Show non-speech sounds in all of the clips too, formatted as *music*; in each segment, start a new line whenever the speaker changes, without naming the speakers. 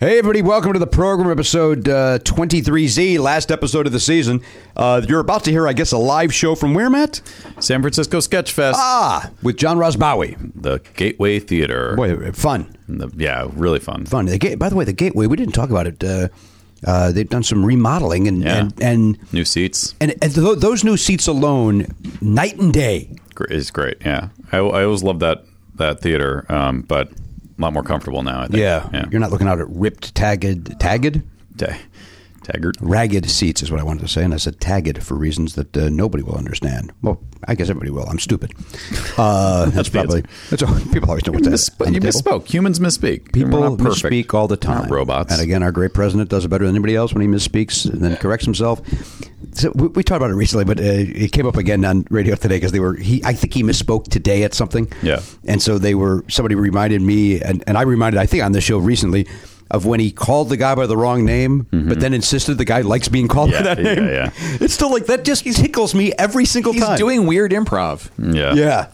Hey, everybody, welcome to the program, episode uh, 23Z, last episode of the season. Uh, you're about to hear, I guess, a live show from where, Matt?
San Francisco Sketch Fest,
Ah, with John Ross Bowie.
the Gateway Theater.
Boy, fun.
And the- yeah, really fun.
Fun. The gate, by the way, the Gateway, we didn't talk about it. Uh, uh, they've done some remodeling, and,
Yeah.
and, and,
New seats
and, and th- those new seats alone, night and day.
Gr- is great. Yeah, I, I always loved that that theater, um, but a lot more comfortable now. I think.
You're not looking out at ripped, tagged, tagged?
Ta- Taggart.
Ragged seats is what I wanted to say, and I said tagged for reasons that uh, nobody will understand. Well, I guess everybody will. I'm stupid.
*laughs*
Uh, that's
the
probably that's all, people always know what that
You, mis-
is.
you misspoke. Humans misspeak.
People
We're not perfect.
misspeak all the
We're
time.
Not robots.
And again, our great president does it better than anybody else when he misspeaks and then corrects himself. So we, we talked about it recently, but uh, it came up again on radio today because they were. He, I think he misspoke today at something.
Yeah.
And so they were. Somebody reminded me, and, and I reminded, I think, on the show recently. Of when he called the guy by the wrong name, but then insisted the guy likes being called
Mm-hmm. Yeah,
by that
yeah,
name.
yeah.
It's still like that just tickles me every single
He's
time.
doing weird improv.
yeah. Hmm.
Yeah.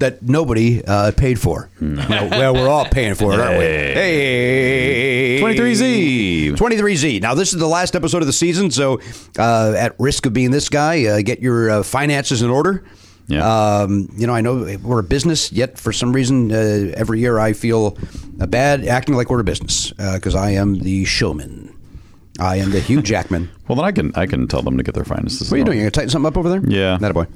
That nobody uh, paid for. Well, well, we're all paying for it, aren't we? Hey.
23Z.
23Z. Now, this is the last episode of the season, so uh, at risk of being this guy, uh, get your uh, finances in order.
Yeah.
Um, you know, I know we're a business, yet for some reason, uh, every year I feel uh, bad acting like we're a business because I am the showman. I am the Hugh Jackman.
Well, then I can I can tell them to get their finances.
What are you doing? You're gonna tighten something up over there?
Yeah.
that boy.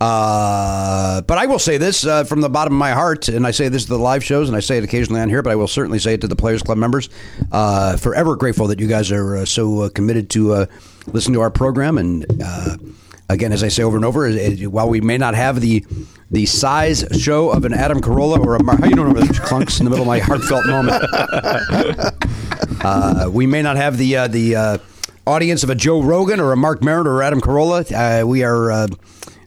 Uh, but I will say this uh, from the bottom of my heart, and I say this to the live shows, and I say it occasionally on here, but I will certainly say it to the Players Club members. Uh, forever grateful that you guys are uh, so uh, committed to uh, listen to our program. And uh, again, as I say over and over, is- is- while we may not have the the size show of an Adam Carolla or a Mar- how you doing over there, clunks in the middle of my heartfelt moment. Uh, we may not have the uh, the uh, audience of a Joe Rogan or a Mark Maron or Adam Carolla. Uh, we are uh,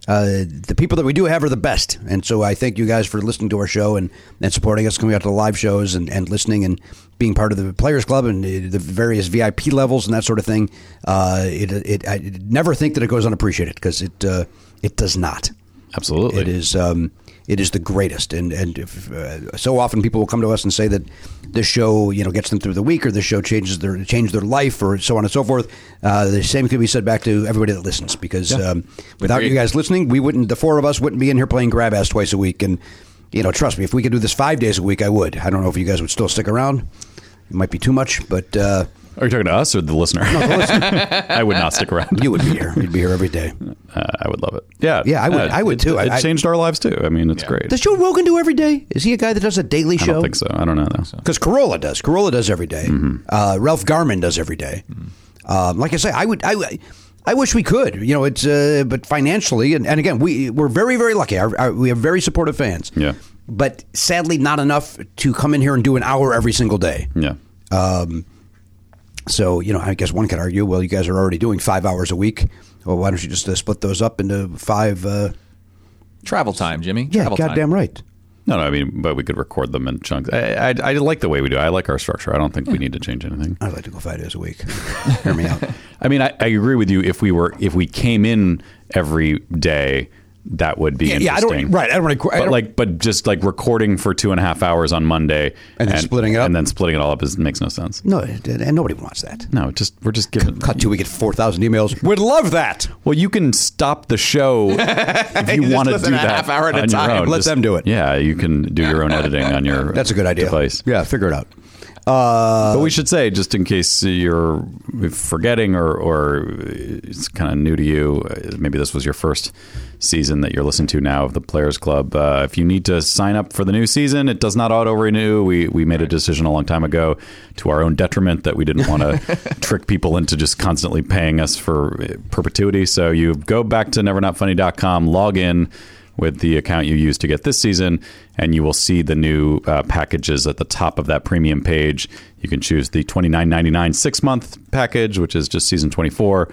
uh, the people that we do have are the best, and so I thank you guys for listening to our show and, and supporting us, coming out to the live shows and, and listening and being part of the Players Club and uh, the various VIP levels and that sort of thing. Uh, it, it I never think that it goes unappreciated because it uh, it does not.
Absolutely.
It is um, it is the greatest, and and if, uh, so often people will come to us and say that this show you know gets them through the week, or this show changes their changed their life, or so on and so forth. Uh, the same could be said back to everybody that listens, because um, without you guys listening, we wouldn't the four of us wouldn't be in here playing grab ass twice a week. And you know, trust me, if we could do this five days a week, I would. I don't know if you guys would still stick around. It might be too much, but uh,
Are you talking to us or the listener? *laughs* I would not stick around.
you would be here. You'd be here every
*laughs*
day.
Uh, I would love it. Yeah.
Yeah, I would-
Uh,
I would
it-
too. I-
It,
I-
changed our lives too. I mean, it's great.
Does Joe Rogan do every day? Is he a guy that does a daily
I
show?
don't think so. I don't know though.
because Corolla does. Corolla does every day.
Mm-hmm.
Uh, Ralph Garman does every day. Um, like I say, I would. I, I wish we could. You know, it's uh, but financially, and, and again, we we're very very lucky. Our, our, we have very supportive fans.
Yeah.
But sadly, not enough to come in here and do an hour every single day.
Yeah.
So you know, I guess one could argue, well, you guys are already doing five hours a week. Well, why don't you just uh, split those up into five? Uh,
Travel time, Jimmy.
yeah,
Travel
goddamn
time.
right.
No, no. I mean, but we could record them in chunks. I, I, I like the way we do. it. I like our structure. I don't think we need to change anything.
I'd like to go five days a week.
*laughs*
Hear me out.
I mean, I, I agree with you. If we were, if we came in every day, that would be
Yeah, yeah, I
interesting.
don't- right, I don't wanna- I
But
don't-
like, but just like recording for two and a half hours on Monday
And then splitting it up?
and then splitting it all up is makes no sense.
No, and nobody wants that.
No, just we're just giving.
Cut to we get four thousand emails. We'd love that.
Well, you can stop
*laughs*
the show if you
Just
want to do
listen a
that.
half hour at a
on your
time.
own.
Let them do it.
Yeah, you can do your own editing on your.
That's a good idea.
Device.
Yeah, figure it out.
but we should say, just in case you're forgetting or, or it's kind of new to you, uh, maybe this was your first season that you're listening to now of the Players Club. Uh, if you need to sign up for the new season, it does not auto renew. We, we made a decision a long time ago to our own detriment that we didn't want to trick people into just constantly paying us for uh, perpetuity. So you go back to nevernotfunny.com, log in with the account you used to get this season, and you will see the new uh, packages at the top of that premium page. You can choose the twenty nine ninety nine six month package, which is just season twenty four.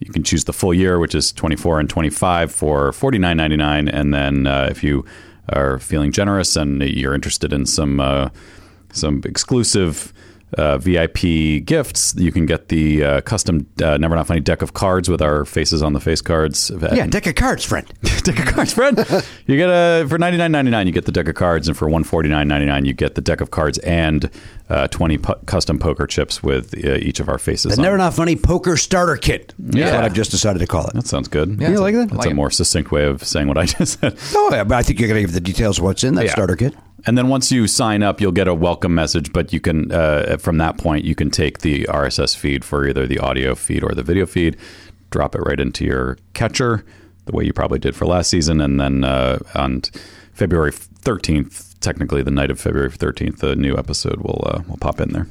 You can choose the full year, which is twenty four and twenty five for forty nine ninety nine, and then uh, if you are feeling generous and you're interested in some uh, some exclusive uh, VIP gifts. You can get the uh, custom uh, Never Not Funny deck of cards with our faces on the face cards.
Yeah, deck of cards,
*laughs*
friend.
deck of cards, friend. You get a for ninety nine ninety nine, you get the deck of cards, and for one forty nine ninety nine, you get the deck of cards and uh, twenty pu- custom poker chips with uh, each of our faces.
The
on.
Never Not Funny Poker Starter Kit. That's
Yeah.
what I've just decided to call it.
That sounds good.
Yeah, You like that?
That's
Like
a
it.
more succinct way of saying what I *laughs* just said.
Oh, yeah, but I think you're going to give the details of what's in that
Yeah.
starter kit.
And then once you sign up, you'll get a welcome message. But you can, uh, from that point, you can take the RSS feed for either the audio feed or the video feed, drop it right into your catcher, the way you probably did for last season. And then uh, on February 13th, technically the night of February 13th, the new episode will uh, will pop in there.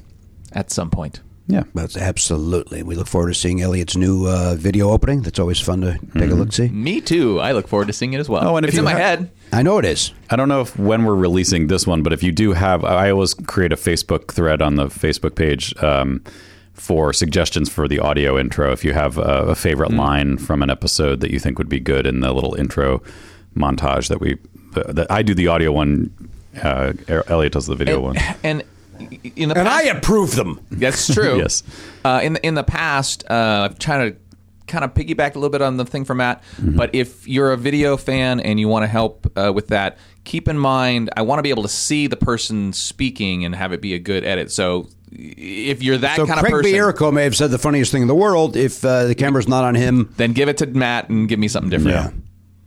at some point.
Yeah.
That's absolutely. We look forward to seeing Elliot's new uh, video opening. That's always fun to
Mm-hmm.
take a look see.
Me too. I look forward to seeing it as well.
Oh, and if
it's in
you
my
ha-
head.
I know it is.
I don't know if when we're releasing this one, but if you do have, I always create a Facebook thread on the Facebook page um, for suggestions for the audio intro. If you have a, a favorite
Mm-hmm.
line from an episode that you think would be good in the little intro montage that we, that I do the audio one, uh, Elliot does the video
*laughs*
one.
And in the
And I
past,
approve them.
that's true.
Yes.
Uh, in the, in the past, uh, I'm trying to kind of piggyback a little bit on the thing from Matt. But if you're a video fan and you want to help uh, with that, keep in mind I want to be able to see the person speaking and have it be a good edit. So if you're that
So
kind
Craig
of person,
Bierico may have said the funniest thing in the world if uh, the camera's not on him.
then give it to Matt and give me something different.
Yeah.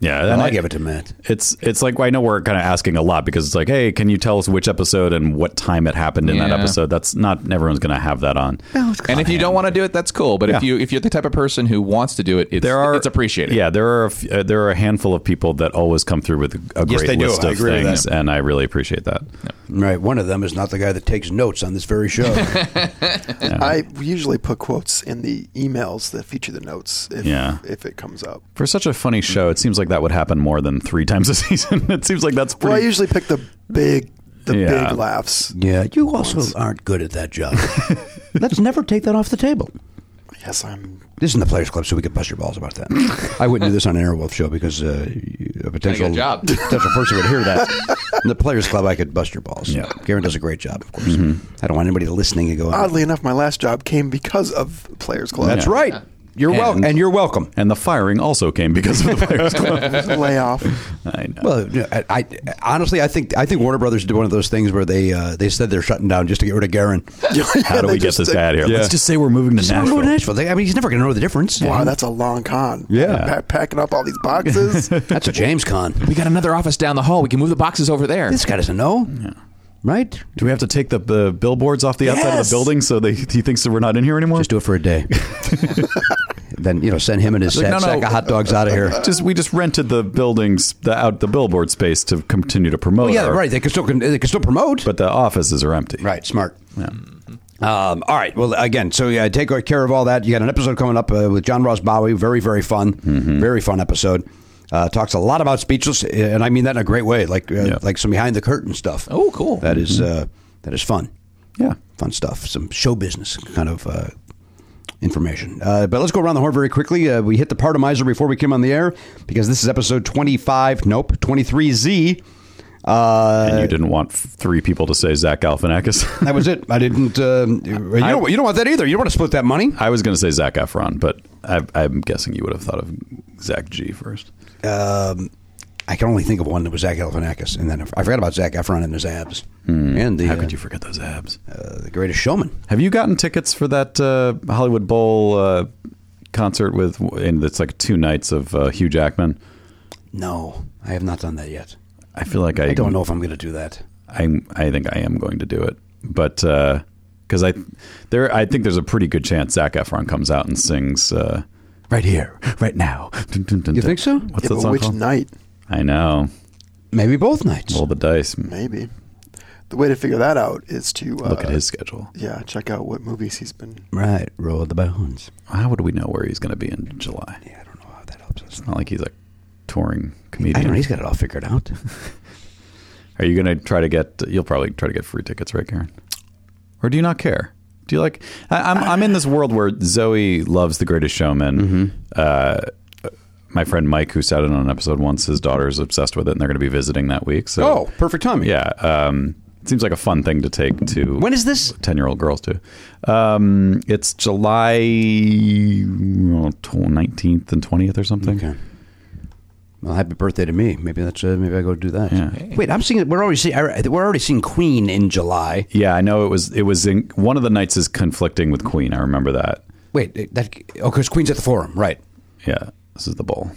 Yeah.
Then
and
Oh, I, give it to Matt.
It's it's like I know we're kind of asking a lot because it's like, hey, can you tell us which episode and what time it happened in
Yeah.
that episode? That's not everyone's going to have that on.
And if you don't want to do it, that's cool. But if
Yeah.
you if you're the type of person who wants to do it, it's,
there are
it's appreciated.
Yeah, there are a f- uh, there are a handful of people that always come through with a great
they do.
list
I
of
agree with
things, and I really appreciate that.
Right. One of them is not the guy that takes notes on this very
*laughs*
show.
I usually put quotes in the emails that feature the notes if,
Yeah.
if it comes up.
For such a funny show, it seems like that would happen more than three *laughs* times a season. it seems like that's pretty.
Well, I usually pick the big the
Yeah.
big laughs.
yeah. You also aren't good at that job. *laughs* Let's never take that off the table.
Yes, I'm
This is in the Players Club, so we could bust your balls about that. I wouldn't do this on an Airwolf show because uh, a potential *laughs*
job.
potential person would hear that. In the Players Club, I could bust your balls.
Yeah.
Garen does a great job, of course. I don't want anybody listening and going. "Oh,
oddly enough my last job came because of Players Club.
That's right. You're welcome,
And-
and you're welcome.
*laughs* and the firing also came because
*laughs*
of the Players Club. *laughs*
Layoff. *laughs*
I know.
Well, you know, I, I honestly, I think I think Warner Brothers did one of those things where they uh, they said they're shutting down just to get rid of Garen.
How do we get this guy out of here? Let's just say we're moving to
Nashville.
Nashville.
Nashville. They, I mean, he's never going to know the difference.
Wow, that's a long con.
Yeah.
Pa- packing up all these
*laughs*
boxes.
That's a James Con.
We got another office down the hall. We can move the boxes over there.
This guy doesn't know, right?
Do we have to take the, the billboards off the outside of
Yes.
the building so they, he thinks that we're not in here anymore?
Just do it for a
*laughs*
day. then you know, send him and his
Like,
sad
no, no.
sack of hot dogs out of
*laughs*
here.
Just- we just rented the buildings the out the billboard space to continue to
Well,
promote.
Oh, yeah,
our-
right. They can still they can still promote.
But the offices are empty.
right, smart. Um, all right. Well, again, so yeah, take care of all that. You got an episode coming up uh, with John Ross Bowie. Very, very fun.
Mm-hmm.
Very fun episode. Uh, talks a lot about speechless, and I mean that in a great way, like uh,
Yeah. Mm-hmm.
like some behind the curtain stuff.
Oh, cool.
That is, uh, that is fun.
Yeah.
fun stuff, some show business kind of uh, information. Uh, but let's go around the horn very quickly. Uh, we hit the partomizer before we came on the air because this is episode 25, nope, 23Z. Uh,
and you didn't want f- three people to say Zach *laughs* Galifianakis.
that was it. I didn't. Um, you, don't, you don't want that either. You don't want to split that money.
I was going to say Zach Efron, but I, I'm guessing you would have thought of Zach G first.
Um, I can only think of one that was Zach Galifianakis, and then I forgot about Zach Efron and his abs, and the
Hmm. How
uh,
could you forget those abs?
uh, the Greatest Showman.
Have you gotten tickets for that uh, Hollywood Bowl uh, concert with? And it's like two nights of uh, Hugh Jackman.
No, I have not done that yet.
I feel like I,
I don't know if I'm going to do that.
I I think I am going to do it, but because I there I think there's a pretty good chance Zach Efron comes out and sings uh, right here, right now. You
think so?
What's that
Yeah, but
song
which
called?
night?
I know.
Maybe both nights.
Roll the dice.
Maybe. The way to figure that out is to uh,
Look at his schedule.
Yeah, check out what movies he's been.
right, roll the bones.
How would we know where he's going to be in July?
Yeah, I don't know how that helps us.
It's not like he's a touring
I don't know.
comedian.
He's got it all figured out.
Are you going to try to get? You'll probably try to get free tickets, right, Karen? Or do you not care? Do you like? I, I'm I'm in this world where Zoe loves The Greatest Showman.
Mm-hmm.
Uh, my friend Mike, who sat in on an episode once, his daughter's obsessed with it, and they're going to be visiting that week. So
Oh, perfect timing.
yeah, um, It seems like a fun thing to take to
When is this?
ten year old girls too. Um, it's July oh, nineteenth and twentieth or something.
Okay. Well, happy birthday to me. Maybe that's uh, maybe I go do that.
Yeah.
Wait, I'm seeing we're already seeing I- we're already seeing Queen in July.
Yeah, I know it was. It was in one of the nights is conflicting with Queen. I remember that.
Wait, it- that oh, because Queen's at the Forum, right?
Yeah, this is the bowl.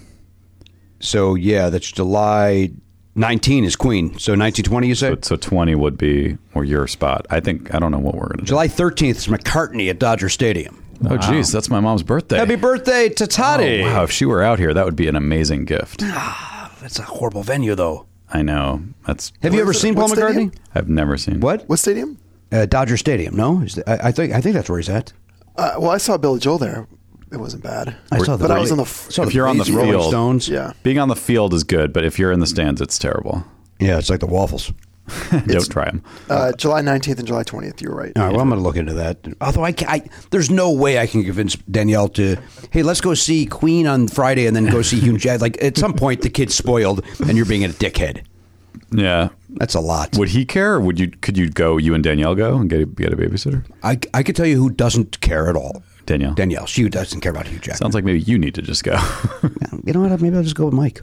So yeah, that's July 19 is Queen. So 1920, you say?
But so twenty would be or your spot. I think I don't know what we're gonna do.
July 13th is McCartney at Dodger Stadium.
Oh, geez, that's my mom's birthday.
Happy birthday to Toddy.
Oh, wow, if she were out here, that would be an amazing gift.
That's a horrible venue, though.
I know. That's
Have you ever seen Paul
What stadium?
McCartney?
I've never seen.
What?
What stadium?
Uh, Dodger Stadium? No, is that, I, I think I think that's where he's at.
Uh, well, I saw Billy Joel there. It wasn't bad.
I saw the.
but I was on the. F-
saw
If you're on the
Police, Rolling
field-
Stones.
yeah,
Being on the field is good, but if you're in the stands, it's terrible. *laughs*
yeah, it's like the waffles.
Don't try them.
uh, July 19th and July 20th. You're right.
All right, well, I'm going to look into that. Although I, can, I, there's no way I can convince Danielle to, hey, let's go see Queen on Friday and then go
*laughs*
see Hugh Jack. Like at some point, the kid's spoiled and you're being a dickhead.
Yeah.
That's a lot.
Would he care? Or would you? Could you go? You and Danielle go and get a, get a babysitter?
I, I could tell you who doesn't care at all.
Danielle.
Danielle, she doesn't care about Hugh Jack.
Sounds like maybe you need to just go. *laughs*
you know what? Maybe I'll just go with Mike.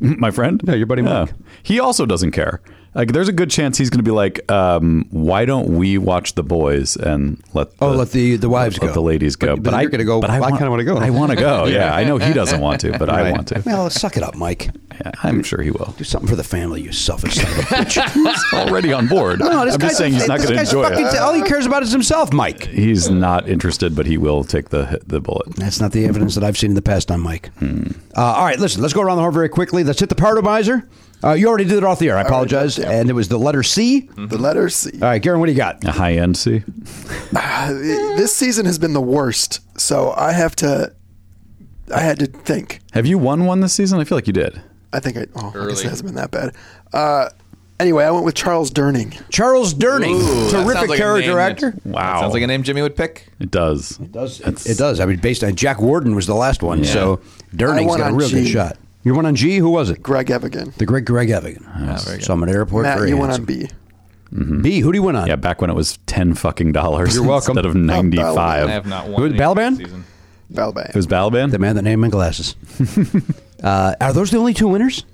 My friend. No, your buddy
Mike.
He also doesn't care. Like, there's a good chance he's going to be like, um, "Why don't we watch the boys and let the,
Oh, let the- the wives
let
go.
the ladies go?"
But- but you're gonna go, "I
want-
kinda wanna go."
I want
*laughs*
to go. Yeah, I know he doesn't want to, but I want to.
Well, suck it up, Mike.
Yeah, I'm sure he will.
Do something for the family, you selfish
*laughs*
son of a bitch.
He's already on board.
No, this
I'm just
guy's-
saying he's not
this
going to
guy's
enjoy
fucking-
it.
all he cares about is himself, Mike.
He's not interested, but he will take the the bullet.
That's not the evidence that I've seen in the past on Mike.
Hmm.
Uh, all right, listen, let's go around the horn very quickly. Let's hit the partomizer. Uh, you already did it off the air. Mm-hmm. I apologize.
yeah.
and it was the letter C.
The letter C.
All right, Garen, what do you got?
A high end C.
Uh, this season has been the worst, so I have to. I had to think.
Have you won one this season? I feel like you did.
I think I. Oh, I guess
Early.
it hasn't been that bad. Uh, anyway, I went with Charles Durning.
Charles Durning,
Ooh, that sounds
terrific
like a
character
name
actor.
that-
Wow.
that sounds like a name Jimmy would pick.
It does.
It does.
That's-
It, does. I mean, based on Jack Warden was the last one,
Yeah.
so
I
Durning's
won
got a
on
real good
G.
shot. You went on G. Who was it?
Greg Evigan.
The great Greg Evigan.
Ah, very good.
So I'm at airport.
Matt,
very
you went on
handsome.
B.
B. Who do you went on?
Yeah, back when it was ten fucking dollars.
You're welcome.
Instead of ninety
I
five.
have not
Who,
won. any
Balaban?
season.
It
Valbang.
was Balaban.
The man that named my
*laughs*
glasses. uh, are those the only two winners?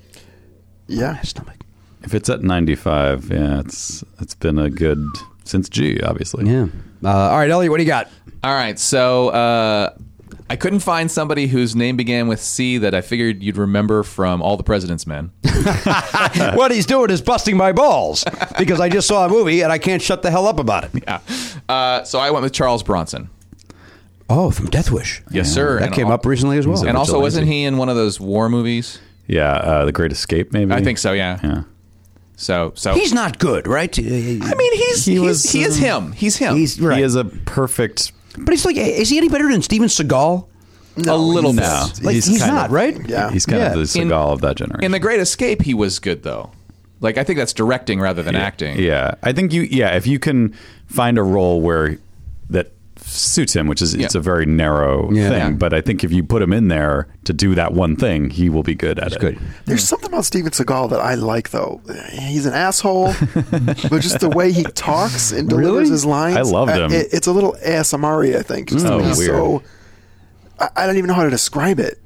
Yeah.
My stomach.
If it's at ninety five, yeah, it's it's been a good since G, obviously.
Yeah. Uh, all right, Elliot, what do you got?
All right, so uh, I couldn't find somebody whose name began with C that I figured you'd remember from All the President's *laughs* Men.
*laughs* what he's doing is busting my balls because I just saw a movie and I can't shut the hell up about it.
yeah. Uh, so I went with Charles Bronson.
Oh, from Death Wish.
Yes, sir.
That
And
came
al-
up recently as well.
And also,
Vigilante.
wasn't he in one of those war movies?
Yeah, uh, the Great Escape, maybe.
I think so. Yeah.
Yeah.
So, so
he's not good, right? I
I mean, he's
He
he,
was,
he is
um,
him. He's him.
he's right.
He is a perfect.
but he's like, is he any better than Steven Seagal?
No,
a little bit.
No,
Like, he's,
kind
not,
of-
right?
Yeah.
He's kind
Yeah.
of the
In-
Seagal of that generation.
In The Great Escape, he was good though. Like I think that's directing rather than acting.
Yeah, I think you. Yeah, if you can find a role where that suits him, which is it's
Yeah.
a very narrow
Yeah.
thing, but I think if you put him in there to do that one thing, he will be good at it.
Good.
There's something about Steven Seagal that I like, though. He's an
*laughs*
asshole, but just the way he talks and delivers
Really?
his lines.
I loved
uh,
him.
it- it's a little ASMR I think. Just
Mm.
the way
Oh,
he's
weird.
So, I, I don't even know how to describe it.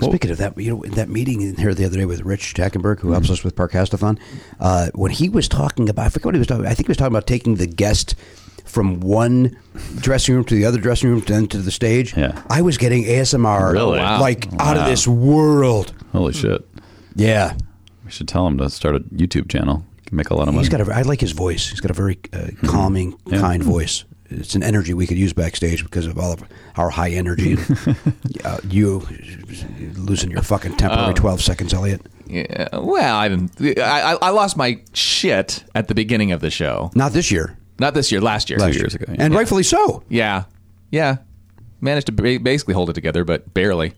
Speaking of that, you know, in that meeting in here the other day with Rich Tackenberg,
Mm-hmm.
who helps us with Parkastathon, uh, when he was talking about, I forget what he was talking about, I think he was talking about taking the guest from one dressing room to the other dressing room, then to the stage.
Yeah.
I was getting ASMR,
Really? Wow.
like out of
Wow.
this world.
Holy shit!
Yeah.
We should tell him to start a YouTube channel. Can Make a lot of money.
He's got a, I like his voice. He's got a very uh,
Mm-hmm.
calming, kind voice. It's an energy we could use backstage because of all of our high
*laughs*
energy. uh, you losing your fucking temper
Oh.
every 12 seconds, Elliot.
Yeah, Well, I didn't. I, I I lost my shit at the beginning of the show.
Not this year.
Not this year. Last year.
Last
years ago, yeah.
And rightfully so.
Yeah, yeah. Managed to ba- basically hold it together, but barely.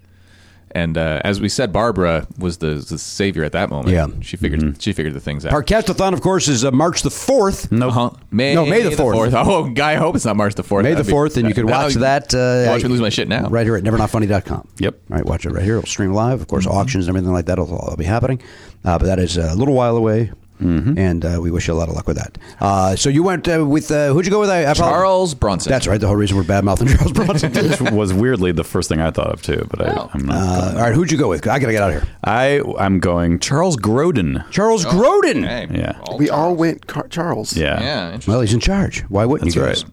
And uh, as we said, Barbara was the, the savior at that moment.
Yeah. Mm-hmm.
she figured she figured the things out.
Our castathon, of course, is uh, March the 4th.
Hmm.
no, huh? May,
No, May the 4th.
*laughs* Oh, guy, I hope it's not March the fourth.
May the 4th, and you can watch that. Uh,
watch me lose my shit now.
Right here at nevernotfunny.com.
Yep.
All right, watch it right here. It'll stream live. Of course, auctions and everything like that will all be happening. Uh, but that is a little while away. and uh, we wish you a lot of luck with that. Uh, so you went uh, with uh, who'd you go with? I, I apologize.
Charles Bronson.
That's right. The whole reason we're bad mouthing *laughs* Charles Bronson.
This was weirdly the first thing I thought of too, but I,
Oh.
I'm not.
Uh, all right, who'd you go with? I gotta get out of here.
I I'm going Charles Grodin.
Charles Grodin.
Hey,
Yeah.
all
We
time.
all went Car- Charles.
Yeah.
Yeah. Interesting.
Well, he's in charge. Why wouldn't you guys?
right.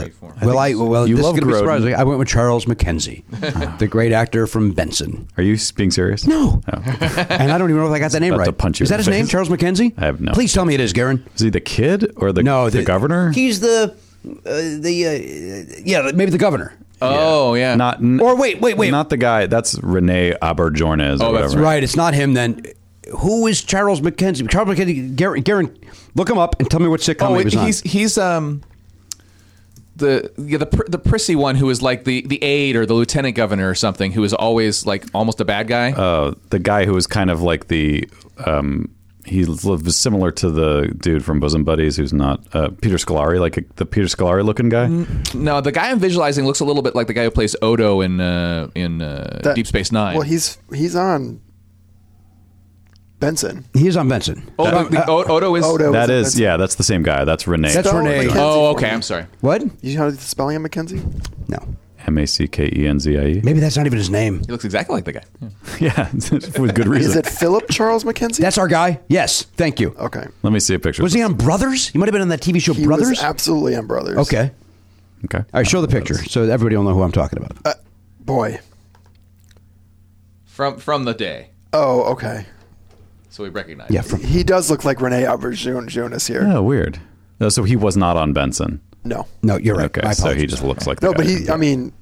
Great form.
Well, I well
You
this
love
is gonna be
Grodin.
surprising. I went with Charles McKenzie,
*laughs*
the great actor from Benson.
Are you being serious?
No,
Oh.
*laughs* and I don't even know if I got that name
About
right.
to punch you
is
in
that
the
his name,
face.
Charles McKenzie?
I have no-
Please tell me it is, Garen.
Is he the kid or the
No,
the, governor?
He's the uh, the uh, yeah, maybe the governor.
Oh yeah.
Not n-
Or wait, wait, wait.
Not the guy. That's Rene Aberjournes.
Oh,
or
that's
whatever.
Right. it's not him then. Who is Charles McKenzie? Charles McKenzie, Garen, Garen look him up and tell me what sitcom
Oh,
he was on.
he's he's um the yeah, the pr- the prissy one who is like the the aide or the lieutenant governor or something who is always like almost a bad guy.
Uh, the guy who was kind of like the um, he lives similar to the dude from Bosom Buddies, who's not uh, Peter Scolari, like the Peter Scolari looking guy.
Mm,
no, the guy I'm visualizing looks a little bit like the guy who plays Odo in uh, in uh,
That-
Deep Space Nine.
Well, he's he's on Benson.
He is on Benson. Uh,
oh, the- the- O- Odo is
Odo.
That
was in
is,
Benson.
yeah, that's the same guy. That's Rene.
oh, That's
Spell
Renee.
McKenzie
Oh,
for
okay.
me.
I'm sorry.
What?
You know how to do the spelling of Mackenzie?
No.
M A C K E N Z I E.
Maybe that's not even his name.
He looks exactly like the guy. Yeah.
*laughs* Yeah, *laughs* with
*laughs*
good
Is
reason.
it Philip Charles Mackenzie?
That's our guy. Yes. Thank you.
okay.
Let me see a picture.
Was he on Brothers? He might have been on that TV show
He
Brothers.
was absolutely on Brothers.
okay.
Okay.
All right, show the picture so that everybody will know who I'm talking about.
Uh, boy.
From from the day,
Oh, okay.
so we recognize.
yeah,
him.
from
He does look like Rene Auberjonis here.
Oh, weird. No, so he was not on Benson.
No.
no, you're right.
Okay,
My
so he
apologies.
just looks like the
No, but
guy.
he, I mean,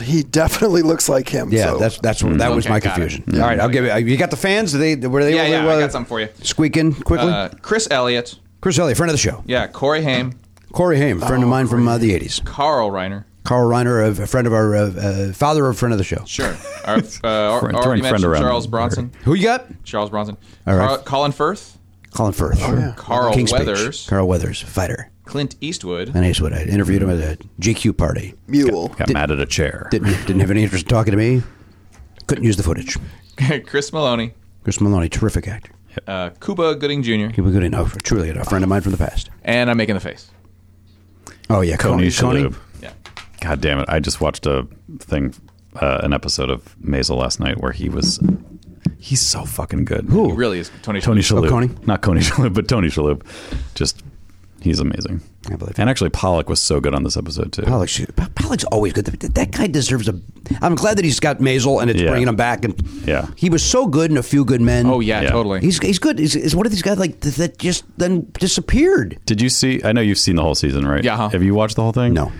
he definitely looks like him.
Yeah,
so.
that's that's
Hmm.
that was
Okay,
my
got it.
confusion. All right, I'll give it. You got the fans? Did they were they?
Yeah,
were they-
yeah, I
were-
got some for you.
Squeaking quickly.
Uh, Chris Elliott.
Chris Elliott, friend of the show.
Yeah, Corey Haim,
Corey Haim, friend of mine from uh, the '80s.
Carl Reiner.
Carl Reiner, a, a friend of our uh, uh, father, a friend of the show.
Sure. *laughs* Our, uh, our,
Throwing
already
friend
mentioned
around.
Charles Bronson.
Who you got?
Charles Bronson.
All right.
Carl- Colin Firth.
Colin Firth,
Carl
King's Speech.
Weathers.
Carl Weathers, fighter.
Clint Eastwood. *laughs*
And Acewood. I interviewed him at a GQ party.
Mule.
got mad at a chair.
Didn't didn't have any interest in talking to me. Couldn't use the footage.
Chris Maloney,
Chris Maloney, terrific actor.
uh, Cuba Gooding Jr.,
He was good enough, truly enough, friend of mine from the past.
and I'm making the face.
Oh yeah, Coney.
Tony
Coney.
Shalhoub.
Yeah.
God damn it! I just watched a thing, uh, an episode of Maisel last night where he was. He's so fucking good.
He really is Tony.
Tony
Shalhoub.
Shalhoub.
Oh, Coney?
Not Coney *laughs* Shalhoub, but Tony Shalhoub. Just he's amazing.
I believe it.
And actually, Pollock was so good on this episode too.
Pollock's, Pollock's always good. That that guy deserves a. I'm glad that he's got Maisel and it's
Yeah.
bringing him back. And
Yeah.
he was so good in A Few Good Men.
Oh yeah,
Yeah.
totally.
he's he's good. He's, he's one of these guys like th- that just then disappeared.
Did you see? I know you've seen the whole season, right?
Yeah, huh?
Have you watched the whole thing?
No,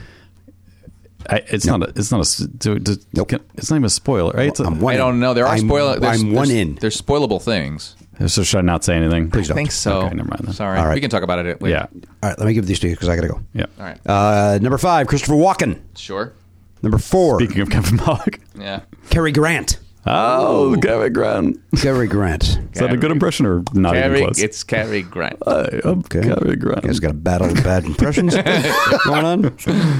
I, it's not. A, it's not a. s- do- do-
Nope.
can- It's not even a spoiler, right? It's a-
I'm one.
I don't know. There are
I'm-
spoiler. There's,
I'm one
there's-
in.
There's spoilable things.
so should I not say anything?
Please
I
don't.
think so.
Okay, never mind then.
Sorry.
All right.
We can talk about it later.
Yeah.
All right, let me give these to you because I got to go.
Yeah.
All right.
Uh, number five, Christopher Walken.
sure.
Number four,
Speaking of Kevin Pollock.
Yeah.
Cary Grant.
*laughs* Oh, Kevin Grant.
Cary Grant.
Is that a good
Cary-
impression or not
Cary,
even close?
it's Cary Grant.
Hi, I'm Cary Grant.
You guys got a battle of bad impressions going on. Uh,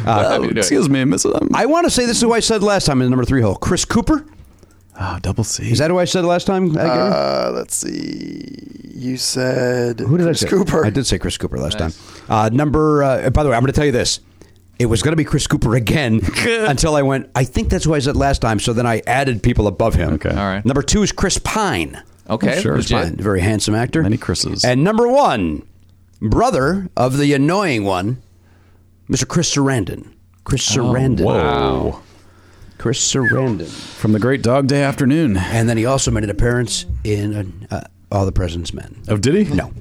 Oh,
do it.
excuse me, Mrs. Um,
I want to say this is who I said last time in the number three hole. Chris Cooper.
oh, double C.
Is that who I said last time? uh, Gary?
Uh, let's see. You said
Who did
Chris
I say?
Cooper.
I did say Chris Cooper last time. Uh, number. Uh, by the way, I'm going to tell you this. It was going to be Chris Cooper again until I went. I think that's who I said last time. So then I added people above him.
Okay. All
right.
Number two is Chris Pine.
Okay.
Sure.
Chris
legit.
Pine, very handsome actor.
Many Chris's.
And number one, brother of the annoying one, Mr. Chris Sarandon. Chris Sarandon.
Oh, Whoa.
Chris Sarandon.
From the great dog day afternoon.
And then he also made an appearance in uh, All the President's Men.
Oh, did he?
*laughs*
No.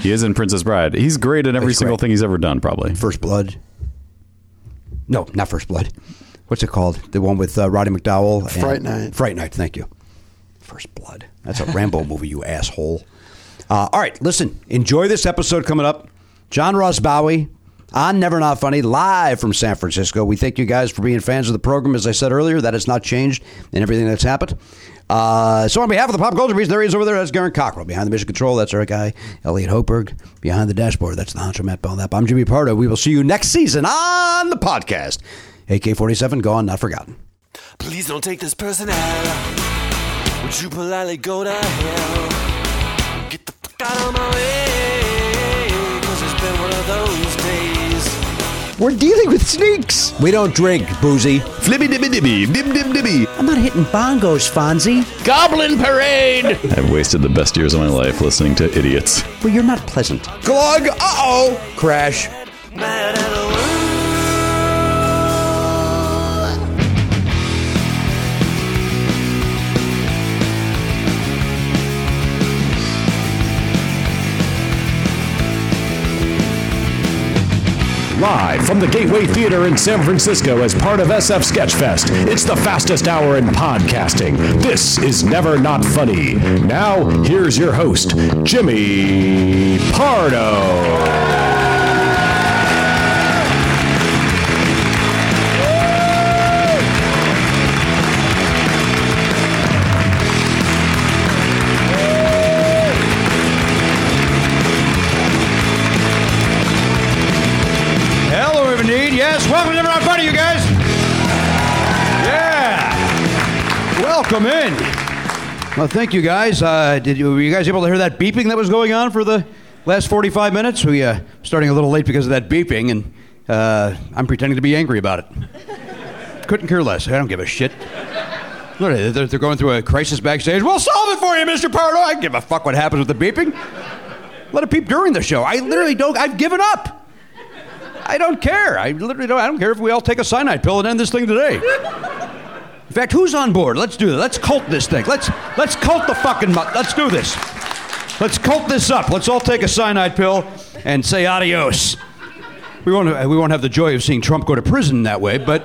he is in Princess Bride. He's great in every
He's
single
great.
thing he's ever done, probably.
First Blood. No, not First Blood. What's it called? The one with uh, Roddy McDowell. and-
Fright Night.
Fright Night. Thank you. First Blood. That's a Rambo *laughs* movie, you asshole. Uh, all right, listen. Enjoy this episode coming up. John Ross Bowie on Never Not Funny, live from San Francisco. We thank you guys for being fans of the program. As I said earlier, that has not changed in everything that's happened. Uh, so, on behalf of the Pop Culture Beast, there he is over there. That's Garen Cockrell. Behind the Mission Control, that's our guy, Elliot Hochberg. Behind the Dashboard, that's the honcho Matt Belknap. I'm Jimmy Pardo. We will see you next season on the podcast. AK 47, gone, not forgotten.
Please don't take this person out. Would you politely go to hell? Get the fuck got on my way, cause it's been one of those days.
We're dealing with sneaks. We don't drink, boozy.
Flippy dibby dibby, dim dim dibby.
I'm not hitting bongos, Fonzie.
Goblin Parade!
I've wasted the best years of my life listening to idiots.
Well, you're not pleasant. Glug. Uh oh. Crash.
Mad at the world.
Live from the Gateway Theater in San Francisco as part of SF Sketchfest, it's the fastest hour in podcasting. This is Never Not Funny. Now, here's your host, Jimmy Pardo.
Hello, indeed. Yes. Welcome to Never Funny, you guys. Yeah. Welcome in. Well, thank you guys. Uh, did you, were you guys able to hear that beeping that was going on for the last 45 minutes? We uh, starting a little late because of that beeping, and uh, I'm pretending to be angry about it. Couldn't care less. I don't give a shit. Look, They're, they're going through a crisis backstage. We'll solve it for you, Mr. Pardo. I don't give a fuck what happens with the beeping. Let it beep during the show. I literally don't. I've given up. I don't care. I literally don't. I don't care if we all take a cyanide pill and end this thing today. In fact, who's on board? Let's do that. Let's cult this thing. Let's let's cult the fucking. Mu- let's do this. Let's cult this up. Let's all take a cyanide pill and say adios. We won't we won't have the joy of seeing Trump go to prison that way, but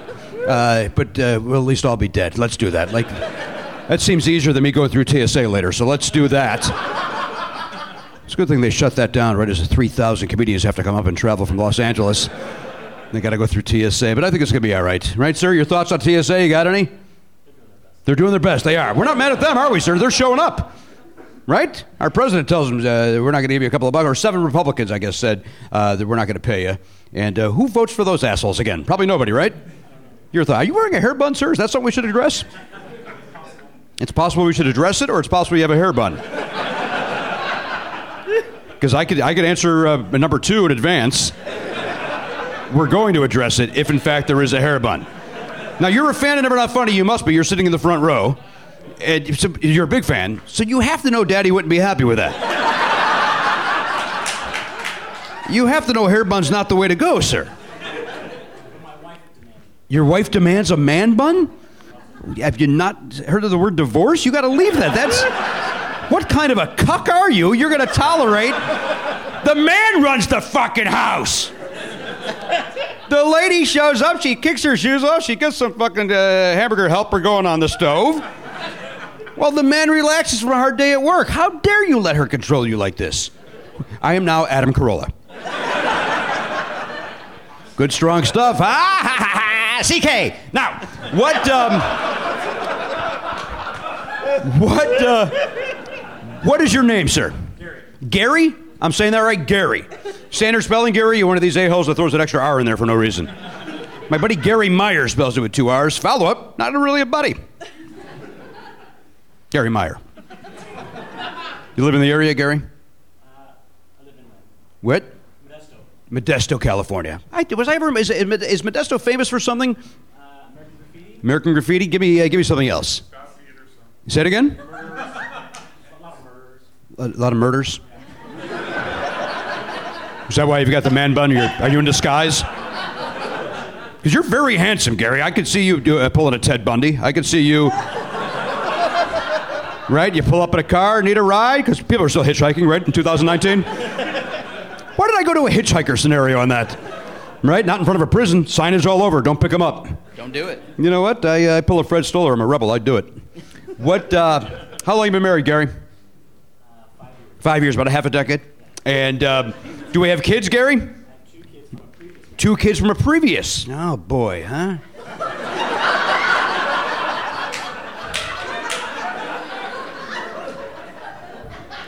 uh, but uh, we'll at least all be dead. Let's do that. Like that seems easier than me going through TSA later. So let's do that. It's a good thing they shut that down right as 3,000 comedians have to come up and travel from Los Angeles. They got to go through TSA, but I think it's going to be all right. Right, sir? Your thoughts on TSA? You got any? They're doing their best. They are. We're not mad at them, are we, sir? They're showing up. Right? Our president tells them uh, we're not going to give you a couple of bucks. Or seven Republicans, I guess, said uh, that we're not going to pay you. And uh, who votes for those assholes again? Probably nobody, right? Your thought. Are you wearing a hair bun, sir? Is that something we should address? It's possible we should address it, or it's possible you have a hair bun. *laughs* because I could I could answer uh, number two in advance. We're going to address it if, in fact, there is a hair bun. Now, you're a fan of Never Not Funny. You must be. You're sitting in the front row. And so- you're a big fan, so you have to know Daddy wouldn't be happy with that. you have to know hair bun's not the way to go, sir. Your wife demands a man bun? Have you not heard of the word divorce? You got to leave that. That's what kind of a cuck are you? You're going to tolerate the man runs the fucking house. The lady shows up. She kicks her shoes off. She gets some fucking uh, hamburger helper going on the stove. Well, the man relaxes from a hard day at work. How dare you let her control you like this? I am now Adam Carolla. Good, strong stuff. Ha ha ha *laughs* ha. CK. Now, what? Um, what? Uh, what is your name, sir? Gary. Gary? I'm saying that right, Gary. Standard spelling, Gary. You're one of these a holes that throws an extra R in there for no reason. My buddy Gary Meyer spells it with two R's. Follow up. Not really a buddy. Gary Meyer. You live in the area, Gary? Uh, I live in what? Modesto, California. I, was I ever is, is Modesto famous for something? Uh, American graffiti. Give me uh, give me something else. Say it again. A lot of murders. Is that why you've got the man bun? You're, are you in disguise? Because you're very handsome, Gary. I could see you do, uh, pulling a Ted Bundy. I could see you. Right? You pull up in a car, need a ride? Because people are still hitchhiking, right, in 2019? Why did I go to a hitchhiker scenario on that? Right? Not in front of a prison. Signage all over. Don't pick them up.
Don't do it.
You know what? I, uh, I pull a Fred Stoller. I'm a rebel. I'd do it. What? Uh, how long you been married, Gary? five years. about a half a decade. And um, do we have kids, Gary? two kids from a previous. Oh boy, huh?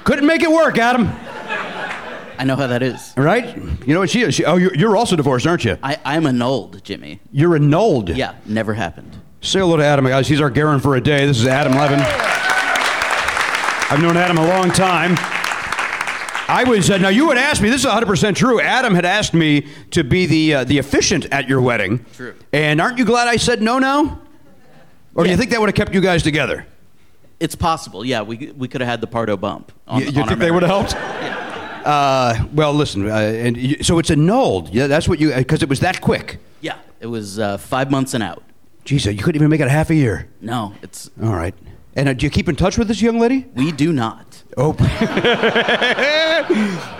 Couldn't make it work, Adam.
I know how that is.
All right? You know what she is? She, oh, you're, you're also divorced, aren't you?
I, I'm annulled, Jimmy.
You're annulled.
Yeah, never happened.
Say hello to Adam, guys. He's our Garen for a day. This is Adam Levin. I've known Adam a long time. I was uh, now. You had asked me. This is 100 percent true. Adam had asked me to be the uh, the officiant at your wedding.
True.
And aren't you glad I said no now? Or do you
Yeah.
think that would have kept you guys together?
It's possible. Yeah, we we could have had the Pardo bump. On,
You-
on
you
our
think they
marriage.
would have helped? Uh, well, listen. Uh, and you, so it's annulled. Yeah, that's what you because it was that quick.
Yeah, it was uh, five months and out.
Jeez, you couldn't even make it half a year.
No, it's
All right. And uh, do you keep in touch with this young lady?
we do not.
*laughs* Oh.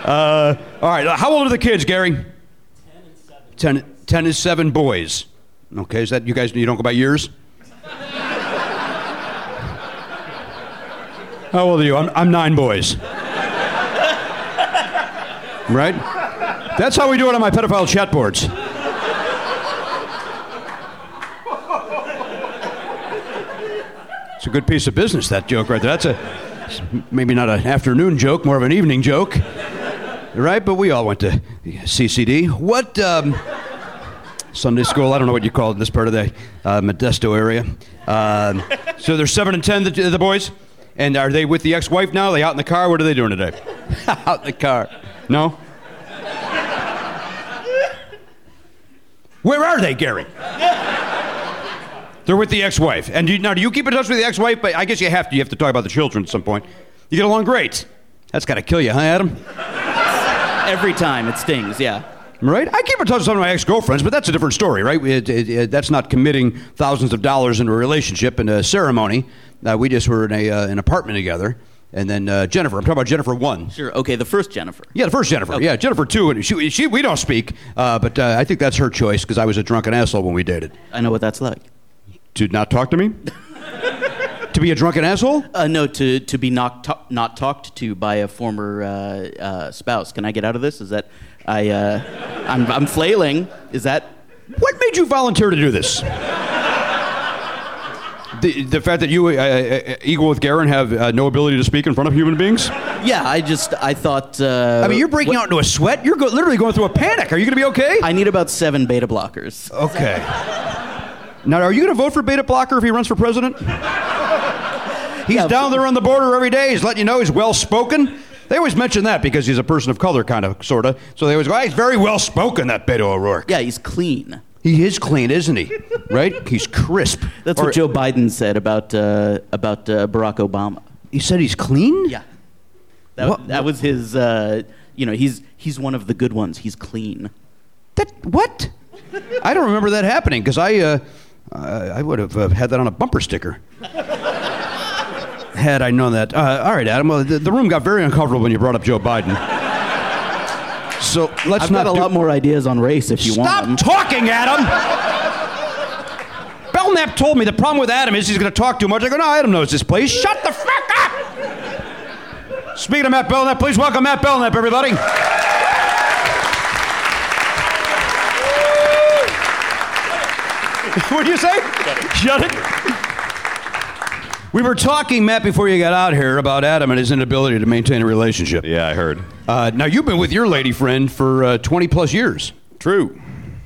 uh, all right. How old are the kids, Gary? Ten and seven. Ten, ten and seven boys. Okay. Is that you guys? You don't go by years. *laughs* How old are you? I'm, I'm nine boys. *laughs* Right. That's how we do it on my pedophile chat boards. It's a good piece of business, that joke right there. That's a maybe not an afternoon joke, more of an evening joke, right? But we all went to CCD. What um, Sunday school? I don't know what you call it in this part of the uh, Modesto area. Um, so they're seven and ten, the, the boys, and are they with the ex-wife now? Are they out in the car? What are they doing today? *laughs* out in the car. No. Where are they, Gary? They're with the ex-wife. And you, now, do you keep in touch with the ex-wife? But I guess you have to. You have to talk about the children at some point. You get along great. That's got to kill you, huh, Adam?
Every time it stings. Yeah,
Right? I keep in touch with some of my ex-girlfriends, but that's a different story, right? It- it- it- that's not committing thousands of dollars into a relationship and a ceremony. Uh, we just were in a uh, an apartment together, and then uh, Jennifer. I'm talking about Jennifer one.
sure. Okay, the first Jennifer.
Yeah, the first Jennifer. Yeah, Jennifer two. And she, she, we don't speak, uh, but uh, I think that's her choice because I was a drunken asshole when we dated.
I know what that's like.
To not talk to me. to be a drunken asshole.
Uh, no, to to be not ta- not talked to by a former uh, uh, spouse. Can I get out of this? Is that I? Uh, I'm I'm flailing. Is that?
What made you volunteer to do this? The, the fact that you, uh, uh, equal with Garen, have uh, no ability to speak in front of human beings?
Yeah, I just I thought. Uh,
I mean, you're breaking out into a sweat. You're go- literally going through a panic. Are you going to be okay?
I need about seven beta blockers.
okay. Now, are you going to vote for Beta Blocker if he runs for president? He's
Yeah,
down there on the border every day. He's letting you know he's well spoken. They always mention that because he's a person of color, kind of, sort of. So they always go, "Ah, he's very well spoken, that Beto O'Rourke.
Yeah, he's clean.
He is clean, isn't he? Right? He's crisp.
That's
Or-
what Joe Biden said about uh, about uh, Barack Obama.
He said he's clean?
Yeah, that,
What-
that was his. Uh, you know, he's he's one of the good ones. He's clean.
That what? I don't remember that happening because I, uh, uh, I would have uh, had that on a bumper sticker. *laughs* had I known that. Uh, all right, Adam. Well, the, the room got very uncomfortable when you brought up Joe Biden. So let's
I've
not
got a
do-
lot more ideas on race if you
Stop
want. 'em.
talking, Adam. Belknap told me the problem with Adam is he's going to talk too much. I go, no, Adam knows this place. Shut the fuck up. Speaking of Matt Belknap, please welcome Matt Belknap, everybody. *laughs* what do you say? Shut it. We were talking, Matt, before you got out here about Adam and his inability to maintain a relationship.
Yeah, I heard.
Uh, now you've been with your lady friend for uh, 20 plus years,
True.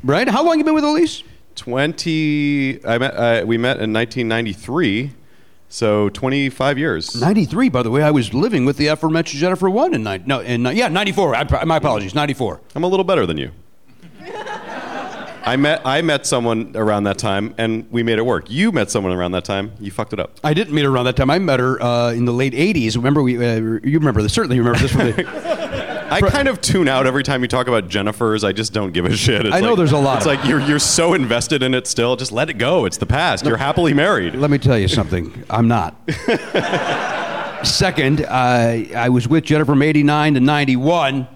right? How long you been with Elise?
20 I met uh, we met in 1993. So 25 years.
93. By the way, I was living with the aforementioned Jennifer one in nine. No, in uh, yeah, 94. I, pro- my apologies, 94.
I'm a little better than you. I met I met someone around that time and we made it work. You met someone around that time. You fucked it up.
I didn't meet her around that time. I met her uh, in the late 80s. Remember, we uh, you remember this? Certainly, you remember this. From the, *laughs*
I kind of tune out every time you talk about Jennifer's. I just don't give a shit. It's
I know
like-
there's a lot
It's
of-
like you're you're so invested in it still. Just let it go. It's the past. You're happily married.
Let me tell you something. I'm not. Second, uh, I was with Jennifer from 89 to 91,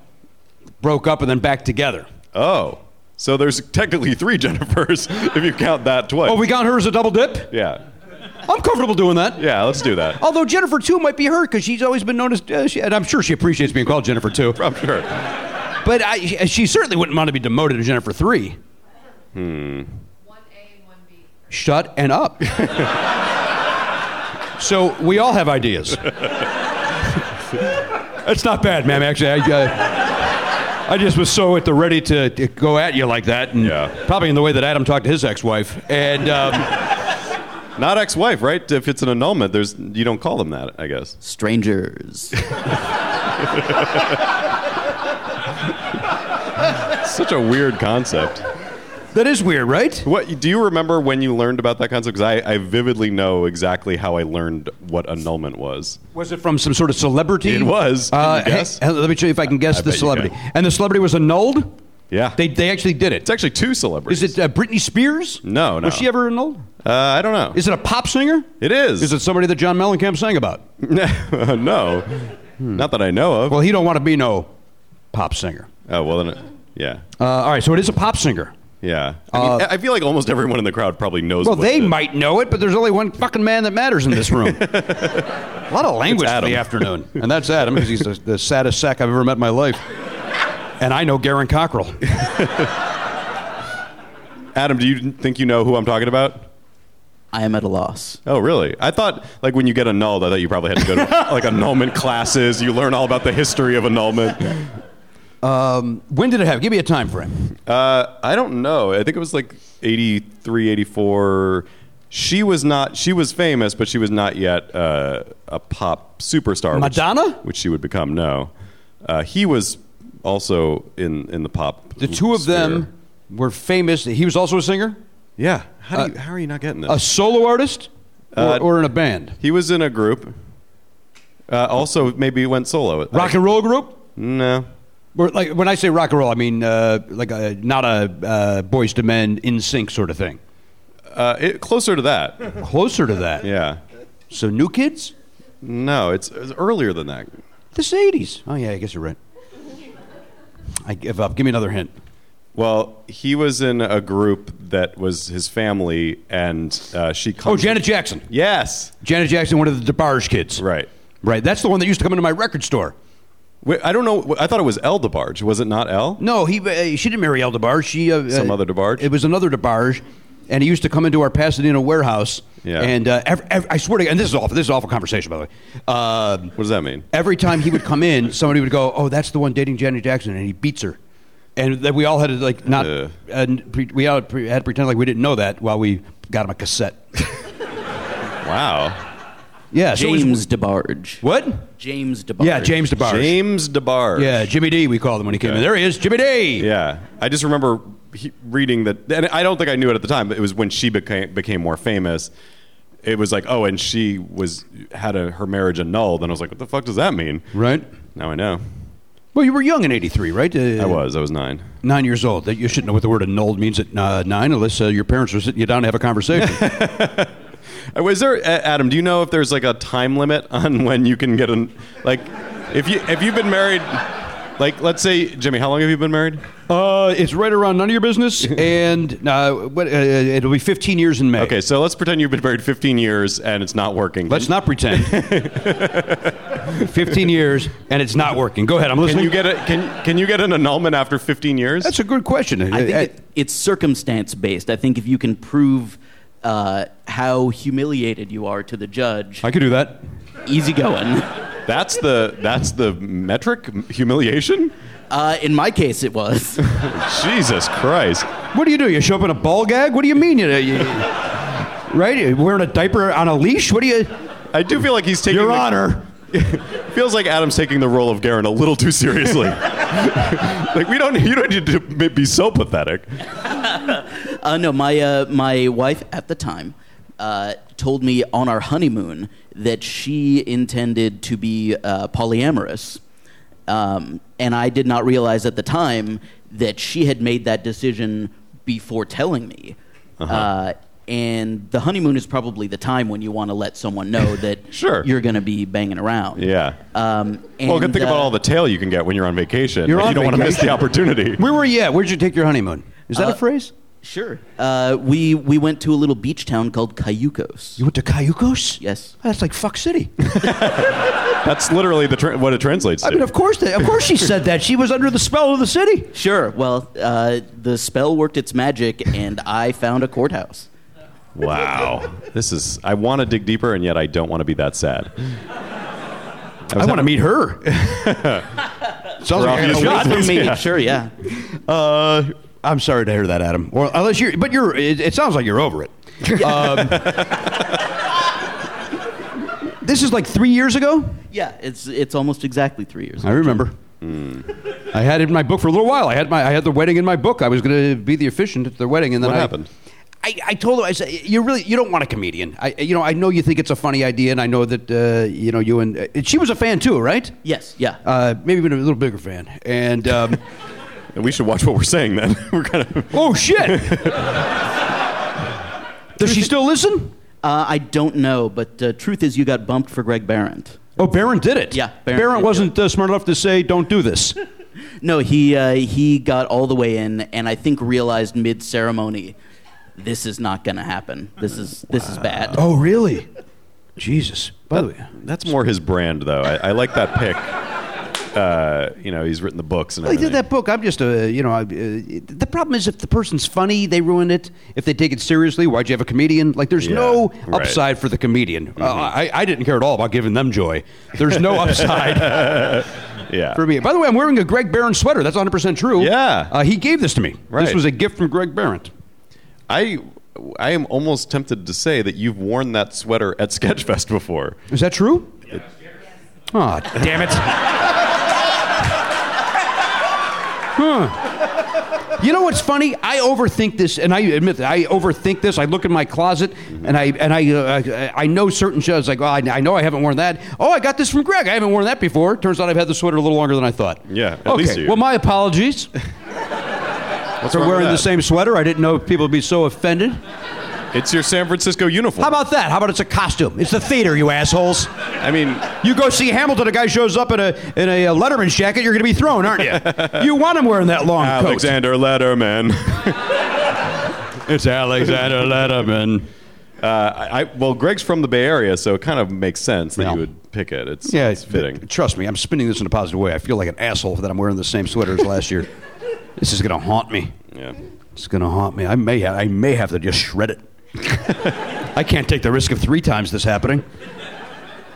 broke up and then back together.
Oh, so there's technically three Jennifers *laughs* if you count that twice.
Oh, we got her as a double dip.
yeah,
I'm comfortable doing that.
yeah. Let's do that.
Although Jennifer too might be hurt because she's always been known as, uh, she, and I'm sure she appreciates being called Jennifer too.
I'm sure.
But I, she- she certainly wouldn't want to be demoted to Jennifer three.
One A and one B.
Shut and *laughs* up. so we all have ideas. That's not bad, ma'am. Actually, I, uh, I just was so at the ready to, to go at you like that, and
Yeah.
probably in the way that Adam talked to his ex-wife. And um,
Not ex-wife, right? If it's an annulment, there's you don't call them that, I guess.
Strangers.
Such a weird concept.
*laughs* That is weird, right?
What do you remember when you learned about that concept? Because I, I vividly know exactly how I learned what annulment was.
Was it from some sort of celebrity?
It was. Can
Uh,
you guess?
hey, let me show you if I can guess
I
the
bet you
celebrity.
can.
And the celebrity was annulled.
Yeah,
They they actually did it.
it's actually two celebrities.
Is it uh, Britney Spears?
no, no.
Was she ever annulled?
Uh, I don't know.
Is it a pop singer?
it is.
Is it somebody that John Mellencamp sang about?
*laughs* no, not that I know of.
Well, he don't want to be no pop singer.
oh well, then, it- yeah,
Uh, all right, so it is a pop singer.
yeah. I, mean, I feel like almost everyone in the crowd probably knows.
Uh, Well,
what
they
it is.
might know it, but there's only one fucking man that matters in this
*laughs*
room. a lot of language for
Adam.
the afternoon, and that's Adam because he's the, the saddest sack I've ever met in my life. And I know Garen Cockrell.
Adam, do you think you know who I'm talking about?
I am at a loss.
Oh, really? I thought, like, when you get annulled, I thought you probably had to
*laughs*
go to, like, annulment classes. You learn all about the history of annulment.
When did it happen? Give me a time frame.
Uh, I don't know. I think it was, like, 83, 84. She was not, she was famous, but she was not yet uh, a pop superstar. which-
Madonna?
Which, she would become, no. Uh, he was also in, in the pop.
The two of
sphere.
them were famous. He was also a singer,
Yeah.
Uh,
How, do you, how are you not getting this?
a solo artist, or,
Uh,
or in a band,
he was in a group. Uh, also, maybe went solo.
rock and roll group.
No.
Or like when I say rock and roll, I mean uh, like a, not a uh, Boys to Men in sync sort of thing.
Uh, it, closer to that. *laughs*
Closer to that.
Yeah.
So new kids.
No, it's, it's earlier than that.
This eighties. Oh yeah, I guess you're right. I give up. Give me another hint.
Well, he was in a group that was his family, and uh, she.
Oh,
Comes
Janet Jackson.
Yes.
Janet Jackson, one of the DeBarge kids.
Right.
Right. That's the one that used to come into my record store.
Wait, I don't know. I thought it was El DeBarge. Was it not El?
No, he uh, she didn't marry El DeBarge. She uh,
Some
uh,
other DeBarge?
It was another DeBarge, and he used to come into our Pasadena warehouse.
Yeah.
And uh, ev ev I swear to God, and this is awful. This is an awful conversation, by the way. Um
What does that mean?
every time he would come in, somebody would go, "Oh, that's the one dating Janet Jackson," and he beats her. And then we all had to like not,
Ugh.
and pre- we all pre- had to pretend like we didn't know that while we got him a cassette.
Wow.
Yeah, so it was-
James DeBarge.
what?
James DeBarge.
Yeah, James DeBarge.
James DeBarge.
Yeah, Jimmy D. We called him when he came
Okay.
in. There he is, Jimmy D.
Yeah. I just remember he, reading that, and I don't think I knew it at the time, but it was when she became became more famous. It was like, oh, and she was had a, her marriage annulled, and I was like, what the fuck does that mean?
Right.
Now I know.
Well, you were young in '83, right? Uh,
I was. I was nine.
nine years old. That you should know what the word annulled means at uh, nine, unless uh, your parents were sitting you down to have a conversation.
Uh, Was there, A- Adam? Do you know if there's like a time limit *laughs* on when you can get an like, if you if you've been married, like let's say Jimmy, how long have you been married?
uh, it's right around none of your business, and uh, what, uh, it'll be 15 years in May.
Okay, so let's pretend you've been married 15 years and it's not working.
Let's not pretend. 15 years, and it's not working. Go ahead. I'm
Can
listening.
you get a can Can you get an annulment after 15 years?
That's a good question. Uh,
I think it, it's circumstance based. I think if you can prove uh, how humiliated you are to the judge,
I could do that.
easy going. *laughs*
that's the that's the metric humiliation.
Uh, in my case, it
*laughs*
was.
Jesus Christ!
What do you do? You show up in a ball gag? What do you mean? You, you, *laughs* right? You're wearing a diaper on a leash? What do you.
I do feel like he's taking
Your
the-
Honor.
*laughs* Feels like Adam's taking the role of Garen a little too seriously. *laughs* like we don't you don't need to be so pathetic.
Uh, no, my uh, my wife at the time uh, told me on our honeymoon that she intended to be uh, polyamorous, um, and I did not realize at the time that she had made that decision before telling me. uh
Uh-huh.
and the honeymoon is probably the time when you want to let someone
*laughs*
know that
Sure.
you're going to be banging around.
Yeah.
Um, and,
well, good thing about
uh,
all the tail you can get when you're on vacation.
You're
you
on
don't want to miss the
vacation. *laughs*
opportunity.
Where were you at? Where'd you take your honeymoon? Is that a
Uh,
phrase?
Sure. Uh, we we went to a little beach town called Cayucos.
You went to Cayucos?
Yes.
That's like fuck city. *laughs*
That's literally the tra- what it translates to.
I mean, of course, they, of course, she said that. She was under the spell of the city.
Sure. Well, uh, the spell worked its magic, and I found a
*laughs*
courthouse.
wow. This is. I want to dig deeper, and yet I don't want to be that sad.
I, want to meet her.
*laughs*
Sounds like I
obvious
got a lot
reasons. *laughs*
For me, *laughs*
Yeah.
sure, yeah.
Uh, I'm sorry to hear that, Adam. Or unless you're, but you're. *laughs* It, it sounds like you're over it. Um, This is like three years ago.
Yeah, it's it's almost exactly three years.
I remember. Hmm. I had it in my book for a little while. I had my I had the wedding in my book. I was going to be the officiant at the wedding, and then
What
I,
happened?
I, I told him I said you really you don't want a comedian. I you know I know you think it's a funny idea, and I know that uh, you know you and uh, she was a fan too, right?
Yes, yeah.
Uh, maybe even a little bigger fan. And um,
And we should watch what we're saying then. *laughs* we're kind of
*laughs* oh shit! Does she still listen?
Uh, I don't know, but uh, truth is, you got bumped for Greg Barrett.
Oh, Barron did it.
Yeah,
Barron,
did.
wasn't uh, smart enough to say don't do this.
No, he uh, he got all the way in, and I think realized mid ceremony, this is not going to happen. This is this is bad.
oh really? Jesus. By the way,
That's more his brand, though. I, I like
*laughs*
that pick. Uh, you know, he's written the books and
Well, he did
everything.
that book. I'm just a, you know, I, uh, the problem is if the person's funny, they ruin it. If they take it seriously, why'd you have a comedian? Like, there's
Yeah,
no
right.
upside for the comedian. Uh, I, I didn't care at all about giving them joy. There's *laughs* no upside
Yeah.
for me. By the way, I'm wearing a Greg Barron sweater. That's 100% true.
Yeah.
Uh, he gave this to me. This
Right.
was a gift from Greg Barron.
I I am almost tempted to say that you've worn that sweater at Sketchfest before.
Is that true? Oh, damn it. huh. You know what's funny? I overthink this, and I admit that I overthink this. I look in my closet, and I and I uh, I, I know certain shows. Like, well, I, I know I haven't worn that. Oh, I got this from Greg. I haven't worn that before. Turns out I've had the sweater a little longer than I thought.
Yeah, at
okay.
least you.
Well, my apologies
What's
for
wrong with
wearing the
that?
same sweater. I didn't know people would be so offended.
It's your San Francisco uniform.
How about that? How about it's a costume? It's the theater, you assholes.
I mean,
You go see Hamilton. A guy shows up in a in a uh, Letterman's jacket. You're going to be thrown,
*laughs*
aren't you? you want him wearing that long coat.
Alexander
*laughs*
Letterman. it's Alexander Letterman. Uh, I, I- well, Greg's from the Bay Area, so it kind of makes sense that
Yeah.
you would pick it. It's,
Yeah,
it's fitting.
Trust me, I'm spinning this in a positive way. I feel like an asshole that I'm wearing the same sweater as last
*laughs*
year. This is going to haunt me.
Yeah.
It's going to haunt me. I may ha- I may have to just shred
*laughs*
it. I can't take the risk of three times this happening.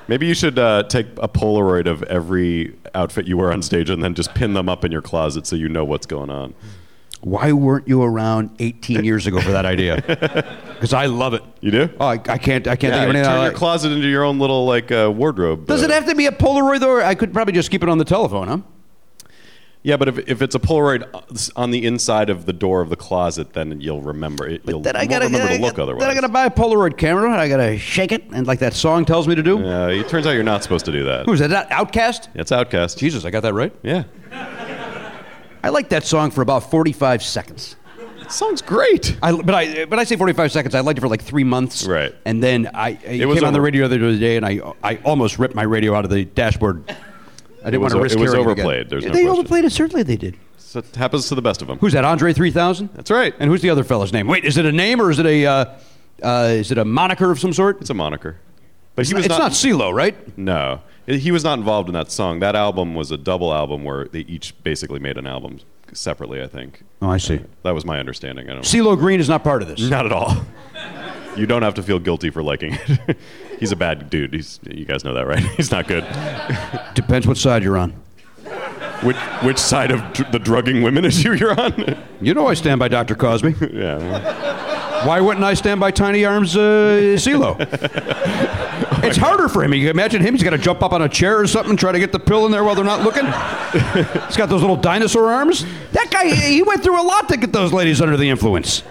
Maybe you should uh, take a Polaroid of every outfit you wear on stage and then just pin them up in your closet so you know what's going on.
Why weren't you around 18 years ago for that
*laughs*
idea? Because I love it.
You do?
Oh, I, I can't. I can't
Yeah,
think of
you
anything.
turn
I
your
like.
closet into your own little like uh, wardrobe.
Does
uh,
it have to be a Polaroid though? Or I could probably just keep it on the telephone, huh?
Yeah, but if, if it's a Polaroid uh, on the inside of the door of the closet, then you'll remember it. You'll
Then I
you won't
gotta
remember
then I
to look
gotta-
otherwise.
Then I gotta buy a Polaroid camera. and I gotta shake it, and like that song tells me to do.
Uh, it turns out you're not supposed to do that.
Who is that? that? Outcast.
It's Outcast.
Jesus, I got that right.
Yeah.
I like that song for about forty-five seconds.
sounds great.
I, but I but I say forty-five seconds. I liked it for like three months.
Right.
And then I it, came
was
on the
over.
radio the other day, and I I almost ripped my radio out of the dashboard. I didn't want
was
to
o-
risk
it was
carrying again.
overplayed, there's no
they
question.
overplayed it. Certainly, they did.
So it happens to the best of them.
Who's that? Andre three thousand.
That's right.
And who's the other fella's name? Wait, is it a name or is it a uh, uh, is it a moniker of some sort?
It's a moniker. But he was
It's not CeeLo, right?
No, he was not involved in that song. That album was a double album where they each basically made an album separately. I think
Oh, I see.
that was my understanding. I don't.
CeeLo Green is not part of this.
Not at all. *laughs* You don't have to feel guilty for liking it. *laughs* He's a bad dude. He's, you guys know that, right? *laughs* He's not good.
Depends what side you're on.
Which, which side of dr- the drugging women *laughs* issue you're on?
You know I stand by Dr.
*laughs*
Cosby.
yeah. well,
Why wouldn't I stand by Tiny Arms uh,
*laughs*
CeeLo?
Oh
it's harder for him. You can imagine him. He's got to jump up on a chair or something, try to get the pill in there while they're not
*laughs*
looking. He's got those little dinosaur arms. That guy, he went through a lot to get those ladies under the influence.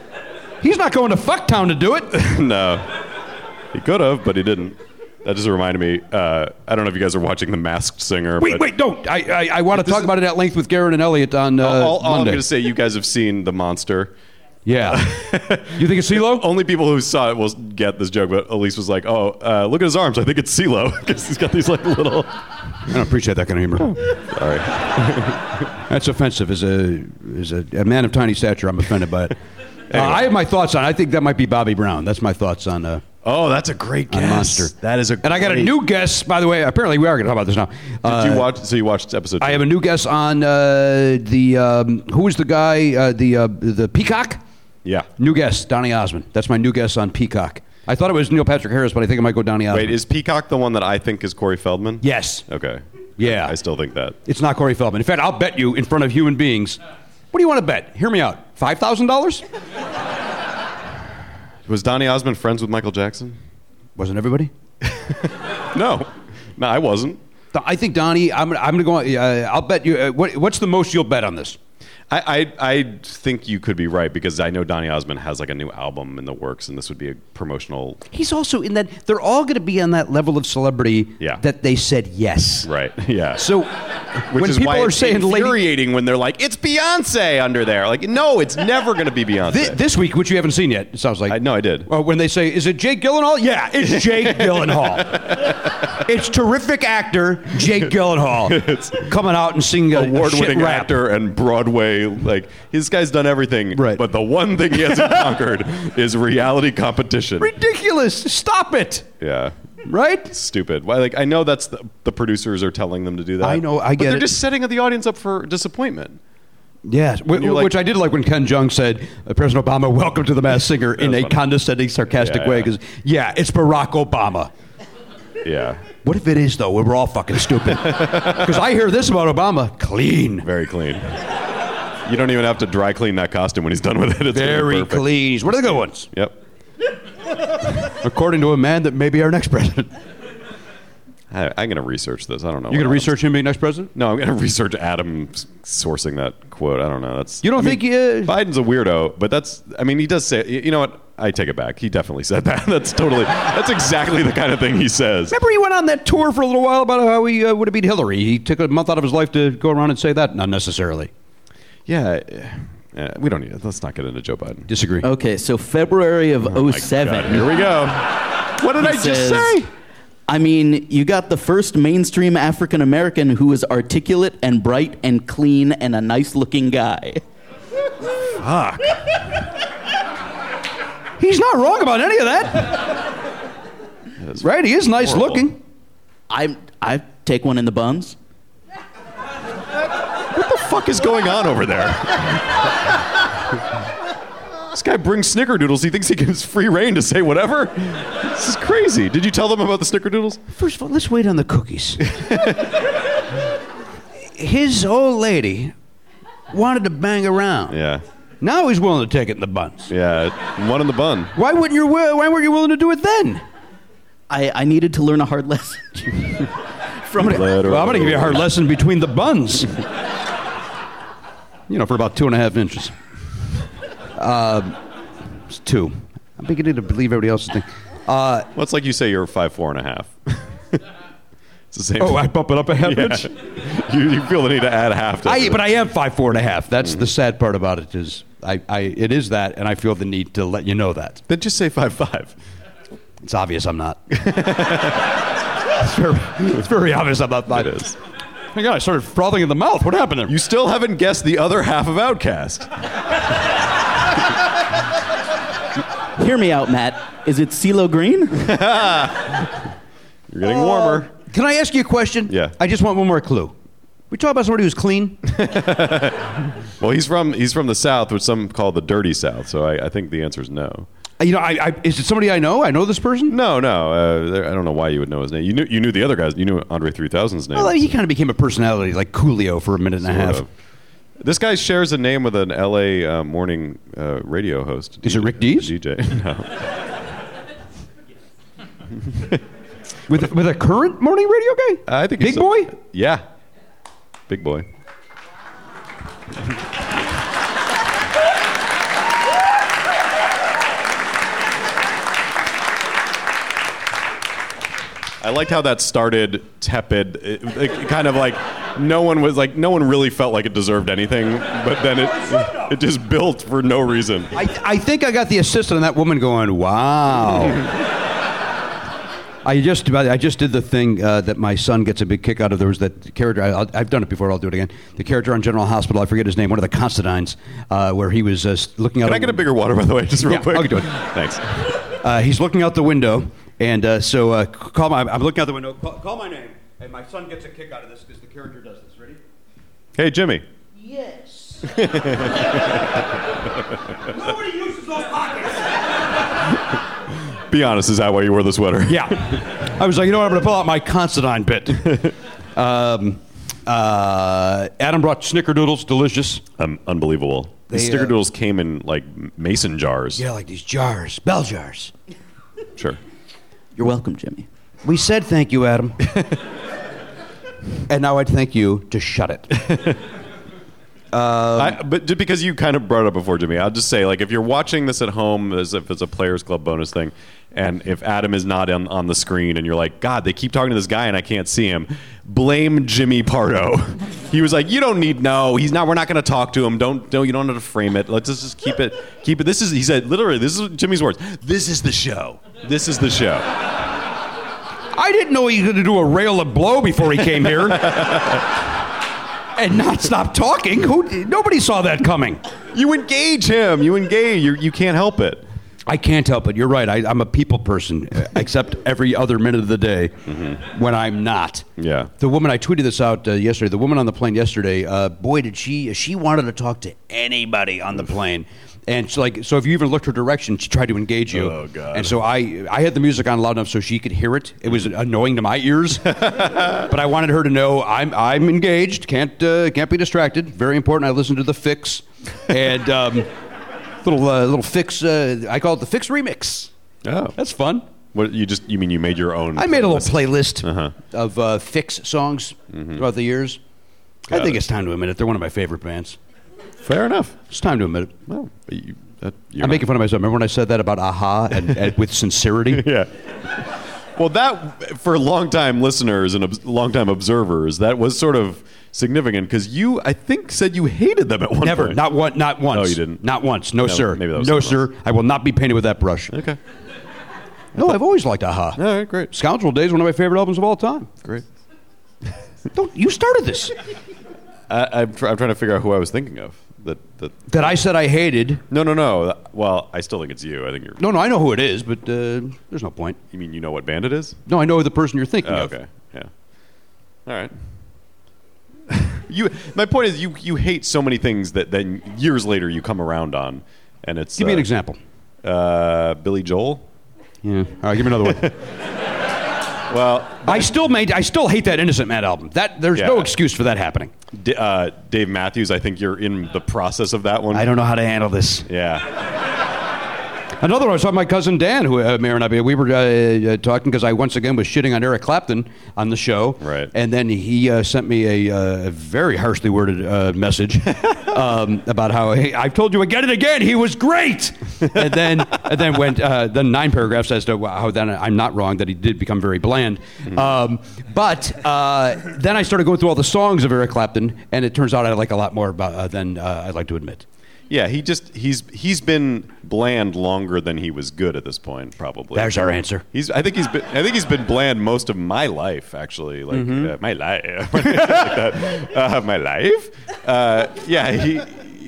He's not going to Fucktown to
*laughs*
do it.
no. He could have, but he didn't. That just reminded me. Uh, I don't know if you guys are watching The Masked Singer.
Wait,
but-
wait, don't. I, I, I want to
This
talk
is-
about it at length with Garrett and Elliot on uh,
all, all- all I'm
Monday.
going to say, you guys have seen The Monster. *laughs*
yeah. you think it's CeeLo?
Only people who saw it will get this joke, but Elise was like, "Oh, uh, look at his arms. I think it's CeeLo *laughs* because he's got these like little."
I don't appreciate that kind of humor.
Sorry.
*laughs* That's offensive. As a as a, a man of tiny stature, I'm offended by it. Uh, I have my thoughts on. I think that might be Bobby Brown. That's my thoughts on. Uh,
*laughs* Oh, that's a great
on
guess.
Monster.
That is a.
And I got a
great-
new guest, by the way. Apparently, we are going to talk about this now.
Did
Uh,
you watch? So you watched episode.
I
two?
have a new guest on uh, the um, who is the guy uh, the uh, the Peacock.
Yeah.
*laughs* New guest, Donny Osmond. That's my new guest on Peacock. I thought it was Neil Patrick Harris, but I think it might go Donny Osmond.
Wait, is Peacock the one that I think is Corey Feldman?
yes,
Okay.
Yeah.
I still think that.
it's not Corey Feldman. In fact, I'll bet you in front of human beings. What do you want to bet? Hear me out. Five thousand dollars?
Was Donny Osmond friends with Michael Jackson?
Wasn't everybody?
no, no, I wasn't.
I think Donnie. I'm. I'm going to go. Uh, I'll bet you. Uh, what, what's the most you'll bet on this?
I, I I think you could be right because I know Donny Osmond has like a new album in the works, and this would be a promotional.
He's also in that. They're all going to be on that level of celebrity
Yeah.
that they said yes. *laughs*
Right. *laughs* Yeah.
So
Which
when
is
people
why
are
it's
saying lady,
infuriating when they're like, "It's Beyonce" under there. Like, no, it's never going to be Beyonce.
thi- Oh, this week, which you haven't seen yet, it sounds like.
I, no, I did.
Or when they say, "Is it Jake Gyllenhaal?" Yeah, it's *laughs* Jake Gyllenhaal. it's terrific actor Jake *laughs* Gyllenhaal coming out and singing a
Award-winning
shit rap.
actor and Broadway, like his guy's done everything.
Right.
But the one thing he
*laughs*
hasn't conquered is reality competition.
Ridiculous! Stop it!
Yeah.
Right?
Stupid. Why? Like I know that's the, the producers are telling them to do that.
I know, I
but
get
They're
it.
just setting the audience up for disappointment.
Yes, wh-
you're like-
which I did like when Ken Jung said, uh, "President Obama, welcome to the Mass Singer," in a
That's funny.
condescending, sarcastic
Yeah,
way.
yeah.
Because yeah, it's Barack Obama.
Yeah.
What if it is though? We're all fucking *laughs* stupid. Because I hear this about Obama: clean,
Very clean. You don't even have to dry clean that costume when he's done with it. It's gonna be
very
perfect.
clean. He's One of the good ones,
Yep.
according to a man that may be our next president.
I, I'm going to research this. I don't know.
You're
what
gonna
Adam's-
research him being next president?
No, I'm going to *laughs* research Adam s- sourcing that quote. I don't know. That's
You don't
I mean,
think uh, he is?
Biden's a weirdo, but that's. I mean, he does say. y- You know what? I take it back. He definitely said that. *laughs* That's totally. That's exactly the kind of thing he says.
Remember, he went on that tour for a little while about how he uh, would have beat Hillary. He took a month out of his life to go around and say that, not necessarily.
Yeah. eh, eh, we don't need. it. Let's not get into Joe Biden.
Disagree.
Okay, so February of
Oh My God,
07.
here we go. What did I just
says,
say?
I mean, you got the first mainstream African American who is articulate and bright and clean and a nice looking guy.
He's not wrong about any of that. right? He is nice
horrible.
looking.
I I take one in the buns.
What the fuck is going on over there? *laughs* this guy brings snickerdoodles. He thinks he gives free reign to say whatever. This is crazy. Did you tell them about the snickerdoodles?
First of all, let's wait on the cookies. His old lady wanted to bang around.
Yeah.
Now he's willing to take it in the buns.
Yeah. One in the bun.
Why wouldn't you? wi- Why weren't you willing to do it then?
I, I needed to learn a hard *laughs* lesson.
From
Literally.
well, I'm going to give you a hard lesson between the buns. you know, for about two and a half inches. Um, it's two. I'm beginning to believe everybody else's thing. Uh,
Well, it's like you say you're five, four and a half. *laughs* it's the same.
oh, I bump it up a half
Yeah.
inch.
you, you feel the need to add a half to
I,
it. Mm.
but I am five four and a half. That's the sad part about it is I, I it is that, and I feel the need to let you know that
Then just say five, five.
it's obvious I'm
*laughs*
not. it's, very, it's very obvious I'm not.
It is.
My God, I started frothing in the mouth. What happened there?
You still haven't guessed the other half of Outcast.
Hear me out, Matt. Is it CeeLo Green?
You're getting warmer.
Uh, Can I ask you a question?
Yeah.
I just want one more clue. We talk about somebody who's
*laughs*
clean.
Well, he's from he's from the South, which some call the Dirty South. So I, I think the answer is no.
you know, I, I, is it somebody I know? I know this person.
No, no. Uh, there- I don't know why you would know his name. You knew you knew the other guys. You knew Andre 3000's name.
Well, he kind of became a personality like Coolio for a minute and a
Sort
half.
of. This guy shares a name with an L.A. Uh, morning uh, radio host.
Is it Rick Dees?
DJ. *laughs* No.
With with a current morning radio guy.
I think
big
he's a-
boy.
yeah. Big boy. I liked how that started tepid, it, it kind of like no one was like no one really felt like it deserved anything, but then it it just built for no reason.
I, I think I got the assistant on that woman going, wow. I just I just did the thing uh, that my son gets a big kick out of. There was that character. I, I'll- I've done it before. I'll do it again. The character on General Hospital. I forget his name. One of the Considines, uh, where he was uh, looking out.
Can I get a bigger water, by the way, just real
Yeah,
quick?
I can do it.
Thanks.
Uh, he's looking out the window, and uh, so uh, c- call my. I'm looking out the window. Call, call my name, and my son gets a kick out of this because the character does this. Ready?
Hey, Jimmy.
Yes.
Nobody uses those pockets.
Be honest, is that why you wore the sweater?
Yeah. I was like, you know what? I'm going to pull out my Considine bit. *laughs* um, uh, Adam brought snickerdoodles, delicious.
Um, unbelievable.
They,
The
uh,
snickerdoodles came in like mason jars.
Yeah, like these jars, bell jars.
Sure.
You're welcome, Jimmy.
We said thank
*laughs*
you, Adam. and now I'd thank you to shut it. Um,
I, but just because you kind of brought it up before, Jimmy, I'll just say, like, if you're watching this at home, as if it's a Players Club bonus thing, and if Adam is not on, on the screen, and you're like, God, they keep talking to this guy, and I can't see him, blame Jimmy Pardo. *laughs* he was like, You don't need no. He's not. We're not going to talk to him. Don't. Don't. You don't have to frame it. Let's just, just keep it. Keep it. This is. He said literally. This is Jimmy's words. This is the show. This is the show.
I didn't know he was going to do a rail of blow before he came here. and not stop talking. Who? Nobody saw that coming.
You engage him. You engage. You you can't help it.
I can't help it. You're right. I, I'm a people person, uh, except every other minute of the day when I'm not.
Yeah.
The woman I tweeted this out uh, yesterday. The woman on the plane yesterday. Uh, boy, did she she wanted to talk to anybody on the plane, and she, like so if you even looked her direction, she tried to engage you.
Oh, God.
And so I I had the music on loud enough so she could hear it. It was annoying to my
*laughs*
ears, but I wanted her to know I'm I'm engaged. Can't uh, can't be distracted. Very important. I listen to the fix, and um, *laughs* little uh, little fix. Uh, I call it the fix remix.
Oh,
that's fun.
What you just you mean you made your own?
I made a little playlist
Uh-huh. Mm-hmm.
of uh, fix songs throughout the years. I
Got
think
it.
it's time to admit it. They're one of my favorite bands.
Fair enough.
It's time to admit it.
Well, you, that, you're
I'm
not-
making fun of myself. Remember when I said that about Aha and, and with sincerity?
*laughs* yeah. Well, that for longtime listeners and ob- longtime observers, that was sort of significant because you, I think, said you hated them at one
Never.
point.
Not one. Not once.
No, you didn't.
Not once. No,
No,
sir.
maybe that was
no,
something
sir. I will not be painted with that brush.
Okay.
No, I've always liked Aha.
All right. Great.
Scoundrel Days, one of my favorite albums of all time.
Great.
Don't you started this?
I, I'm, tr- I'm trying to figure out who I was thinking of. That that.
That I said I hated.
No, no, no. Well, I still think it's you. I think you're.
No, no, I know who it is, but uh, there's no point.
You mean you know what band it is?
No, I know the person you're thinking
Oh,
of.
okay. Yeah. All right. *laughs* you. My point is, you you hate so many things that then years later you come around on, and it's.
Give me an
uh,
example.
Uh, Billy Joel.
Yeah. All right, give me another
*laughs*
one.
Well,
I still made. I still hate that Innocent Man album. That there's
Yeah.
no excuse for that happening.
D- uh, Dave Matthews, I think you're in the process of that one.
I don't know how to handle this.
Yeah.
Another one. I saw my cousin Dan, who uh, may or not be. We were uh, uh, talking because I once again was shitting on Eric Clapton on the show.
Right.
And then he uh, sent me a, uh, a very harshly worded uh, message *laughs* um, about how hey, I've told you again and again he was great. And then *laughs* and then went uh, then nine paragraphs as to how then I'm not wrong that he did become very bland. Um, but uh, then I started going through all the songs of Eric Clapton, and it turns out I like a lot more about, uh, than uh, I'd like to admit.
Yeah, he just he's he's been bland longer than he was good at this point, probably.
There's our answer.
He's I think he's been I think he's been bland most of my life actually, like
Mm-hmm.
uh, my life, *laughs* like that. Uh, my life. Uh, yeah, he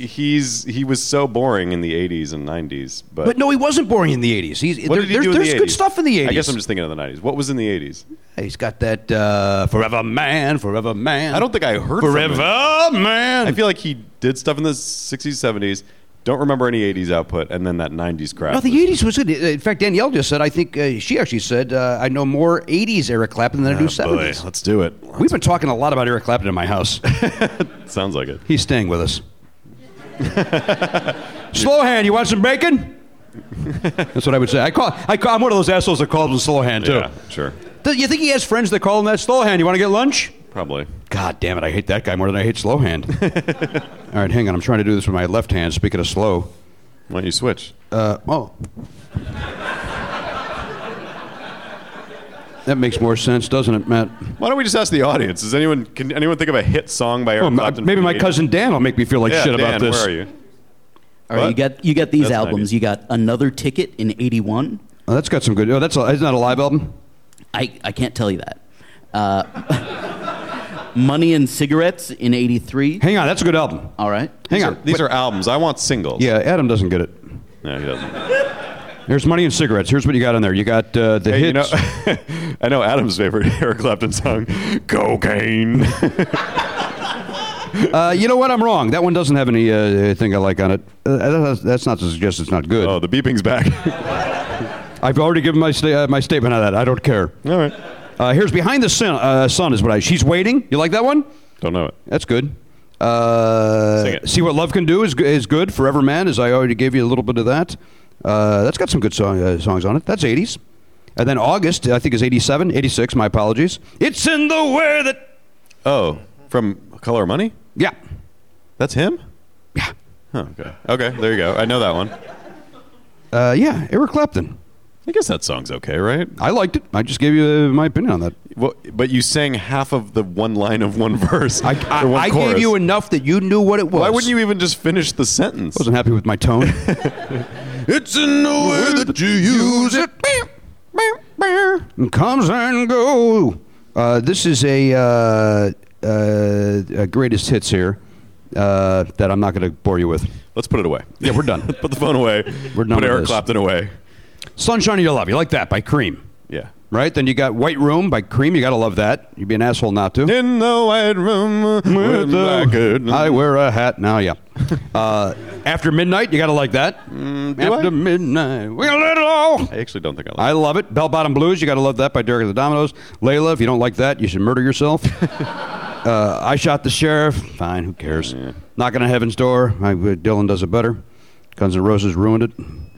he's he was so boring in the 80s and 90s, but,
But no, he wasn't boring in the 80s. He's,
what
there-
did he
there's
do in
there's
the
good
80s?
stuff in the 80s.
I guess I'm just thinking of the 90s. What was in the 80s?
He's got that uh, Forever Man, Forever Man.
I don't think I heard from him.
Forever Man.
I feel like he did stuff in the 60s, 70s. Don't remember any 80s output, and then that 90s crap.
No, the
was-
80s was good. In fact, Danielle just said, I think uh, she actually said, uh, I know more 80s Eric Clapton than I do
Oh, boy,
70s.
let's do it.
We've been talking a lot about Eric Clapton in my house. *laughs*
Sounds like it.
He's staying with
*laughs*
us. slow hand, you want some bacon? That's what I would say. I call, I call, I'm one of those assholes that calls him slow hand, too.
Yeah, sure.
Do you think he has friends that call him that? Slow hand, you want to get lunch?
Probably.
God damn it, I hate that guy more than I hate slow hand. All right, hang on. I'm trying to do this with my left hand, speaking of slow.
Why don't you switch?
Uh,
oh.
well, that makes more sense, doesn't it, Matt?
Why don't we just ask the audience? Does anyone can anyone think of a hit song by Eric
Oh, my-
Clapton?
maybe
from
my
the 80s?
cousin Dan will make me feel like
Yeah,
shit about
Dan,
this.
Where are you?
All right, you
What?
got you got these
That's
albums.
90s.
You got another ticket in '81.
Oh, that's got some good. Oh, that's a, isn't that a live album?
I, I can't tell you that. Uh, *laughs* Money and Cigarettes in 83.
Hang on, that's a good album.
All right.
Hang
These
on.
are, these are albums. I want singles.
yeah, Adam doesn't get it.
No, he doesn't.
Here's money and cigarettes. Here's what you got in there. You got uh, the
Hey, *laughs* you know,
hits.
*laughs* I know Adam's favorite *laughs* Eric Clapton song, *laughs* "Cocaine."
uh, you know what? I'm wrong. That one doesn't have any uh, thing I like on it. Uh, that's, that's not to suggest it's not good.
oh, the beeping's *laughs* back.
I've already given my sta- uh, my statement on that. I don't care.
All right.
Uh, here's behind the sun, uh, sun is what I. She's waiting. You like that one?
Don't know it.
That's good. Uh,
Sing it.
See what love can do is is good. Forever man, as I already gave you a little bit of that. Uh, that's got some good song, uh, songs on it. That's 80s.
And then August, I think, is 87, 86, my apologies. It's in the way that.
Oh, from Color of Money?
Yeah.
That's him?
Yeah.
Oh, okay. Okay, there you go. I know that one.
Uh, yeah, Eric Clapton.
I guess that song's okay, right?
I liked it. I just gave you uh, my opinion on that.
Well, but you sang half of the one line of one verse. I,
I, I gave you enough that you knew what it was.
Why wouldn't you even just finish the sentence?
I wasn't happy with my tone.
*laughs* it's in the way that you use it.
And comes and go. Uh, this is a, uh, uh, a greatest hits here uh, that I'm not going to bore you with.
Let's put it away.
Yeah, we're done.
*laughs* Put the phone away.
We're done with
Put Eric
this.
Clapton away.
Sunshine of Your Love. You like that by Cream,
Yeah.
right? Then you got White Room by Cream. You got to love that. You'd be an asshole not to.
In the white room with my good-
I wear a hat now. Yeah. Uh, after midnight, you got to like that.
Mm, do
after
I?
midnight, we let it all.
I actually don't think I like
I love it. Bell Bottom Blues, you got to love that by Derek and the Dominoes. Layla, if you don't like that, you should murder
*laughs*
yourself. uh, I Shot the Sheriff, fine, who cares? Knocking on Heaven's Door, I, uh, Dylan does it better. Guns N' Roses ruined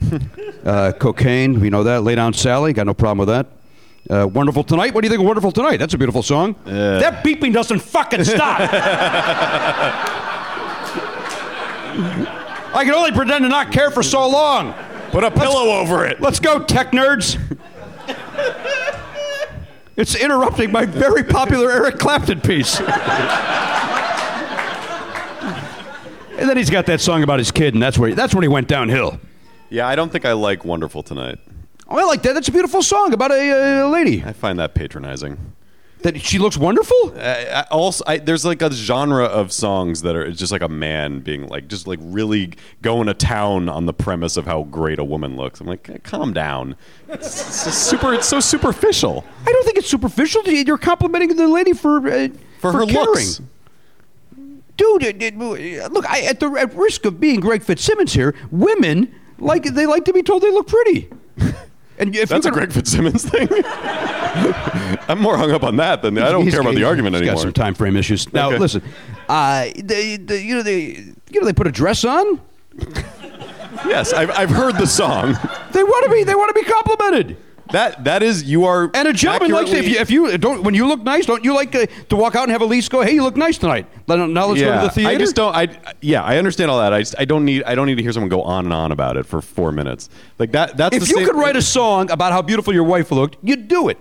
*laughs*
it. uh, cocaine, we know that. Lay Down Sally, got no problem with that. Uh, Wonderful Tonight, what do you think of Wonderful Tonight? That's a beautiful song. That beeping doesn't fucking
*laughs*
stop. I can only pretend to not care for so long.
Put a pillow over it.
Let's go, tech nerds. It's interrupting my very popular Eric Clapton piece. and then he's got that song about his kid, and that's where that's when he went downhill.
Yeah, I don't think I like Wonderful Tonight.
Oh, I like that. That's a beautiful song about a, uh lady
I find that patronizing.
that she looks wonderful.
I, I also, I, there's like a genre of songs that are it's just like a man being like, just like really going to town on the premise of how great a woman looks. I'm like, "Eh, calm down. It's, it's just super. It's so superficial
I don't think it's superficial. You're complimenting the lady for uh,
for, her
caring.
looks.
dude. It, it, look, I, at the at risk of being Greg Fitzsimmons here, women like they like to be told they look pretty. *laughs* And if
That's
you
a
could-
Greg Fitzsimmons thing. *laughs* I'm more hung up on that than I don't
He's-
care about the
he's-
argument
he's
anymore.
Got some time frame issues. Now
Okay.
listen, uh, they, they, you know they you know they put a dress on.
Yes, I've, I've heard the song.
They want to be they want to be complimented.
That that is you are
And a gentleman likes to, if
accurately-
you, if you don't when you look nice, don't you like to, to walk out and have a lease go? Hey, you look nice tonight. Let- Now let's go to the theater.
I just don't. I yeah, I understand all that. I, just, I don't need. I don't need to hear someone go on and on about it for four minutes. Like that. That's
If
the
you
same-
could write a song about how beautiful your wife looked, you'd do it.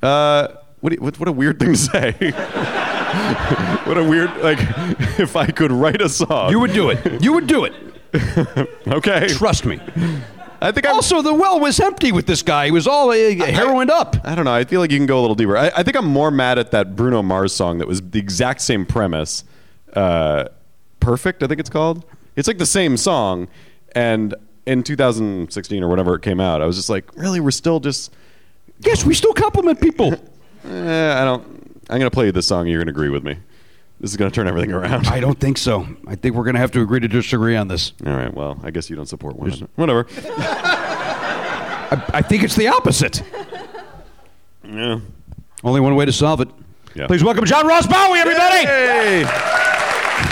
Uh, what, do you- what? What a weird thing to say. *laughs* what a weird. Like, *laughs* if I could write a song,
You would do it. You would do it.
*laughs* Okay.
Trust me.
I think. I'm,
Also, the well was empty with this guy. He was all uh, heroined up.
I don't know. I feel like you can go a little deeper. I, I think I'm more mad at that Bruno Mars song that was the exact same premise. Uh, Perfect, I think it's called. It's like the same song. And in 2016 or whenever it came out, I was just like, really? We're still just.
Yes, we still compliment people.
Eh, I don't. I'm going to play you this song and you're going to agree with me. This is going to turn everything around.
I don't think so. I think we're going to have to agree to disagree on this.
All right. Well, I guess you don't support women. Whatever.
I, I think it's the opposite.
Yeah.
Only one way to solve it.
Yeah.
Please welcome John Ross Bowie, everybody.
Hey!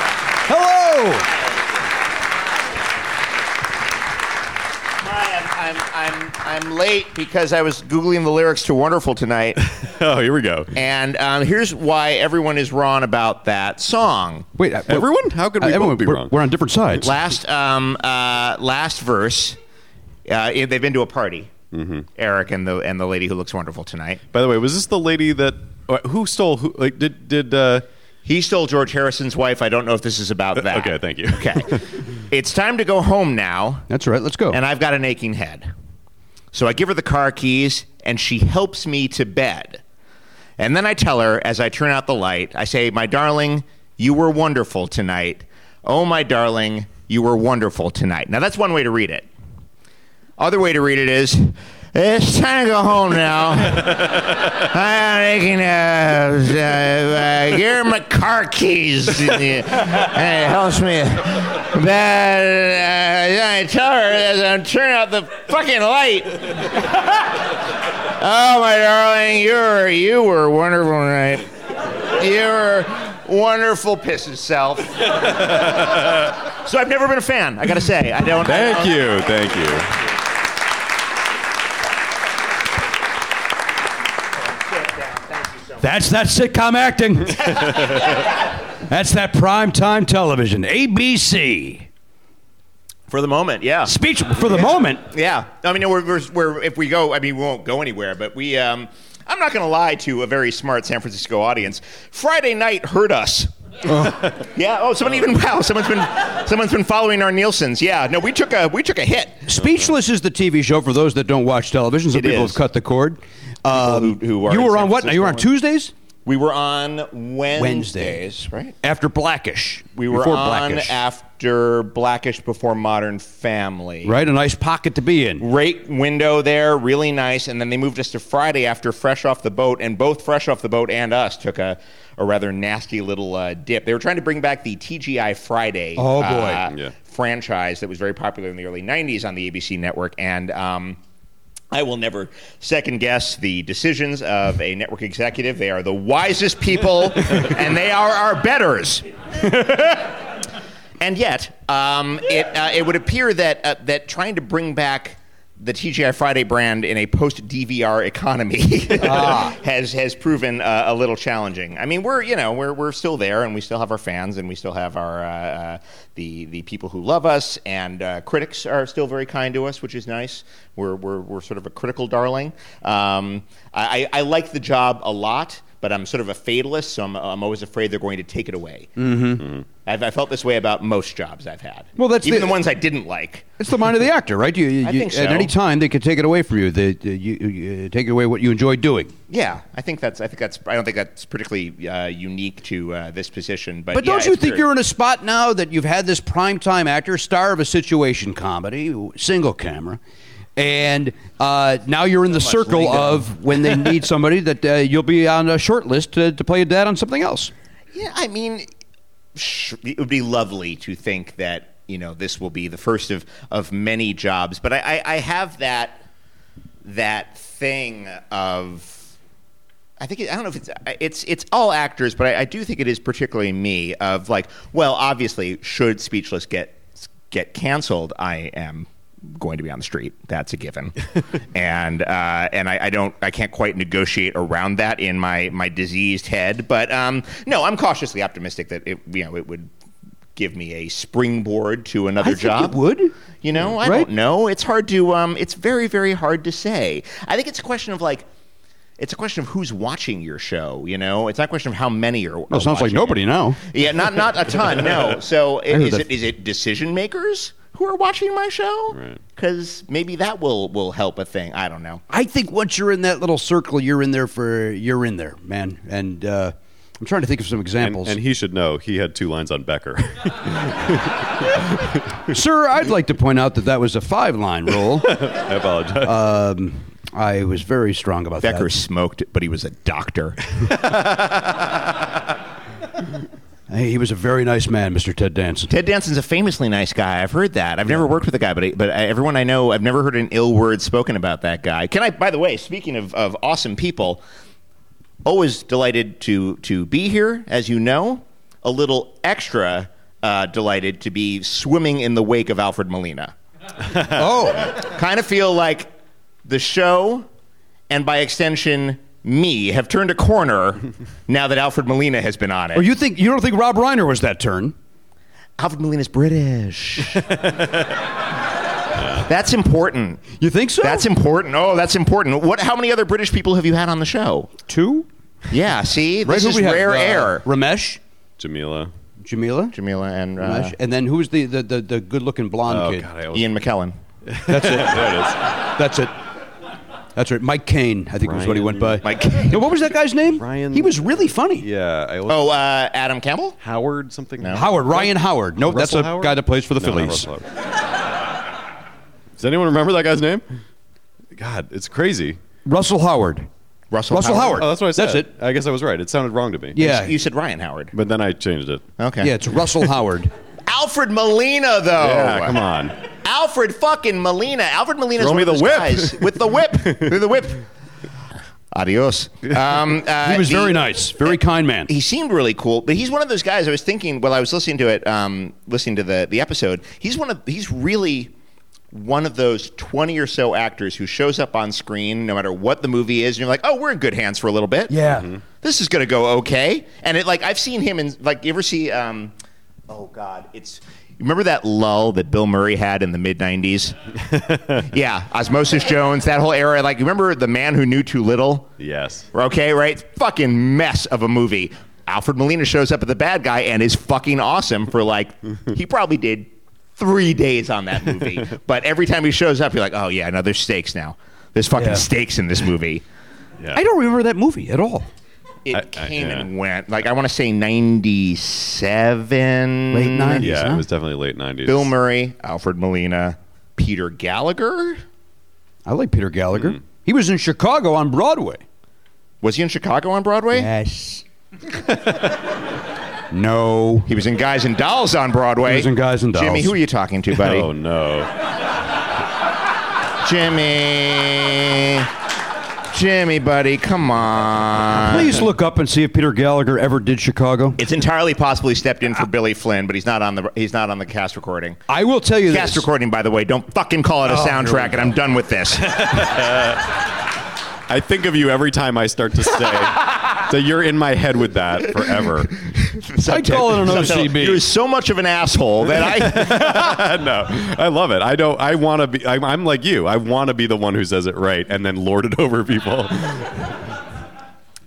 Hello.
Hi, I'm, I'm, I'm, I'm late because I was Googling the lyrics to Wonderful Tonight.
*laughs* Oh, here we go.
and um, here's why everyone is wrong about that song.
Wait, uh,
Everyone? How could we both
everyone,
be
we're,
wrong?
We're on different sides.
Last, um, uh, last verse, uh, it- they've been to a party. Eric and the and the lady who looks wonderful tonight.
By the way, was this the lady that or who stole who? Like, did did uh,
He stole George Harrison's wife. I don't know if this is about that.
Okay, thank you.
Okay. it's time to go home now,
That's right. Let's go.
and I've got an aching head. So I give her the car keys, and she helps me to bed. And then I tell her as I turn out the light, I say, My darling, you were wonderful tonight. Oh, my darling, you were wonderful tonight. Now, that's one way to read it. Other way to read it is, It's time to go home
*laughs*
now. Ah, I'm making a. Uh, uh, here are my car keys.
*laughs*
and it helps me. Bad. Uh, I tell her as I'm turning out the fucking
*laughs*
light. Oh, my darling, you were, you were wonderful tonight.
*laughs*
You were wonderful, piss yourself. So I've never been a fan. I gotta say, I don't.
Thank you, thank you.
That's that sitcom
*laughs*
acting. That's that prime time television. ABC.
For the moment, yeah.
Speech for the moment.
Yeah, I mean, we're, we're, we're if we go, I mean, we won't go anywhere. But we, um, I'm not going to lie to a very smart San Francisco audience. Friday night
*laughs*
hurt us. yeah. Oh, someone even wow. Someone's been someone's been following our Nielsen's. Yeah. No, we took a we took a hit.
Speechless is the TV show for those that don't watch television. Some
It
people
is.
have cut the cord. Um,
who- who are
you
in
were
San
on what? now? You were on
Francisco.
Tuesdays
We were on Wednesdays, right?
after Blackish.
We were
before
on
Blackish.
after Blackish before Modern Family.
right, a nice pocket to be in.
Great window there, really nice. And then they moved us to Friday after Fresh Off the Boat, and both Fresh Off the Boat and us took a, a rather nasty little uh, dip. They were trying to bring back the TGI Friday
Oh, boy.
uh,
Yeah.
franchise that was very popular in the early 90s on the ABC network. And um, I will never second guess the decisions of a network executive. They are the wisest
*laughs*
people, *laughs* and they are our betters. And yet, um, it, uh, it would appear that, uh, that trying to bring back the TGI Friday brand in a post DVR economy *laughs* has, has proven uh, a little challenging. I mean, we're, you know, we're, we're still there and we still have our fans and we still have our, uh, uh, the, the people who love us and uh, critics are still very kind to us, which is nice. We're, we're, we're sort of a critical darling. Um, I, I I like the job a lot. But I'm sort of a fatalist, so I'm, I'm always afraid they're going to take it away. I've, I felt this way about most jobs I've had.
Well, that's
even
the-
the, ones I didn't like.
It's the mind of the actor, right? You, you,
I
you-
think
At
so.
any time, they could take it away from you. They, you, you- take away what you enjoy doing.
Yeah, I think that's. I think that's. I don't think that's particularly uh, unique to uh, this position. But
But
yeah,
don't you
it's
think
very-
you're in a spot now that you've had this primetime actor, star of a situation comedy, single camera, and uh, now you're in the circle of when
*laughs*
they need somebody that uh, you'll be on a short list to, to play a dad on something else.
Yeah, I mean, sh- it would be lovely to think that you know this will be the first of of many jobs. But I, I, I have that that thing of I think it, I don't know if it's it's it's all actors, but I, I do think it is particularly me of like, well, obviously, should Speechless get get canceled, I am going to be on the street. That's
*laughs*
a given, and uh, and I, I don't I can't quite negotiate around that in my my diseased head. But um, no, I'm cautiously optimistic that it you know it would give me a springboard to another
I think
job
it would.
you know, I
Right?
don't know. It's hard to. Um, it's very, very hard to say. I think it's a question of like, it's a question of who's watching your show. You know, it's not a question of how many are.
Well,
are
it sounds like
watching
nobody
it.
now.
Yeah, not not a ton. *laughs* No. So i-
heard
is
that.
it is it decision makers who are watching my show? Because maybe that will will help a thing. I don't know.
I think once you're in that little circle, you're in there for you're in there, man. And uh, I'm trying to think of some
And,
examples.
*laughs*
and he should know. He had two lines on Becker. *laughs*
Sir, I'd like to point out that that was a five line
*laughs*
rule.
I apologize.
um, I was very strong about
Becker
that.
smoked, but he was a doctor.
Hey, he was a very nice man, Mr. Ted Danson.
Ted Danson's a famously nice guy. I've heard that. I've never worked with the guy, but I, but I, everyone I know, I've never heard an ill word spoken about that guy. Can I? By the way, speaking of, of awesome people, always delighted to to be here. As you know, a little extra uh, delighted to be swimming in the wake of Alfred Molina.
oh,
kind of feel like the show, and by extension, me, have turned a corner now that Alfred Molina has been on it.
or you think you don't think Rob Reiner was that turn?
Alfred Molina's British. That's important.
You think so?
That's important. Oh, that's important. What? How many other British people have you had on the show?
two.
Yeah. See,
Right,
this
who
is
we have?
rare
Uh,
air.
Ramesh,
Jamila.
Jamila,
Jamila and uh,
Ramesh, and then who's the the, the, the good looking blonde
Oh
kid?
God, I always,
Ian McKellen.
That's it. That's right. Mike Kane, I think was what he went
Ryan-
by.
Mike-
No, what was that guy's name?
Ryan-
He was really funny.
Yeah, I always,
Oh, uh, Adam Campbell.
Howard something. No.
Howard, Ryan Howard. No, that's a guy that plays for the Phillies.
Does anyone remember that guy's name? God, it's crazy.
Russell Howard.
Russell.
Russell Howard.
Oh, that's what I said.
That's it.
I guess I was right. It sounded wrong to me.
Yeah. Oh.
You said Ryan Howard.
But then I changed it.
Oh, Okay.
Yeah, it's Russell Howard.
Alfred Molina, though.
Yeah, come on.
Alfred fucking Molina. Alfred Molina.
Throw me the
*laughs*
whip.
with the whip. Through the whip. Adios. Um, uh,
He was
the-
very nice, very kind man.
He seemed really cool, but he's one of those guys. I was thinking while I was listening to it, um, listening to the the episode. He's one of he's really one of those twenty or so actors who shows up on screen no matter what the movie is, and you're like, oh, we're in good hands for a little bit.
Yeah.
this is gonna go okay. And it like I've seen him in like you ever see? Um, oh God, it's. Remember that lull that Bill Murray had in the mid '90s? yeah, Osmosis Jones, that whole era. Like, remember the man who knew too little?
Yes.
Okay, right? Fucking mess of a movie. Alfred Molina shows up at the bad guy and is fucking awesome
*laughs*
for like he probably did three days on that
*laughs*
movie. but every time he shows up, you're like, oh yeah, no, there's stakes now. There's fucking
Yeah.
stakes in this
*laughs*
movie.
I don't remember that movie at all.
It came and went. Like I want to say '97,
Late 90s,
Yeah, it was definitely late nineties.
Bill Murray, Alfred Molina, Peter Gallagher.
I like Peter
Hmm.
Gallagher. He was in Chicago on Broadway.
Was he in Chicago on Broadway?
Yes. *laughs*
No. He was in Guys and Dolls on Broadway.
He was in Guys and
Jimmy,
Dolls.
who are you talking to,
*laughs*
buddy?
*laughs* Oh no.
Jimmy. Jimmy, buddy, come on.
Please look up and see if Peter Gallagher ever did Chicago.
It's entirely possible he stepped in for Billy Flynn, but he's not on the he's not on the cast recording.
I will tell you
Cast
this.
recording, by the way, don't fucking call it a
Oh, here we
soundtrack, and I'm done with this.
I think of you every time I start
*laughs*
to say. so you're in my head with that forever.
I
call it an OCB.
You're so much of an asshole that I
no, I love it. I don't. I want to be. I'm, I'm like you. I want to be the one who says it right and then lord it over people.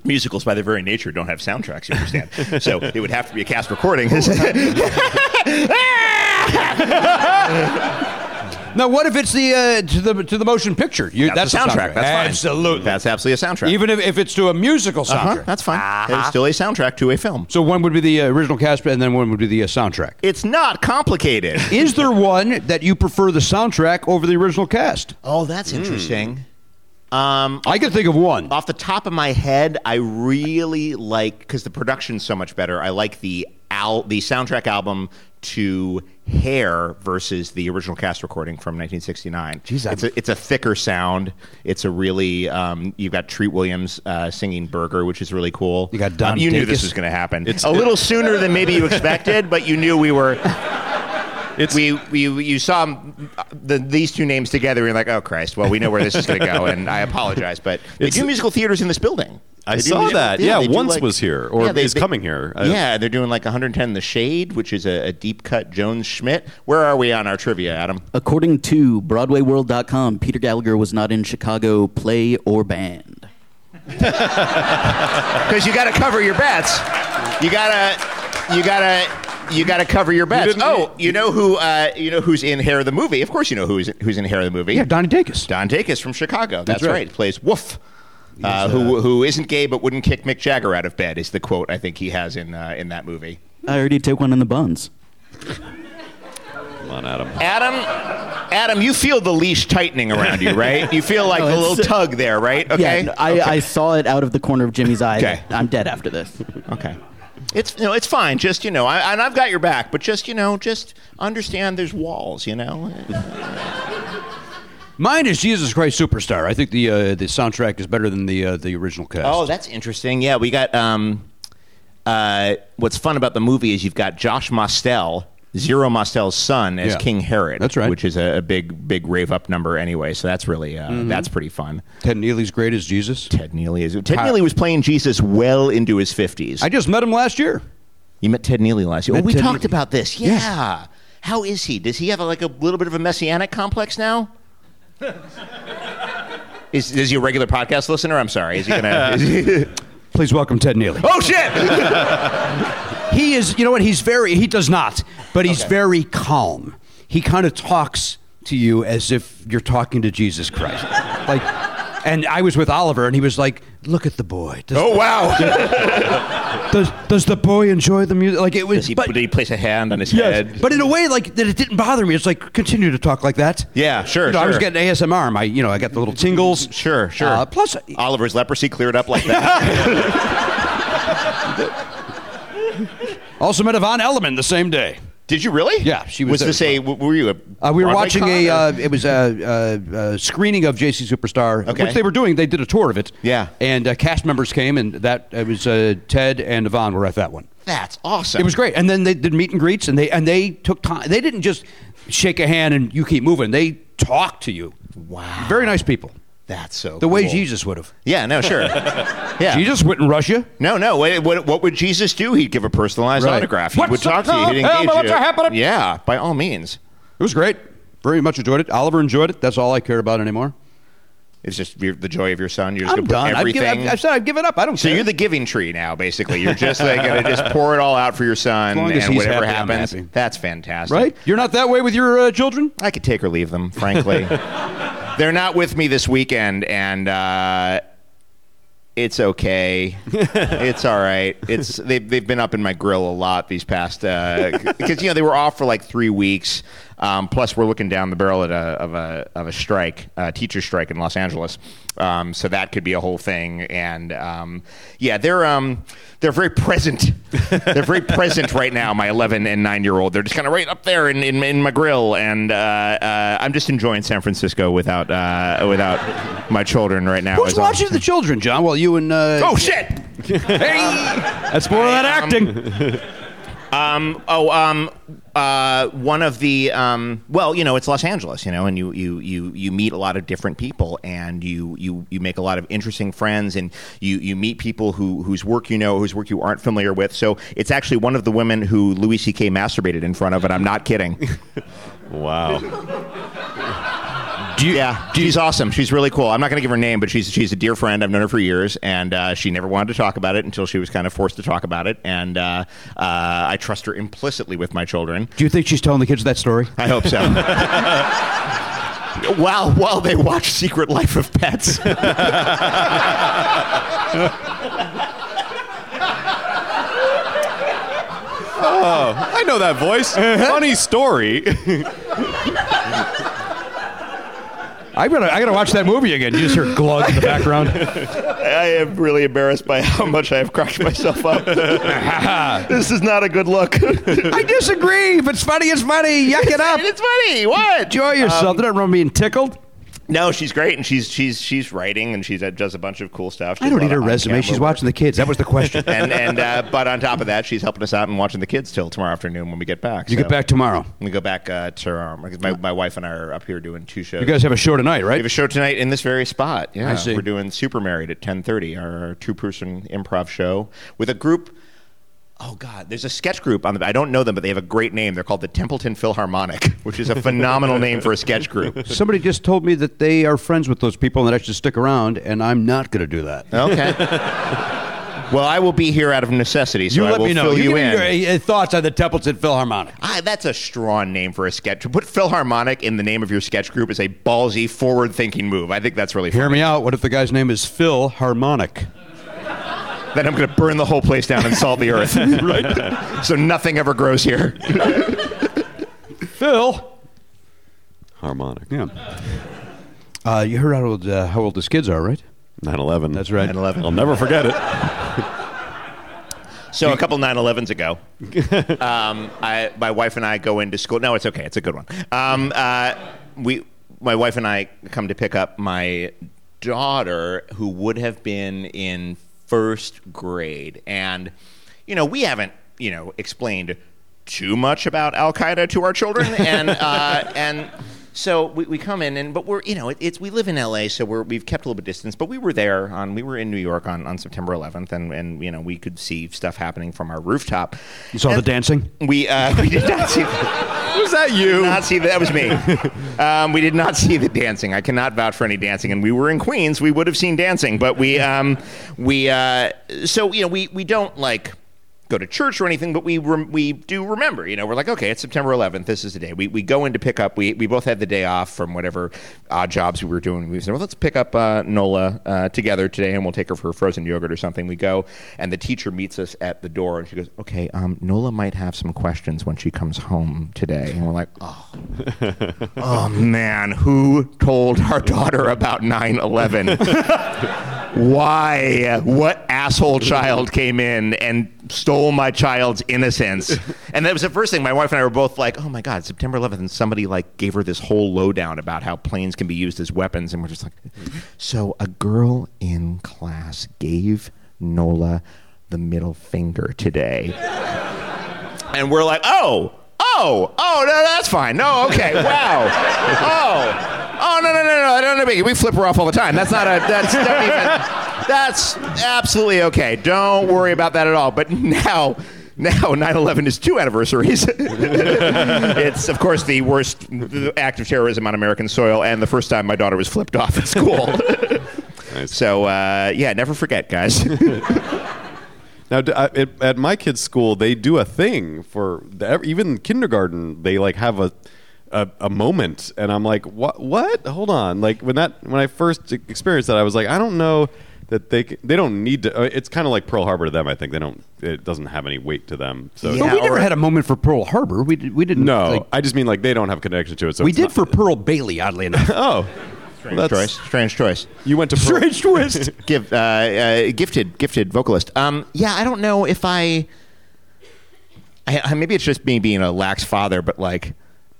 musicals by their very nature don't have soundtracks. You understand? so it would have to be a cast recording. *laughs*
Now, what if it's the uh, to the to the motion picture? You,
that's,
a
a soundtrack. That's fine.
Absolutely.
That's absolutely a soundtrack.
Even if, if it's to a musical soundtrack.
Uh-huh, that's fine. It's still a soundtrack to a film.
So one would be the uh, original cast, and then one would be the uh, soundtrack.
It's not complicated.
Is there one that you prefer the soundtrack over the original cast?
oh, that's interesting. Um,
I can think of one.
off the top of my head, I really like because the production's so much better. I like the al- the soundtrack album to Hair versus the original cast recording from 1969.
Jeez, I'm-
it's a, it's a thicker sound. It's a really um, you've got Treat Williams uh, singing Burger, which is really cool. You got
Don
You knew
Dacus.
this was going to happen.
It's-
It's a little sooner than maybe you expected, but you knew we were.
It's-
we, we you saw um, the, these two names together. and You're like, oh Christ! Well, we know where this is going to
*laughs*
go, and I apologize, but they
It's-
do musical theaters in this building.
I
They do
saw
musical-
that. Yeah,
they do,
Once was here, or is coming here. I-
yeah, they're doing like 110 The Shade, which is a, a deep cut Jones Schmidt. Where are we on our trivia, Adam?
According to BroadwayWorld.com, Peter Gallagher was not in Chicago play or band.
Because you got to cover your bets. You gotta, you gotta, you gotta cover your bets.
didn't-
oh, you know who? Uh, you know who's in Hair of the movie? Of course, you know who's who's in Hair of the movie.
Yeah, Donnie Dacus.
Don Dacus from Chicago. That's,
right.
right. Plays Woof. Uh, who who isn't gay but wouldn't kick Mick Jagger out of bed is the quote I think he has in uh, in that movie.
I already took one in the buns.
Come on, Adam.
Adam, Adam, you feel the leash tightening around you, right? You
*laughs*
feel like
No,
the
it's- uh,
little tug there, right?
Yeah,
Okay.
no, I,
okay.
I saw it out of the corner of Jimmy's eye.
Okay.
I'm dead after this.
Okay. It's you know, it's fine. Just you know, I, and I've got your back. But just you know, just understand there's walls. You know.
Mine is Jesus Christ Superstar. I think the uh, the soundtrack is better than the uh, the original cast.
oh, that's interesting. Yeah, we got. Um, uh, what's fun about the movie is you've got Josh Mostel, Zero Mostel's son, as
Yeah.
King Herod.
That's right.
Which is a, a big, big rave up number anyway. So that's really uh,
Mm-hmm.
that's pretty fun.
Ted Neely's great as Jesus.
Ted Neely is. Ted
How-
Neely was playing Jesus well into his fifties.
I just met him last year.
You met Ted Neely last year. Oh,
Met
we
Ted
talked
Neely.
about this. Yeah. How is he? Does he have like a little bit of a messianic complex
*laughs*
now? is, is he a regular podcast listener? I'm sorry. Is he gonna?
*laughs*
is he- *laughs*
Please welcome Ted Neely. *laughs*
oh shit!
He is, you know what? He's very, he does not, but he's very calm. He kind of talks to you as if you're talking to Jesus Christ. like, and I was with Oliver, and he was like, "Look at the boy. Does,
Oh wow!
does, does the boy enjoy the music?" Like it was,
Does he,
but,
did he place a hand on his head?
but in a way, like that, it didn't bother me. It's like continue to talk like that.
Yeah, sure,
You know, I was
sure.
getting ASMR. My, you know, I got the little tingles.
sure, sure.
Uh, plus,
Oliver's leprosy cleared up
*laughs*
like that.
also met Yvonne Elliman the same day.
Did you really?
Yeah, she was
Was
there
this
as
a? w- Were you a?
Uh, we were
Broadway
watching
con
a.
or-
Uh, it was a, a, a screening of JC Superstar,
Okay.
which they were doing. They did a tour of it.
Yeah.
and uh, cast members came, and that it was uh, Ted and Yvonne were at that one.
That's awesome.
It was great, and then they did meet and greets, and they and they took time. They didn't just shake a hand and you keep moving. They talked to you.
Wow.
Very nice people.
That's so.
The way
cool.
Jesus would have.
Yeah.
*laughs*
No. Sure. yeah.
Jesus wouldn't rush you.
No, no. What, what, what would Jesus do? He'd give a personalized
Right.
autograph. He
What's
would talk
up
to you. He'd
now?
engage
Hey,
you.
what's happening?
Yeah, by all means.
It was great. Very much enjoyed it. Oliver enjoyed it. That's all I care about anymore.
It's just your, the joy of your son. You're just
I'm
going to put
done. I've,
everything.
given, I've, I've said I've given up. I don't
so
care.
you're the giving tree now, basically. You're just like going to just pour it all out for your son,
As long
and
as he's happy,
whatever
I'm
happens,
happy.
that's fantastic.
right. You're not that way with your uh, children.
I could take or leave
*laughs*
them, frankly. They're not with me this weekend, and uh, it's
*laughs*
okay. it's all right. It's they've they've been up in my grill a lot these past *laughs* because you know they were off for like three weeks. Um, plus, we're looking down the barrel at a, of a of a strike, uh, teacher strike in Los Angeles. Um, so that could be a whole thing. And um, yeah, they're um, they're
*laughs*
very present. they're very present right now. My 11 and 9 year old. They're just kind of right up there in, in, in my grill, and uh, uh, I'm just enjoying San Francisco without uh, without my children right now.
Who's
is all I'm
watching the children, John? Well, you and uh,
Oh shit!
That's more of that acting.
Um, oh, um, uh, one of the um, well, you know, it's Los Angeles, you know, and you you you you meet a lot of different people, and you you you make a lot of interesting friends, and you you meet people who whose work you know, whose work you aren't familiar with. So it's actually one of the women who Louis C.K. masturbated in front of, and I'm not kidding.
Wow.
yeah, she's awesome. She's really cool. I'm not going to give her name, but she's she's a dear friend. I've known her for years, and uh, she never wanted to talk about it until she was kind of forced to talk about it. And uh, uh, I trust her implicitly with my children.
Do you think she's telling the kids that story?
I hope so. *laughs* while while they watch Secret Life of Pets.
Oh, I know that voice.
Uh-huh.
Funny story.
I gotta, I gotta watch that movie again. You just hear glug in the background.
I am really embarrassed by how much I have cracked myself up. this is not a good look.
*laughs* I disagree. If it's funny, it's funny. Yuck it up.
it's funny. What?
Enjoy yourself. Um, Don't run being tickled.
No, she's great, and she's she's she's writing, and she's uh, does a bunch of cool stuff.
I don't need her resume. She's
watching.
watching the kids. That was
*laughs*
the question.
and and uh, but on top of that, she's helping us out and watching the kids till tomorrow afternoon when we get back.
You get back tomorrow.
We go back uh, to um, because my, my wife and I are up here doing two shows.
You guys have a show tonight,
we have a
right?
show tonight in this very spot. Yeah,
I see.
we're doing Super Married at ten thirty, our two person improv show with a group. Oh God, there's a sketch group on the. I don't know them, but they have a great name. They're called the Templeton Philharmonic, which is a phenomenal name for a sketch group.
Somebody just told me that they are friends with those people and that I should stick around, and I'm not going to do that.
Okay. Well, I will be here out of necessity, so I will fill you,
give me
in.
your, uh, thoughts on the Templeton Philharmonic.
Ah, that's a strong name for a sketch. To put Philharmonic in the name of your sketch group is a ballsy, forward-thinking move. I think that's really.
Hear
funny.
me out. What if the guy's name is Phil Harmonic?
Then I'm going to burn the whole place down and salt the earth. right. So nothing ever grows here.
Phil.
Harmonic.
Yeah. Uh, you heard how old uh, how old those kids are, right?
9/11.
That's right.
9/11.
I'll never forget it.
So a couple 9/11s ago, um, I, my wife and I go into school. No, it's okay. It's a good one. Um, uh, we, my wife and I come to pick up my daughter, who would have been in first grade, and you know we haven't you know explained too much about Al Qaeda to our children, and uh, and. So we, we come in and but we're you know it, it's we live in LA so we're we've kept a little bit distance but we were there on we were in New York on, on September 11th and and you know we could see stuff happening from our rooftop.
You saw the dancing.
We uh, *laughs* we did not see. Was that you? Not see that was *laughs* me. Um, we did not see the dancing. I cannot vouch for any dancing. And we were in Queens. We would have seen dancing, but we um, we uh, so you know we we don't like go to church or anything, but we rem- we do remember. You know, we're like, okay, it's September 11th. This is the day. We we go in to pick up. We we both had the day off from whatever odd jobs we were doing. We said, well, let's pick up uh, Nola uh, together today, and we'll take her for frozen yogurt or something. We go, and the teacher meets us at the door, and she goes, okay, um, Nola might have some questions when she comes home today, and we're like, oh. Oh man, who told our daughter about 9 11? Why? What asshole child came in and stole my child's innocence. and that was the first thing. My wife and I were both like, oh my God, September 11th. And somebody like gave her this whole lowdown about how planes can be used as weapons. And we're just like, so a girl in class gave Nola the middle finger today. and we're like, oh, oh, oh, no, that's fine. No, okay, wow. Oh. Oh no no no no! I don't know. We flip her off all the time. That's not a. That's not even, that's absolutely okay. Don't worry about that at all. But now, now 9/11 is two anniversaries. *laughs* it's of course the worst act of terrorism on American soil, and the first time my daughter was flipped off at school. *laughs* So uh, yeah, never forget, guys. *laughs*
Now, d- I- at, at my kid's school, they do a thing for the, ev- even kindergarten. They like have a, a a moment, and I'm like, what? What? Hold on. Like when that when I first e- experienced that, I was like, I don't know that they c- they don't need to. uh, It's kind of like Pearl Harbor to them. I think they don't. It doesn't have any weight to them. So
but we never had a moment for Pearl Harbor. We, did, we didn't.
No,
like-
I just mean like they don't have connection to it. So
we
it's
did
not-
for Pearl Bailey, oddly *laughs* enough.
*laughs* oh,
Strange
Well,
choice.
that's-
Strange choice.
You went to Pearl-
strange twist. *laughs* Give uh, uh, gifted, gifted vocalist. Um, yeah, I don't know if I, I, I- Maybe it's just me being a lax father, but like,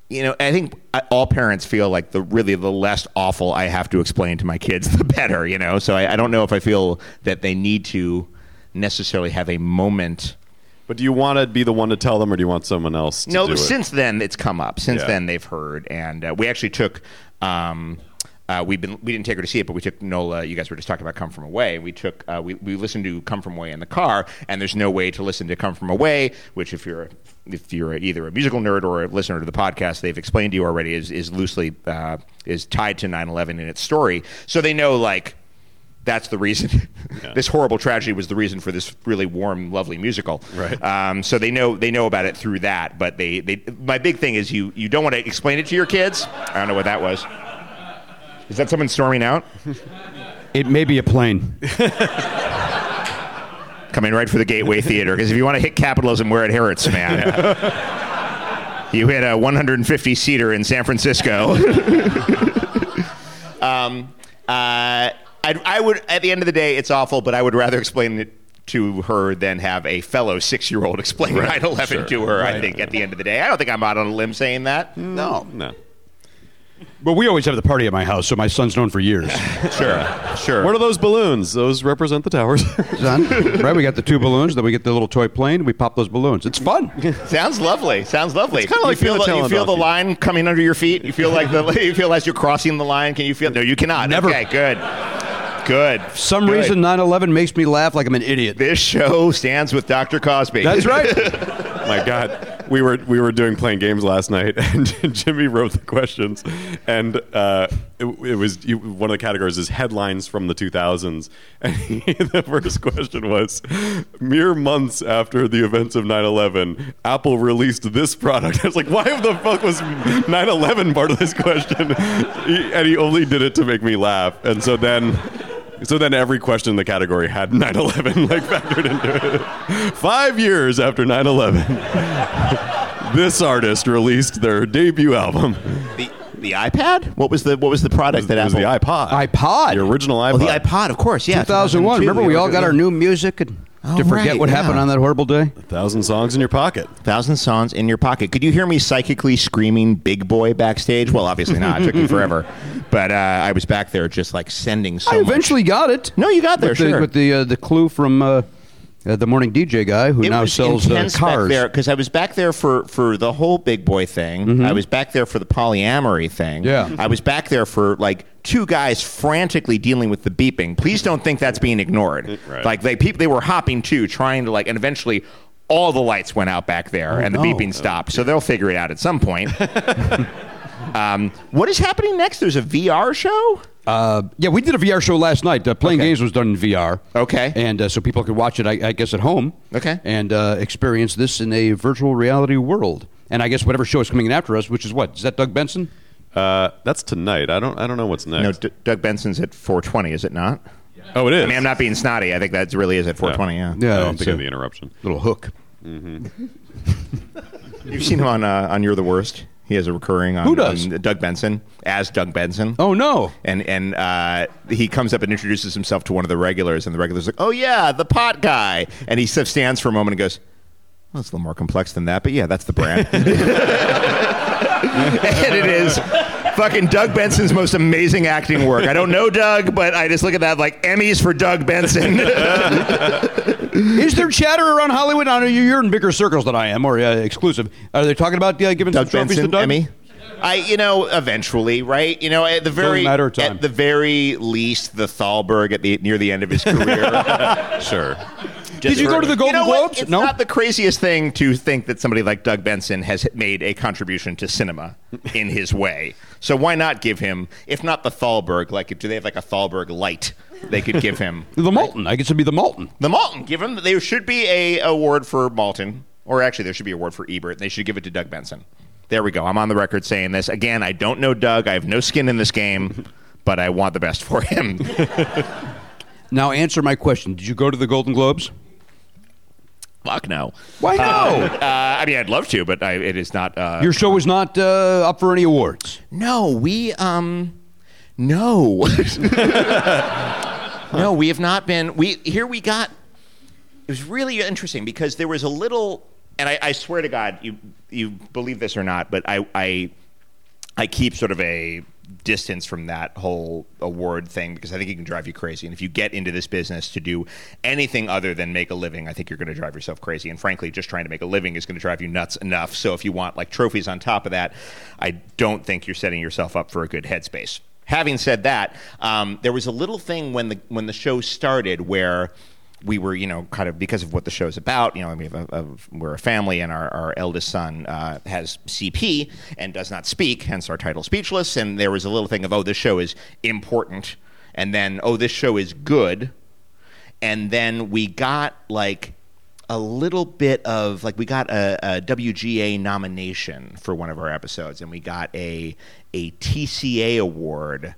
you know, I think I, all parents feel like the really the less awful I have to explain to my kids, *laughs* the better. You know, so I, I don't know if I feel that they need to necessarily have a moment.
But do you want to be the one to tell them, or do you want someone else? To
No,
do it?
since then it's come up. Since
Yeah.
then they've heard, and uh, we actually took. Um, uh, we've been we didn't take her to see it, but we took Nola. You guys were just talking about Come From Away. We took uh, we we listened to Come From Away in the car, and there's no way to listen to Come From Away, which if you're if you're either a musical nerd or a listener to the podcast, they've explained to you already is is loosely uh, is tied to 9/11 in its story, so they know like that's the reason. *laughs* this horrible tragedy was the reason for this really warm, lovely musical. Right. Um, so they know they know about it through that. But they, they my big thing is you you don't want to explain it to your kids. I don't know what that was. Is that someone storming out?
*laughs* It may be a plane.
*laughs* Coming right for the Gateway Theater because if you want to hit capitalism where it hurts, man.
*laughs*
you hit a 150 seater in San Francisco. *laughs* um, uh, I'd, I would, at the end of the day, it's awful, but I would rather explain it to her than have a fellow six year old explain 9
Right,
11
sure.
to her, I
Right. Mm.
think, at the end of the day. I don't think I'm out on a limb saying that. No.
No.
Well, we always have the party at my house, so my son's known for years.
Sure.
Sure.
What are those balloons? Those represent the towers.
*laughs*
*laughs*
Son, right? We got the two balloons, then we get the little toy plane. We pop those balloons. It's fun.
Sounds lovely. Sounds lovely.
It's kinda
You
like
feel
being
the,
a
you feel the
teledonkey.
line coming under your feet. You feel like
*laughs*
the you feel as you're crossing the line. Can you feel? No, you cannot.
Never.
Okay, good, good.
For *laughs* some
Good.
reason, 9/11 makes me laugh like I'm an idiot.
This show stands with Dr. Cosby. *laughs*
That's right. *laughs*
My God, we were we were doing playing games last night, *laughs* and Jimmy wrote the questions, and uh, it, it was you, one of the categories is headlines from the 2000s, *laughs* and the first question was, mere months after the events of 9/11, Apple released this product. *laughs* I was like, why the fuck was 9/11 part of this question? *laughs* He- and he only did it to make me laugh, and so then. So then every question in the category had *laughs* 9/11 like factored into it. 5 years after 9/11, *laughs* this artist released their debut album.
The, the iPad? What was the what was the product that
It was the
Apple?
iPod.
iPod.
The original iPod.
Oh, the iPod, of course. Yeah,
2001. Remember, we all got our new music and
Oh,
to forget
right,
what
yeah.
happened on that horrible day.
1000 songs in your pocket.
thousand songs in your pocket. Could you hear me psychically screaming "Big Boy" backstage? Well, obviously not. It took
*laughs*
me forever, but uh, I was back there just like sending. So
I
much.
eventually got it.
No, you got there.
with the,
sure.
with the uh, the clue from uh, uh, the morning DJ guy who
it
now
was
sells uh,
intense back
cars.
there because I was back there for for the whole big boy thing. I was back there for the polyamory thing.
Mm-hmm. Yeah.
I was back there for like two guys frantically dealing with the beeping. Please don't think that's being ignored.
Right.
Like they people they were hopping too, trying to like, and eventually. All the lights went out back there, and the
Oh, no.
beeping stopped. So they'll figure it out at some
*laughs*
point. um, what is happening next? There's a VR show.
Uh, yeah, we did a VR show last night. Uh, Playing
Okay.
games was done in VR.
Okay.
and uh, so people could watch it, I, I guess, at home.
Okay.
and uh, experience this in a virtual reality world. And I guess whatever show is coming in after us, which is what is that Doug Benson?
Uh, that's tonight. I don't I don't know what's next.
No, D- Doug Benson's at 420. Is it not?
oh, it is.
I mean, I'm not being snotty. I think that really is at 420. Yeah.
Yeah,
I don't
it's
think of
a
the interruption.
little hook.
You've seen him on uh, on You're the Worst. He has a recurring on,
Who does?
on Doug Benson as Doug Benson.
Oh no!
And and uh, he comes up and introduces himself to one of the regulars, and the regulars like, "Oh yeah, the pot guy." And he sort of stands for a moment and goes, "Well, it's a little more complex than that, but yeah, that's
*laughs*
the brand." *laughs* and it is fucking Doug Benson's most amazing acting work. I don't know Doug, but I just look at that like Emmys for Doug Benson. *laughs*
Is there chatter around Hollywood? I know you- you're in bigger circles than I am, or uh, exclusive. Are they talking about uh, giving
Doug
some trophies
Benson,
to Doug?
Emmy. I, you know, eventually, right? You know, at the
It's only a
very,
matter of time.
at the very least, the Thalberg at the near the end
*laughs*
of his career. sure.
Did you go to the Golden
know what?
Globes?
It's not the craziest thing to think that somebody like Doug Benson has made a contribution to cinema in his way. So why not give him, if not the Thalberg? Like, do they have like a Thalberg light they could give him?
The Moulton. I guess it'd be the Moulton.
The Malton. Give him. There should be a award for Malton, or actually, there should be an award for Ebert. They should give it to Doug Benson. There we go. I'm on the record saying this again. I don't know Doug. I have no skin in this *laughs* game, but I want the best for him.
Now answer my question. Did you go to the Golden Globes?
*laughs* Fuck no.
Why no? *laughs*
Uh, I mean, I'd love to, but I, it is not. Uh,
Your show was not uh, up for any awards.
no, we um, no, *laughs* no, we have not been. We here we got. It was really interesting because there was a little, and I, I swear to God, you you believe this or not, but I I I keep sort of a distance from that whole award thing because I think it can drive you crazy. And if you get into this business to do anything other than make a living, I think you're going to drive yourself crazy. And frankly, just trying to make a living is going to drive you nuts enough. So if you want like trophies on top of that, I don't think you're setting yourself up for a good headspace. Having said that, um, there was a little thing when the when the show started where we were, you know, kind of because of what the show's about. You know, we have a, a, we're a family, and our, our eldest son uh, has CP and does not speak, hence our title, Speechless. And there was a little thing of, oh, this show is important, and then, oh, this show is good, and then we got like a little bit of like we got a, a WGA nomination for one of our episodes, and we got a a TCA award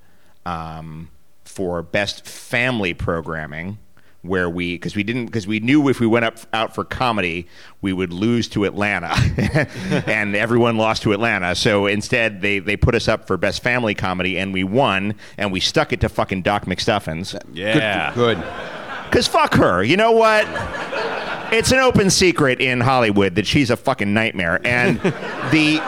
um, for best family programming. Where we, because we didn't, because we knew if we went up out for comedy, we would lose to Atlanta, *laughs* and everyone lost to Atlanta. So instead, they they put us up for best family comedy, and we won, and we stuck it to fucking Doc McStuffins.
Yeah.
Good.
Because fuck her. You know what? It's an open secret in Hollywood that she's a fucking nightmare. And the.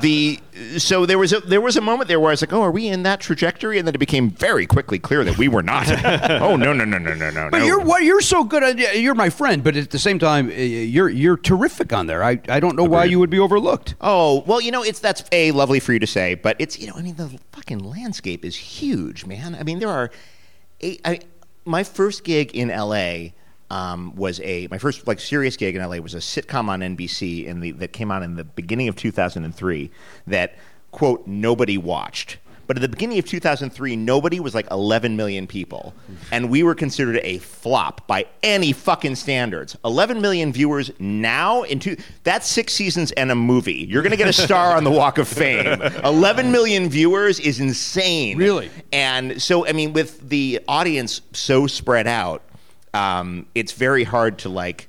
The so there was a there was a moment there where I was like, oh, are we in that trajectory? And then it became very quickly clear that we were not. oh no no no no no no.
But
no.
you're what you're so good at. You're my friend, but at the same time, uh, you're you're terrific on there. I, I don't know why you would be overlooked.
Oh well, you know it's that's a lovely for you to say, but it's you know I mean the fucking landscape is huge, man. I mean there are, eight, I my first gig in L.A. Um, was a my first like serious gig in L.A. was a sitcom on NBC in the that came out in the beginning of 2003 that quote nobody watched. But at the beginning of 2003, nobody was like 11 million people. And we were considered a flop by any fucking standards. 11 million viewers now in two, that's six seasons and a movie. You're going to get a star on the Walk of Fame. 11 million viewers is insane. Really? And so, I mean, with the audience so spread out, um, it's very hard to like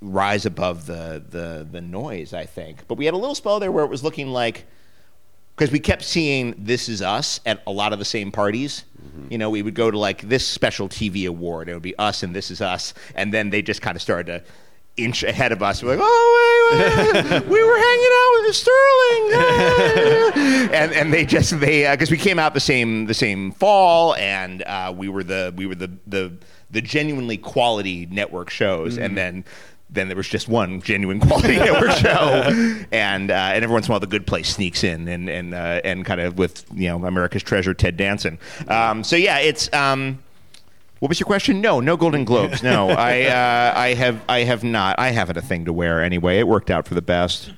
rise above the, the, the noise, I think. But we had a little spell there where it was looking like, because we kept seeing this is us at a lot of the same parties you know we would go to like this special tv award it would be us and this is us and then they just kind of started to inch ahead of us we're like oh wait, wait, we were hanging out with sterling *laughs* and and they just they because we came out the same the same fall and uh, we were the we were the the the genuinely quality network shows and then then there was just one genuine quality network show, and uh, and every once in a while the Good Place sneaks in, and and uh, and kind of with you know America's Treasure Ted Danson. Um, so yeah, it's um, what was your question? No, no Golden Globes. No, I uh, I have I have not. I haven't a thing to wear anyway. It worked out for the best.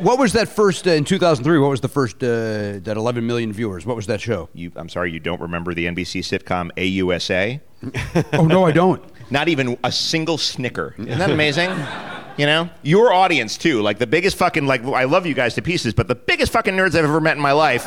What was that first uh, in 2003? What was the first uh, that 11 million viewers? What was that show?
You, I'm sorry, you don't remember the NBC sitcom AUSA?
oh no, I *laughs* don't.
Not even a single snicker. Isn't that amazing? You know, your audience too. Like the biggest fucking like I love you guys to pieces, but the biggest fucking nerds I've ever met in my life.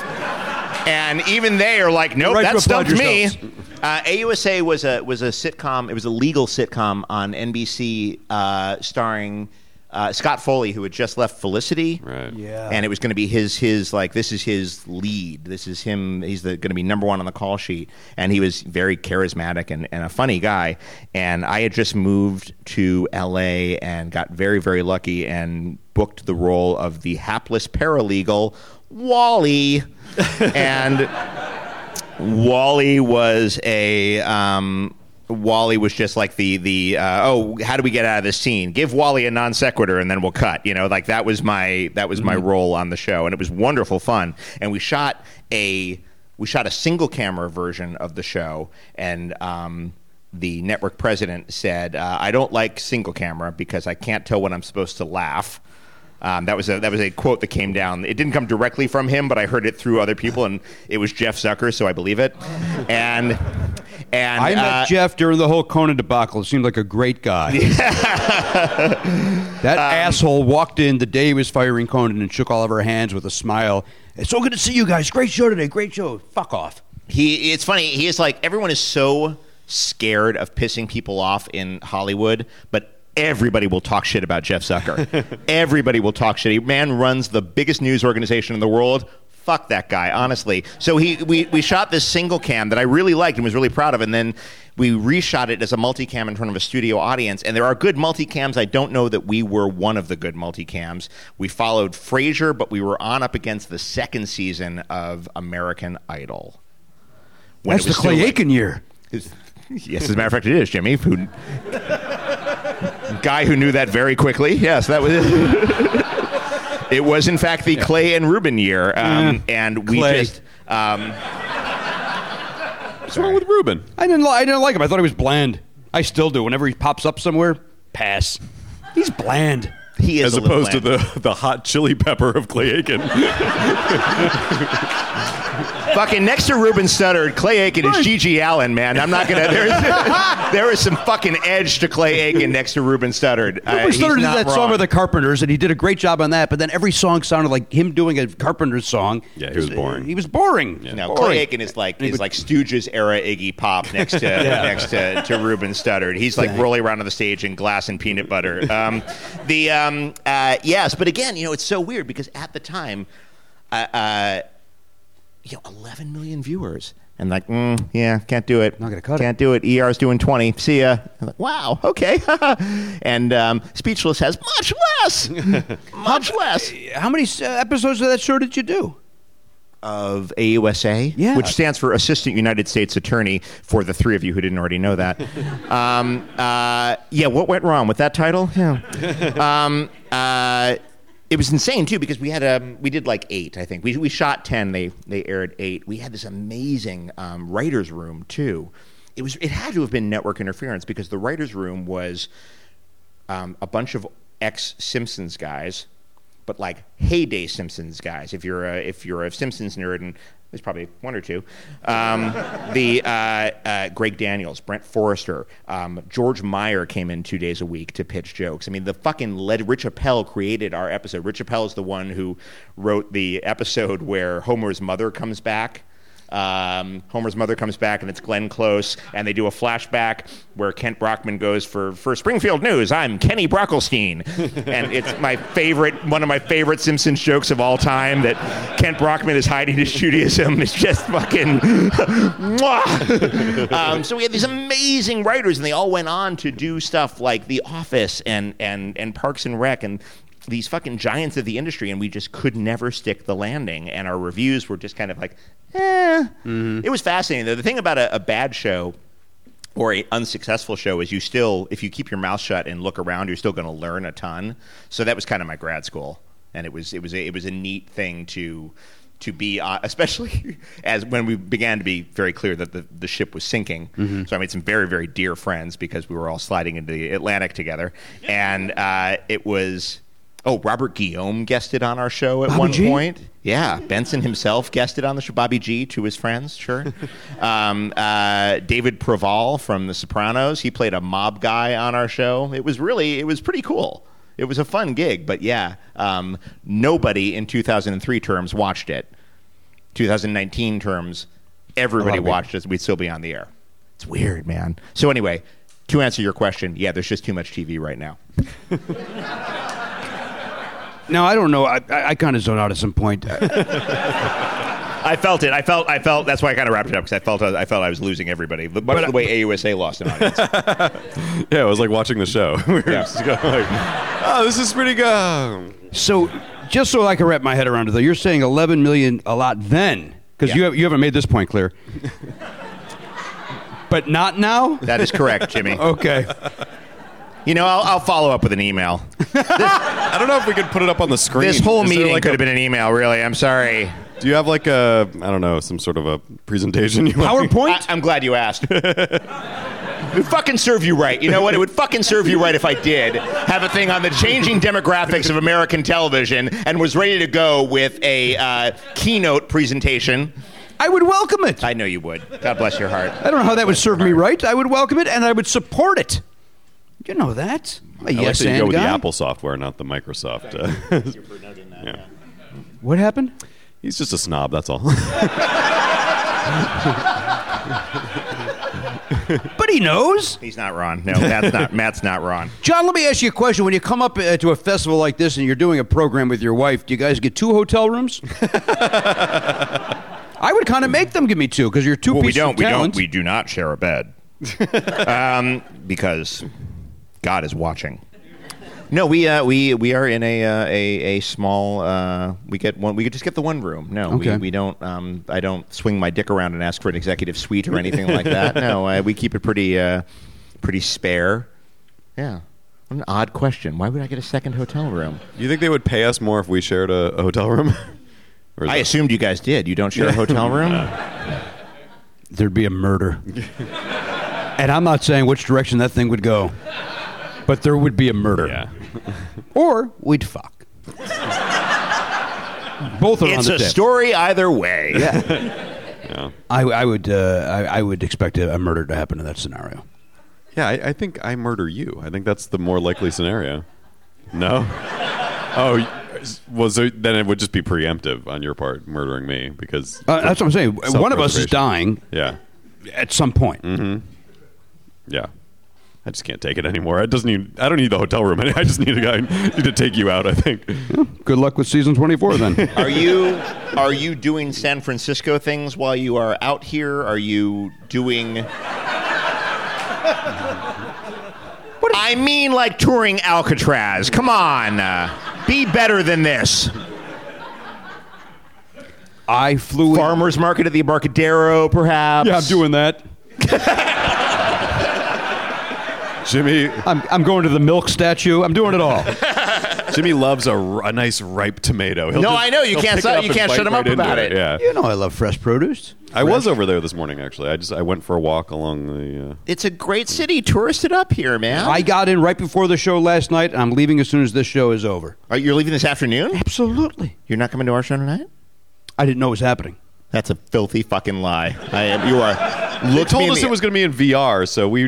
And even they are like, nope,
Right to
that
applaud
stumped me.
yourselves.
Uh, AUSA was a was a sitcom. It was a legal sitcom on NBC, uh, starring uh, Scott Foley, who had just left Felicity,
right?
Yeah.
and it was going to be his his like this is his lead. This is him. He's the, going to be number one on the call sheet, and he was very charismatic and, and a funny guy. And I had just moved to L.A. and got very very lucky and booked the role of the hapless paralegal Wally, and. Wally was a um, Wally was just like the the uh, oh how do we get out of this scene? Give Wally a non sequitur and then we'll cut. You know, like that was my that was my role on the show, and it was wonderful fun. And we shot a we shot a single camera version of the show, and um, the network president said, uh, "I don't like single camera because I can't tell when I'm supposed to laugh." Um, that was a that was a quote that came down. It didn't come directly from him, but I heard it through other people, and it was Jeff Zucker, so I believe it. And and
I met
uh,
Jeff during the whole Conan debacle. He seemed like a great
*laughs*
guy. that
Um,
asshole walked in the day he was firing Conan and shook all of our hands with a smile. It's so good to see you guys. Great show today. Great show. Fuck off.
He it's funny. He is like everyone is so scared of pissing people off in Hollywood, but everybody will talk shit about Jeff Zucker. everybody will talk shit. He man runs the biggest news organization in the world. Fuck that guy, honestly. So he we, we shot this single cam that I really liked and was really proud of, and then we reshot it as a multicam in front of a studio audience. And there are good multicams. I don't know that we were one of the good multicams. We followed Frasier, but we were on up against the second season of American Idol. When
That's
it
the
was still,
Clay
like,
Aiken year.
Yes, as a matter of fact, it is Jimmy. Who, guy who knew that very quickly. Yes, that was it. *laughs* it was in fact the Clay and Ruben year, um, and we
Clay.
just. Um,
What's wrong with Ruben?
I didn't. Li- I didn't like him. I thought he was bland. I still do. Whenever he pops up somewhere, pass. He's bland.
he is
As
a little
opposed to
bland.
the the hot chili pepper of
*laughs*
Clay Aiken.
fucking next to Ruben Studdard, Clay Aiken is Gigi Allen, man. I'm not gonna. There's, there is *laughs* some fucking edge to Clay Aiken next to Ruben Studdard. Uh,
Rupert
he's
Studdard did
not
that
wrong.
song with the Carpenters, and he did a great job on that. But then every song sounded like him doing a Carpenters song.
Yeah, he was boring.
He was boring.
No,
boring.
Clay Aiken is like is like Stooges era Iggy Pop
*laughs*
next to next to, to Ruben Studdard. He's like rolling around on the stage in glass and peanut butter. Um, *laughs* the um, uh, yes, but again, you know, it's so weird because at the time, uh, uh, you know, 11 million viewers. And like, mm, yeah, can't do it. Not
gonna cut it.
Can't do it. ER's doing 20. See ya. I'm like, wow, okay. *laughs* and um, Speechless has much
*laughs*
less. much less.
How many uh, episodes of that show did you do?
of AUSA,
Yeah.
which stands for Assistant United States Attorney. For the three of you who didn't already know that, um, uh, yeah, what went wrong with that title? Yeah. Um, uh, it was insane too because we had um, we did like eight, I think. We we shot ten. They they aired eight. We had this amazing um, writers' room too. It was it had to have been network interference because the writers' room was um, a bunch of ex Simpsons guys, but like heyday Simpsons guys. If you're a, if you're a Simpsons nerd, and there's probably one or two, um, *laughs* the uh, uh, Greg Daniels, Brent Forrester, um, George Meyer came in two days a week to pitch jokes. I mean, the fucking led Rich Appel created our episode. Rich Appel is the one who wrote the episode where Homer's mother comes back um, Homer's mother comes back, and it's Glenn Close, and they do a flashback where Kent Brockman goes for for Springfield News. I'm Kenny Brockelstein, and it's my favorite, one of my favorite Simpsons jokes of all time. That Kent Brockman is hiding his Judaism is just fucking. *laughs* mwah. um, so we had these amazing writers, and they all went on to do stuff like The Office and and and Parks and Rec, and these fucking giants of the industry, and we just could never stick the landing. And our reviews were just kind of like, eh. It was fascinating, though. The thing about a, a bad show or a unsuccessful show is you still, if you keep your mouth shut and look around, you're still going to learn a ton. So that was kind of my grad school, and it was it was a, it was a neat thing to. To be, uh, *laughs* especially as when we began to be very clear that the, the ship was sinking. So I made some very, very dear friends because we were all sliding into the Atlantic together. And uh, it was, Oh, Robert Guillaume guested on our show at one
G?
point. Yeah, Benson himself guested on the show. Bobby G to his friends, sure. um, uh, David Proval from The Sopranos, he played a mob guy on our show. It was really, it was pretty cool. It was a fun gig, but yeah, um, nobody in 2003 terms watched it. 2019 terms, everybody watched us. We'd still be on the air. It's weird, man. So anyway, to answer your question, yeah, there's just too much TV right now.
No, I don't know. I, I, I kind of zone out at some point. *laughs*
I felt it. I felt. I felt. That's why I kind of wrapped it up because I felt. I felt I was losing everybody. But much the way AUSA lost an audience.
yeah, it was like watching the show. *laughs* We were just going like, oh, this is pretty good.
So, just so I can wrap my head around it, though, you're saying 11 million a lot then, because you,
Yeah.
have, you haven't made this point clear.
*laughs*
but not now?
That is correct, Jimmy.
okay.
You know, I'll, I'll follow up with an email.
I don't know if we could put it up on the screen.
This whole
Is there,
meeting
like,
could
a-
have been an email. Really, I'm sorry.
Do you have like a I don't know some sort of a presentation? You want-
I, am glad you asked. *laughs* it would fucking serve you right. You know what? It would fucking serve you right if I did have a thing on the changing demographics of American television and was ready to go with a uh, keynote presentation.
I would welcome it.
I know you would. God bless your heart.
I don't know how that would serve me right. I would welcome it and I would support it. You know that. I'm a
I like
yes
that you
and
go with
guy.
the Apple software, not the Microsoft. uh, *laughs* yeah.
What happened?
He's just a snob. That's all.
But he knows.
He's not Ron. No, Matt's *laughs* not. Matt's not Ron.
John, let me ask you a question. When you come up uh, to a festival like this and you're doing a program with your wife, do you guys get two hotel
*laughs*
rooms? I would kind of make them give me two because you're two
Well, we
pieces
don't.
of
We don't.
talent.
We do not share a *laughs* bed, um, because God is watching. No, we uh, we we are in a uh, a a small. Uh, we get one. We could just get the one room. No,
Okay.
we, we don't. Um, I don't swing my dick around and ask for an executive suite or anything like that. No, uh, we keep it pretty uh, pretty spare. Yeah, what an odd question. Why would I get a second hotel room?
*laughs* you think they would pay us more if we shared a, a hotel room? *laughs* Or is
I
that-
assumed you guys did. You don't share a *laughs* hotel room.
There'd be a murder. *laughs* and I'm not saying which direction that thing would go, but there would be a murder.
Yeah.
Or we'd fuck. Both are on
It's
the
a
table.
story either way.
I, I would uh, I, I would expect a, a murder to happen in that scenario.
Yeah, I, I think I murder you. I think that's the more likely scenario. No? *laughs* Oh, y- well, so then it would just be preemptive on your part, murdering me, because.
Uh, that's what I'm saying. One of us is
Self-preservation.
dying
Yeah.
at some point.
Yeah. I just can't take it anymore. I doesn't need. I don't need the hotel room. *laughs* I just need a guy need to take you out. I think.
Good luck with season 24 then.
*laughs* *laughs* Are you are you doing San Francisco things while you are out here? Are you doing? I mean, like touring Alcatraz. Come on, uh, be better than this.
I flew in.
Farmers market at the Embarcadero, perhaps.
Yeah, I'm doing that.
Jimmy
I'm, I'm going to the milk statue. I'm doing it
*laughs*
all.
Jimmy loves a, r- a nice ripe tomato. He'll
No, I know, you
he'll
can't
pick it
shut-
up
you
and
can't
bite
shut him
right
up
into
about it.
Yeah.
you know I love fresh produce.
I was over there this morning actually. I just I went for a walk along the. Uh,
It's a great city. Tourist it up here, man.
I got in right before the show last night, and I'm leaving as soon as this show is over.
Are you leaving this afternoon?
Absolutely.
You're not coming to our show tonight.
I didn't know it was happening.
That's a filthy fucking lie. I am. You are.
they
Look me
told
in
us
the-
it was going to be in VR, so we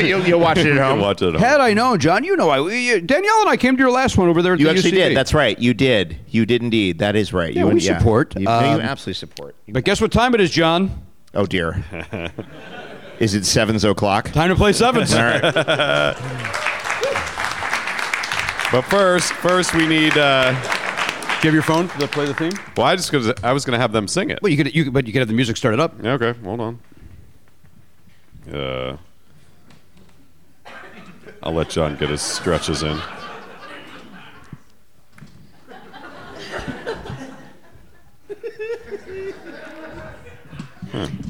*laughs* you'll, you'll watch it
*laughs*
at
we
home.
could watch it. at home.
Had I known, John, you know I you- Danielle and I came to your last one over there. At
You
the
actually
UCB.
did. That's right. You did. You did indeed. That is right.
Yeah,
you
we support.
You, no, you
Um,
absolutely support. You-
But guess what time it is, John?
oh dear. *laughs* is it seven's o'clock?
Time to play sevens.
All right.
But first, first we need. Uh,
Give your phone to play the theme.
well, I just gonna, I was going to have them sing it.
Well, you could, you could, but you could have the music started up.
Yeah, Okay, hold on. Uh, I'll let John get his stretches in.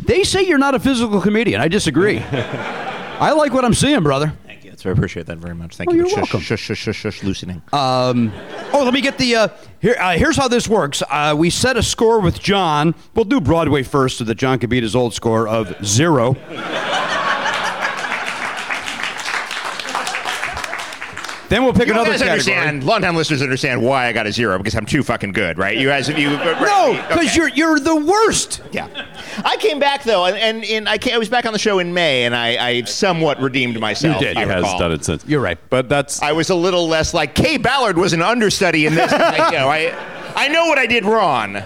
They say you're not a physical comedian. I
*laughs*
disagree. I like what I'm seeing, brother.
Thank you. That's, I appreciate that very much. Thank
Oh,
you.
you're
Shush,
welcome.
Shush, shush, shush, shush, loosening.
Um, oh, let me get the. Uh, here, uh, here's how this works. Uh, we set a score with John. We'll do Broadway first, so that John can beat his old score of zero. then we'll pick
you
another
guys
category.
understand. Long-time listeners understand why I got a zero because I'm too fucking good, right? You guys, *laughs* you
No, because
okay.
you're you're the worst.
Yeah, I came back though, and and, and I, came, I was back on the show in May, and I, I somewhat redeemed myself.
He
I
has
recall.
done it since.
You're right.
but that's
I was a little less like Kay Ballard was an understudy in this. I, you know, I, I know what I did wrong.
All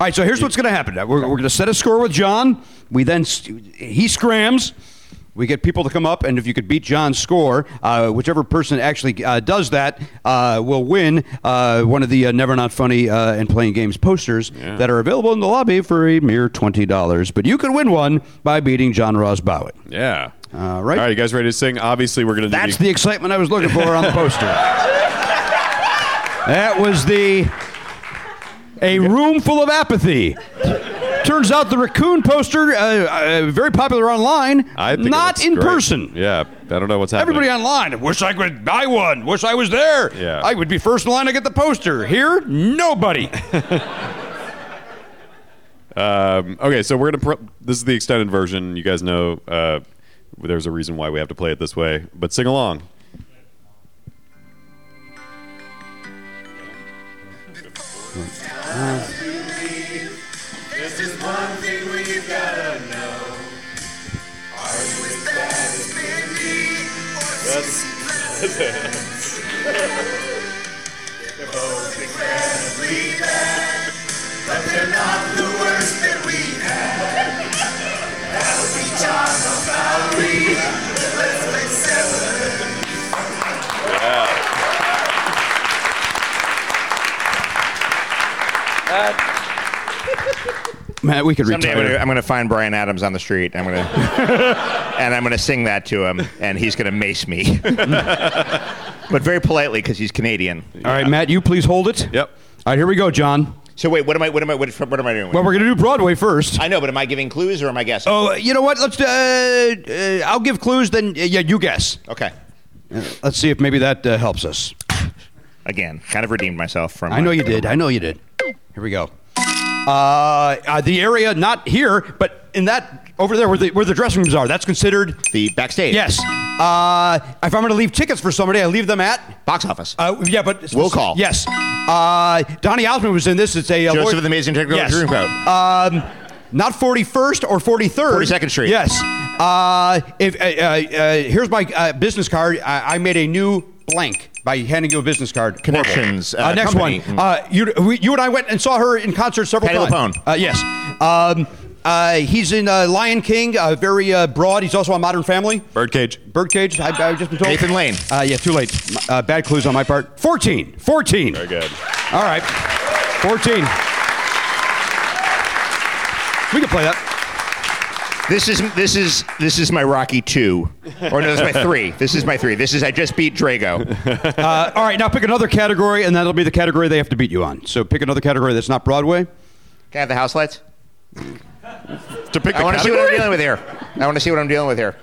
right, so here's what's going to happen. We're, we're going to set a score with John. We then he scrams. We get people to come up, and if you could beat John's score, uh, whichever person actually uh, does that uh, will win uh, one of the uh, Never Not Funny uh, and Playing Games posters that are available in the lobby for a mere $20. But you can win one by beating John Ross Bowett.
Yeah.
All right.
All right, you guys ready to sing? Obviously, we're going to do
That's the excitement I was looking for on the poster. That was the a room full of apathy. Turns out the raccoon poster uh, uh, very popular online,
I think it
not
looks
in
great.
person.
Yeah, I don't know what's happening.
Everybody online. Wish I could buy one. Wish I was there.
Yeah.
I would be first in line to get the poster. Here,
*laughs*
nobody.
Um, okay, so we're gonna. Pr- this is the extended version. You guys know uh, there's a reason why we have to play it this way, but sing along.
There's just one thing we've gotta know. Are you as bad as Mandy or That's They're both incredibly bad, but they're not the worst that we've had. That would be John or Valerie. Let's play seven.
Matt, we could
Someday I'm gonna,
retire.
I'm gonna find Brian Adams on the street.
*laughs*
I'm gonna and I'm gonna sing that to him, and he's gonna
*laughs*
mace me, but very politely because he's Canadian.
All right, Matt, you please hold it.
Yep.
All right, here we go, John.
So wait, what am I? What am I? What, what am I doing?
Well, we're going to do Broadway first.
I know, but am I giving clues or am I guessing?
Oh, you know what? Let's. Uh, uh, I'll give clues. Then, uh, yeah, you guess. Uh,
okay.
Let's see if maybe that uh, helps us.
Again, kind of redeemed myself from.
I know you did. I know you did. Here we go. Uh, uh, the area not here, but in that over there where the where the dressing rooms are. That's considered
the backstage.
yes. Uh, if I'm going to leave tickets for somebody, I leave them at.
Box office.
Uh, yeah, but
Will call.
Yes. Uh, Donnie Osmond was in this. It's a uh,
Joseph
lawyer-
of the Amazing Technicolor
Yes.
Dreamcoat.
Um, not 41st or 43rd.
42nd Street.
Yes. Uh, if uh, uh, uh, here's my uh, business card. I, I made a new blank by handing you a business card.
Connections,
Horrible. Uh,
uh,
next
company.
one. Uh, you we, you and I went and saw her in concert several
Patti
times.
LuPone.
Uh, yes. Um, uh, he's in uh, Lion King. Uh, very uh, broad. He's also on Modern Family.
Birdcage.
Birdcage. I, I've just been told.
Nathan Lane.
Uh, yeah. Too late. Uh, bad clues on my part. Fourteen. Fourteen.
Very good.
All right. 14. We can play that.
This is this is this is my Rocky two, or no, this is my three. This is my three. This is I just beat Drago.
Uh, all right, now pick another category, and that'll be the category they have to beat you on. So pick another category that's not Broadway.
Can I have the house lights?
To pick
I
the
want to see what I'm
category?
dealing with here. I want to see what I'm dealing with here.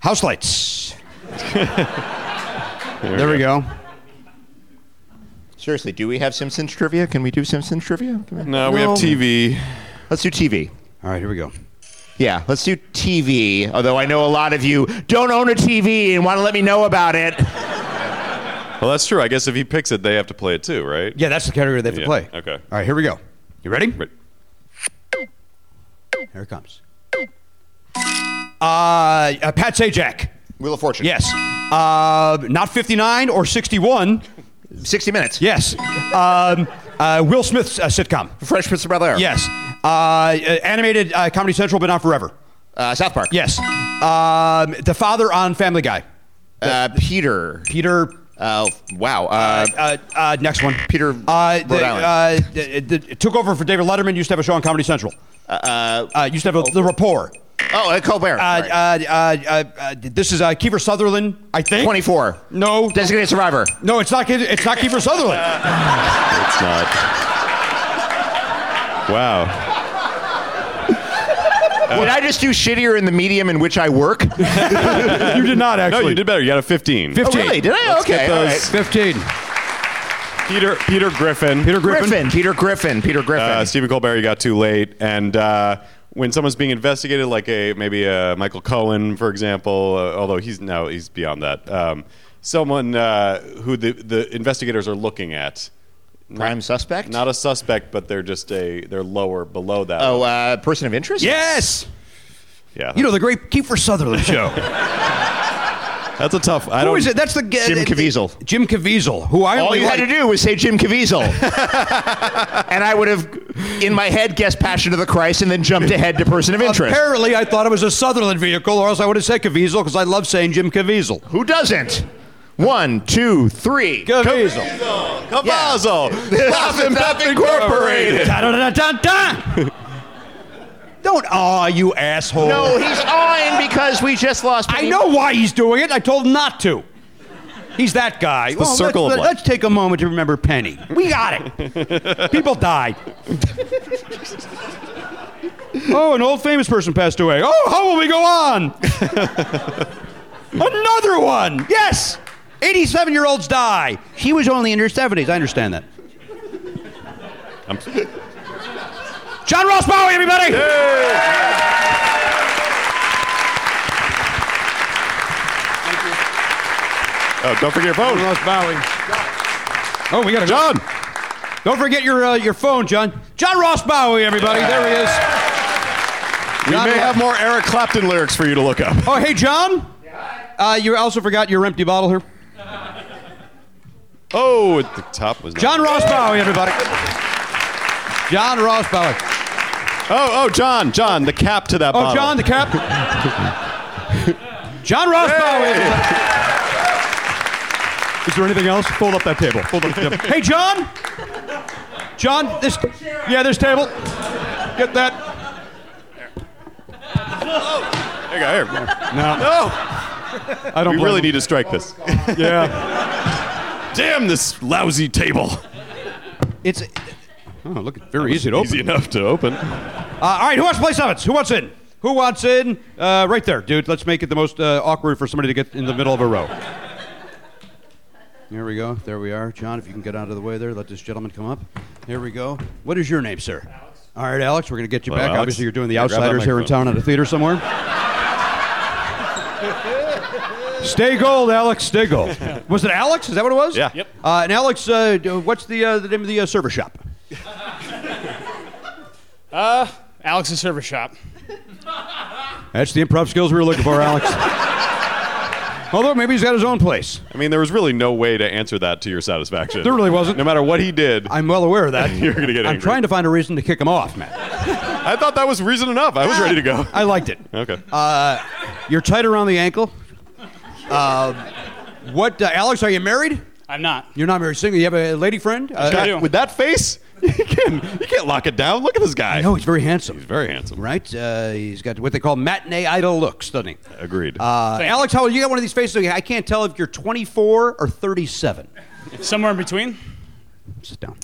House
*laughs*
lights. there we go.
Seriously, do we have Simpsons trivia? Can we do Simpsons trivia? Can we-
No, we have TV.
Let's do TV.
All right, here we go.
Yeah, let's do TV. Although I know a lot of you don't own a TV and want to let me know about it.
Well, that's true. I guess if he picks it, they have to play it too, right?
Yeah, that's the category they have
Yeah,
to play.
okay.
All right, here we go. You ready?
But-
Here it comes. Uh, uh, Pat Sajak.
Wheel of Fortune.
Yes. Uh, not 59 or 61.
60 Minutes.
Yes. Um, uh, Will Smith's uh, sitcom.
Fresh Prince of Bel Air.
Yes. Uh, uh, animated uh, Comedy Central, but not forever.
Uh, South Park.
Yes. Um, the father on Family Guy.
Uh, Peter.
Peter.
Uh, wow. Uh,
Uh, uh, next one.
Peter,
Uh,
Rhode
the,
Island.
uh, the, the- took over for David Letterman. Used to have a show on Comedy Central.
uh,
Uh, used to have a, the rapport.
oh, uh, Colbert.
Uh,
Sorry.
uh, uh, uh, uh, this is uh, Kiefer Sutherland, I think.
24.
No.
Designated Survivor.
No, it's not. It's not Kiefer Sutherland.
It's not. Wow. Uh.
Did I just do shittier in the medium in which I work?
*laughs*
oh,
you did not
No, you did better. You got a 15.
Oh,
really? Did I?
Let's
okay.
get
all
those.
right.
Fifteen.
Peter Peter Griffin. Peter
Griffin. Peter Griffin. Peter Griffin.
Uh, Stephen Colbert, you got too late. And uh, when someone's being investigated, like a maybe uh Michael Cohen, for example, uh, although he's no, he's beyond that. Um, someone uh, who the, the investigators are looking at,
Prime suspect?
not a suspect, but they're just a they're lower below that.
oh, uh, person of interest?
Yes.
yeah.
You know the great Kiefer Sutherland show.
that's a tough. I
Who
don't.
is it? That's the g-
Jim
uh,
Caviezel.
Jim Caviezel, who I
All
only
you had
like- *laughs*
to do was say Jim Caviezel. and I would have in my head guessed Passion of the Christ and then jumped ahead to person of interest.
Apparently, I thought it was a Sutherland vehicle, or else I would have said Caviezel because I love saying Jim Caviezel.
Who doesn't? One, two, three.
Caviezel.
Cavazo.
*laughs*
Laugh Pep Incorporated.
Da-da-da-da-da! Don't awe, you asshole.
No, he's awing because we just lost.
I know why he's doing it. I told him not to. He's that guy.
the circle of
let's,
life.
let's take a moment to remember Penny. We got it. People died. oh, an old famous person passed away. Oh, how will we go on? Another one. Yes. 87 year olds die. She was only in her 70s. I understand that.
I'm,
John Ross Bowie, everybody.
oh, don't forget your phone.
John Ross Bowie. Oh, we got to John. Don't forget your uh, your phone, John. John Ross Bowie, everybody. There he is.
We may have more Eric Clapton lyrics for you to look up.
Oh, hey, John. Uh, you also forgot your empty bottle here.
Oh, at the top was not-
John Ross Bowie, everybody. John Ross Bowie.
Oh, oh, John, John, the cap to that
Oh,
bottle.
John, the cap. John Ross Bowie. everybody.
Is there anything else? Fold up that table. Fold up the table.
Hey, John. John, this. Yeah, this table. Get that.
There you go. Here.
No,
No,
I don't.
we
blame
really
him.
need to strike this.
Yeah.
Damn this lousy table.
It's. Oh, look, it's very easy to open.
Easy enough to open.
Uh, all right, who wants to play sevens? Who wants in? Who wants in? Uh, right there, dude. Let's make it the most uh, awkward for somebody to get in the middle of a row. Here we go. There we are. John, if you can get out of the way there, let this gentleman come up. Here we go. What is your name, sir? Alex. All right, Alex, we're going to get you
Hello,
back.
Alex.
Obviously, you're doing the
Yeah, grab that
outsiders here in
microphone.
town at a theater
*laughs*
somewhere. Stay gold, Alex. Stay
*laughs*
gold. Was it Alex? Is that what it was?
Yeah. Yep.
Uh, and Alex, uh, d- what's the, uh, the name of the uh, server shop?
Alex's service shop.
That's the improv skills we were looking for, Alex. Although maybe he's got his own place.
I mean, there was really no way to answer that to your satisfaction.
There really wasn't.
No matter what he did,
I'm well aware of that.
*laughs* You're gonna get
I'm
angry.
trying to find a reason to kick him off, Matt.
I Uh, thought that was reason enough. I was ready to go.
I liked it.
Okay.
You're tight around the ankle. Uh, what, uh, Alex? Are you married?
I'm not.
You're not married. Single? You have a lady friend? Uh,
God,
I do.
with that face, *laughs* you can you can't lock it down. Look at this guy.
no, he's very handsome.
He's very handsome.
right. Uh, he's got what they call matinee idol looks, doesn't he?
Agreed.
Uh, Alex, how old? You got one of these faces. I can't tell if you're 24 or 37.
Somewhere in between.
Sit down.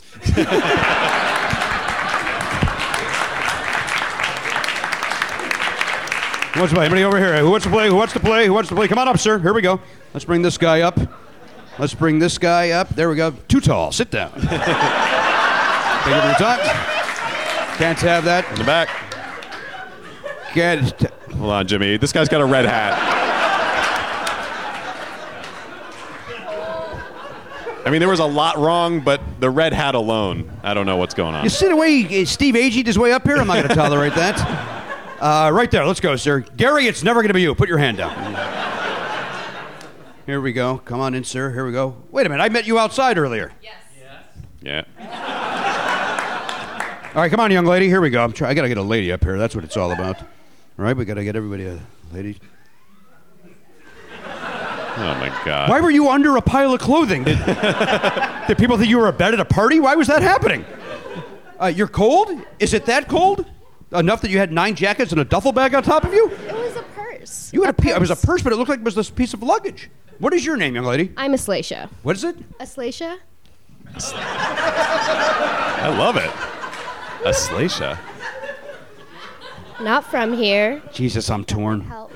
Who wants to play? Anybody over here? Who wants to play? Who wants to play? Who wants to play? Come on up, sir. Here we go. Let's bring this guy up. Let's bring this guy up. There we go. Too tall. Sit down. *laughs* Thank you for your time. Can't have
In
that.
the back.
Can't. t-
Hold on, Jimmy. This guy's got a red hat. I mean, there was a lot wrong, but the red hat alone, I don't know what's going on.
You see the way he- Steve Agee his way up here? I'm not going to tolerate that. Uh, right there. Let's go, sir. Gary, it's never going to be you. Put your hand down. Here we go. Come on in, sir. Here we go. Wait a minute. I met you outside earlier.
Yes.
Yeah.
All right, come on, young lady. Here we go. I'm try- I gotta get a lady up here. That's what it's all about. All right, we gotta get everybody a lady.
Oh my God.
Why were you under a pile of clothing? Did, *laughs* did people think you were a bed at a party? Why was that happening? Uh, you're cold? Is it that cold? Enough that you had nine jackets and a duffel bag on top of you?
It was a purse.
You had a, pe- it was a purse, but it looked like it was this piece of luggage. What is your name, young lady?
I'm Aslacia.
What is it?
Aslacia?
I love it. A Slaysha.
Not from here.
Jesus, I'm torn.
Help.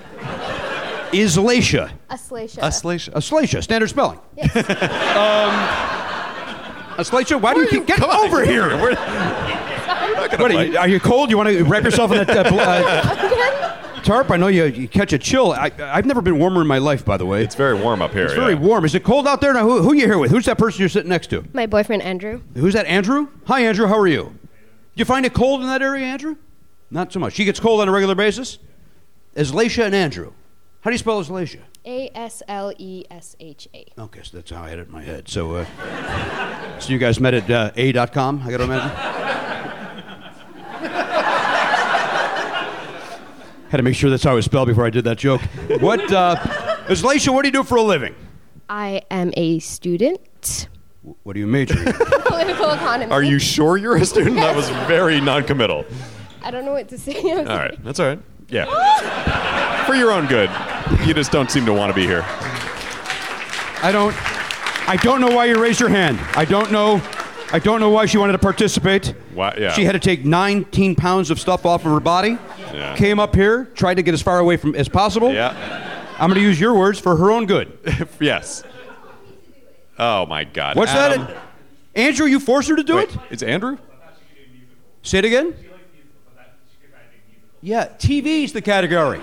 Islacia.
Aslacia.
Slaysha.
Aslacia, standard spelling. *laughs* um, Aslacia, why do you keep get over here?
We're-
What are you, are you cold? You want to wrap yourself in that uh, bl-
*laughs*
uh,
Again?
tarp? I know you, you catch a chill. I, I've never been warmer in my life, by the way.
It's very warm up here.
It's very
yeah.
warm. Is it cold out there? Now, who, who you here with? Who's that person you're sitting next to?
My boyfriend Andrew.
Who's that? Andrew? Hi, Andrew. How are you? You find it cold in that area, Andrew? Not so much. She gets cold on a regular basis. Aslacia and Andrew. How do you spell Aslacia?
A S L E S H A.
Okay, so that's how I had it in my *laughs* head. So, uh, so you guys met at uh, a.com, I got to imagine. *laughs* Had to make sure that's how it was spelled before I did that joke. What, uh, Laisha, what do you do for a living?
I am a student.
What do you major in?
*laughs* Political economy.
Are you sure you're a student? That was very noncommittal.
I don't know what to say. I'm
All right, that's all right. Yeah, for your own good. You just don't seem to want to be here.
I don't. I don't know why you raised your hand. I don't know. I don't know why she wanted to participate.
Why- yeah.
She had to take 19 pounds of stuff off of her body.
Yeah.
Came up here, tried to get as far away from as possible.
Yeah.
I'm going to use your words for her own
*laughs*
good.
yes. Oh my God.
What's
Adam.
that? Andrew, you forced her to do it?
It's Andrew.
Say it again. Yeah, TV's the category.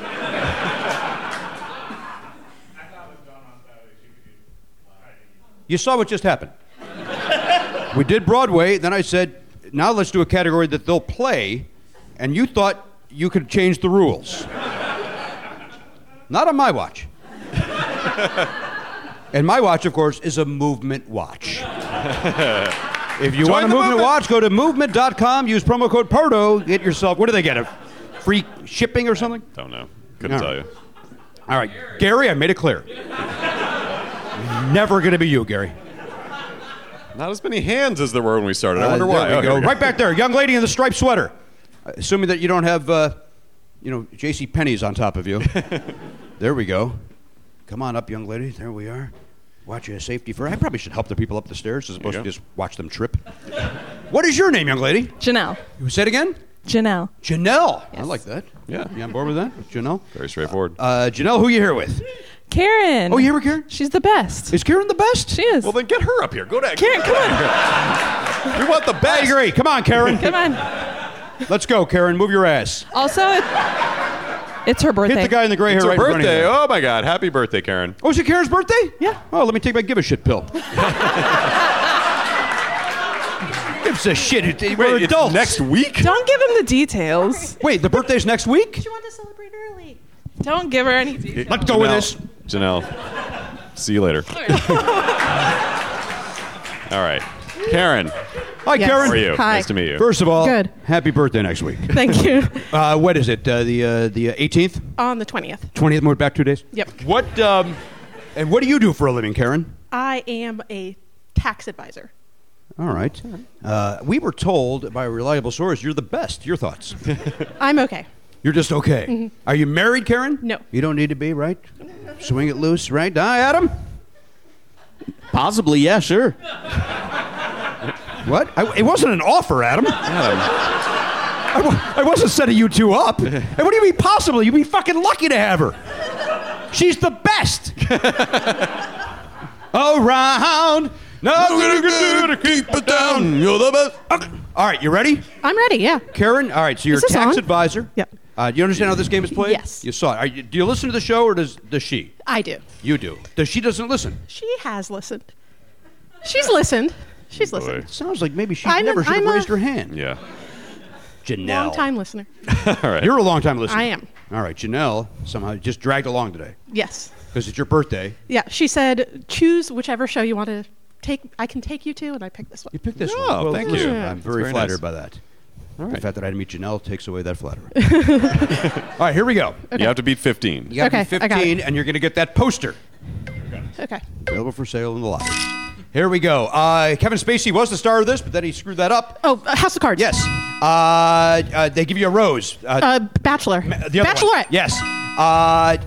you saw what just happened. we did Broadway, then I said, now let's do a category that they'll play, and you thought you could change the rules. Not on my watch. and my watch, of course, is a movement watch. If you
Join
want a
the
movement,
movement.
watch, go to movement.com, use promo code PARDO, get yourself, what do they get? A free shipping or something?
Don't know. Couldn't
All
tell
right.
you.
All right, Gary, I made it clear. Never going to be you, Gary.
Not as many hands as there were when we started. I wonder
Uh,
why.
There we
Oh,
go.
here we go.
Right back there, young lady in the striped sweater. Uh, Assuming that you don't have, uh, you know, J.C. Penney's on top of
*laughs*
you. there we go. Come on up, young lady. There we are. Watch your safety first. I probably should help the people up the stairs as opposed to just watch them trip. what is your name, young lady?
Janelle.
You Say it again.
Janelle.
Janelle. I like that.
Yeah.
You on board with that? Janelle?
Very straightforward.
Uh, Janelle, who you here with?
Karen.
Oh, you here with Karen?
She's the best.
Is Karen the best?
She is.
Well, then get her up here. Go to
Karen, come on.
*laughs* We want the
I
best.
agree. Come on, Karen.
Come on.
Let's go, Karen. Move your ass.
Also, it, it's her birthday.
Hit the guy in the gray
It's
hair
her
right in front of
birthday.
you.
Oh my God. Happy birthday, Karen.
Oh, is it Karen's birthday? Yeah. Oh, let me take my give a shit
*laughs*
pill. Gives a shit. It- it- We're
Wait, it's
adults.
next week?
Don't give him the details.
Wait, the birthday's next week?
Don't give her any details.
Let's go with this.
Janelle. See
*laughs*
you later. All right. Karen.
Hi,
Yes.
Karen.
How are you?
Hi.
Nice to meet you.
First of all,
Good.
happy birthday next week.
Thank you.
*laughs* Uh, what is it? Uh, the uh, the uh, 18th,
On the 20th.
20th? We're back two days.
Yep.
What um, and what do you do for a living, Karen?
I am a tax advisor.
All right. Uh, we were told by a reliable source you're the best. Your thoughts?
I'm okay.
You're just okay. Are you married, Karen?
No.
You don't need to be, right? Swing it loose, right? Hi, Adam.
Possibly, yeah, sure.
What? I, it wasn't an offer, Adam.
Adam.
I, wa- I wasn't setting you two up. And what do you mean possibly? You'd be fucking lucky to have her. She's the *laughs* best. Around. Nothing you can do to keep it down. You're the best. Okay. All right, you ready?
I'm ready, yeah.
Karen, all right, so you're a
Is this
tax
on?
advisor.
Yep.
Uh, do you understand how this game is played?
Yes.
You saw it. Are you, do you listen to the show or does, does she?
I do.
You do. Does she doesn't listen?
She has listened. She's listened. She's listened.
Sounds like maybe she
I'm an-
never should
I'm
have
a-
raised her hand.
Yeah.
Janelle.
Long time listener.
*laughs* All right.
You're a long time listener.
I am.
All right, Janelle somehow just dragged along today
Yes.
because it's your birthday.
Yeah. She said, choose whichever show you want to take. I can take you to, and I picked this one.
You picked this one.
Oh, thank you.
I'm very,
That's very
flattered by
nice.
that.
All
The
right.
fact that I had to meet Janelle takes away that flattery.
*laughs*
All right, here we go.
You have to beat 15.
You got to
Okay,
be
I got it.
15, and you're going to get that poster
Okay.
available for sale in the lobby. Here we go. Uh, Kevin Spacey was the star of this, but then he screwed that up.
Oh, uh, House of Cards.
Yes. Uh, uh, they give you a rose.
Uh, Bachelor.
The other one.
Bachelorette.
Yes. Uh,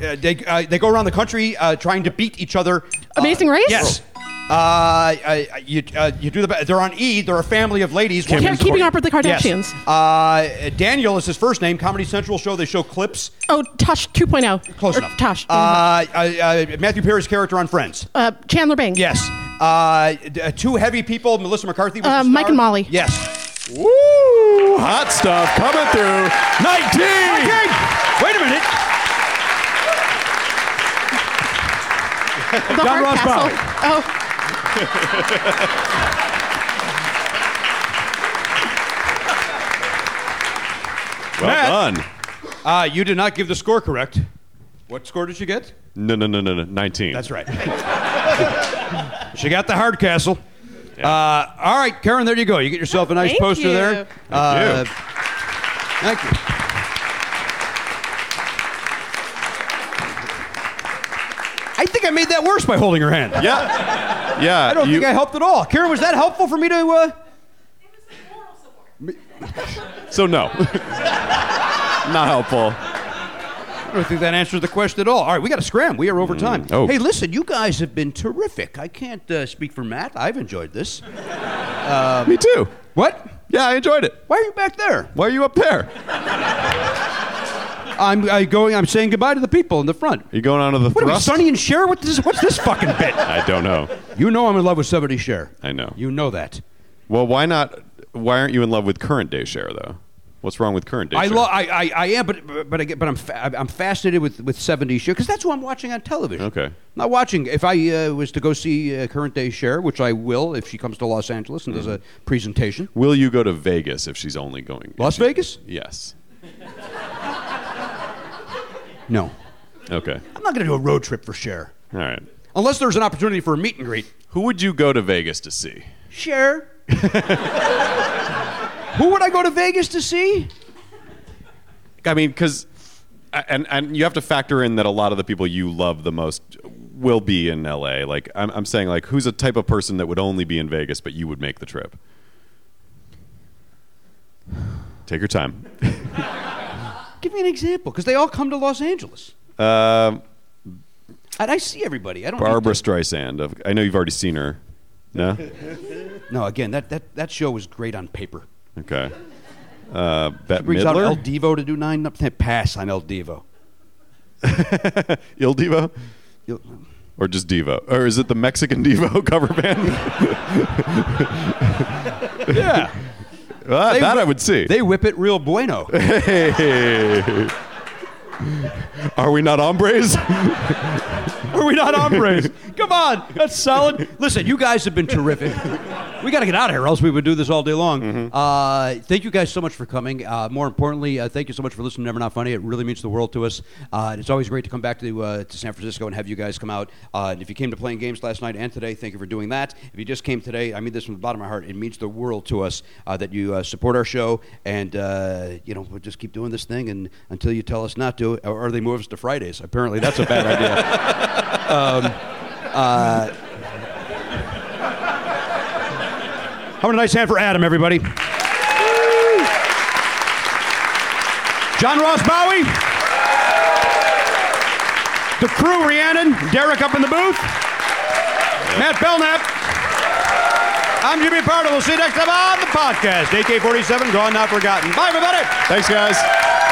uh, they, uh, they go around the country uh, trying to beat each other. Uh,
Amazing Race?
Yes. Uh, uh, you, uh, you do the. be- They're on E. They're a family of ladies.
Kim-
One-
Keeping Up with the Kardashians.
Yes. Uh, Daniel is his first name. Comedy Central show. They show clips.
Oh, Tosh 2.0.
Close
Or
enough.
Tosh.
Uh, uh, uh, Matthew Perry's character on Friends.
Uh, Chandler Bing.
Yes. Uh, d- uh, two heavy people. Melissa McCarthy. Was
Uh,
the
Mike
star.
and Molly.
Yes.
Woo! Hot stuff coming through. 19!
Okay. Wait a minute.
The
John
Hard
Ross
Castle.
Oh.
Well
Matt.
done.
Uh, you did not give the score correct. What score did you get?
No, no, no, no, no. 19.
That's right. *laughs* she got the Hardcastle. Uh, all right, Karen, there you go. You get yourself a nice
Oh, Thank
poster Uh,
you.
Uh,
there. Uh,
Thank
you.
Thank you. think I made that worse by holding her hand.
Yeah. Yeah.
I don't
you-
think I helped at all. Karen, was that helpful for me to? Uh...
So no. *laughs* Not helpful.
I don't think that answers the question at all. All right, we got to scram. We are over time.
Oh.
Hey, listen, you guys have been terrific. I can't uh, speak for Matt. I've enjoyed this. Um,
Me too.
What?
Yeah, I enjoyed it.
Why are you back there?
Why are you up there?
I'm I going. I'm saying goodbye to the people in the front.
You going on to the
What are we,
thrust?
Sonny and Cher? What this, what's this fucking
*laughs*
bit?
I don't know.
You know I'm in love with somebody, Cher.
I know.
You know that.
Well, why not? Why aren't you in love with current day share though? What's wrong with current day?
I,
Cher?
lo- I, I I am, but but I, get- but I'm fa- I'm fascinated with with 70s Cher because that's who I'm watching on television.
Okay.
Not watching. If I uh, was to go see uh, current day Cher, which I will if she comes to Los Angeles and
Mm-hmm.
does a presentation.
Will you go to Vegas if she's only going?
Las Vegas?
Yes.
No.
Okay.
I'm not going to do a road trip for Cher
All right.
unless there's an opportunity for a meet and greet.
Who would you go to Vegas to see?
Cher. *laughs* Who would I go to Vegas to see?
I mean, because and and you have to factor in that a lot of the people you love the most will be in L.A. Like I'm, I'm saying, like who's a type of person that would only be in Vegas, but you would make the trip? Take your time. *laughs*
Give me an example because they all come to Los Angeles
Um
and I see everybody. I don't.
Barbara Streisand. Of, I know you've already seen her. No.
No, again, that, that, that show was great on paper.
Okay. Uh, Bette
Brings out
Midler.
El Devo to do nine. Pass on El Devo.
Il Divo?
Il-
Or just Devo? Or is it the Mexican Devo *laughs* cover band? yeah.
*laughs*
Well,
They
Ah, that
whi-
I would see.
They whip it real bueno.
Hey. Are we not hombres?
*laughs* Are we not hombres? Come on, that's solid. Listen, you guys have been terrific. We got to get out of here, or else we would do this all day long. Uh, thank you guys so much for coming. Uh, more importantly, uh, thank you so much for listening to Never Not Funny. It really means the world to us. Uh, and it's always great to come back to, uh, to San Francisco and have you guys come out. Uh, and if you came to playing games last night and today, thank you for doing that. If you just came today, I mean this from the bottom of my heart. It means the world to us uh, that you uh, support our show. And, uh, you know, we'll just keep doing this thing and until you tell us not to, or, or they move us to Fridays. Apparently, that's a bad idea. Um, uh, how about a nice hand for Adam, everybody? John Ross Bowie. The crew, Rhiannon, Derek up in the booth. Matt Belknap. I'm Jimmy Pardo. We'll see you next time on the podcast. AK 47, Gone Not Forgotten. Bye, everybody.
Thanks, guys.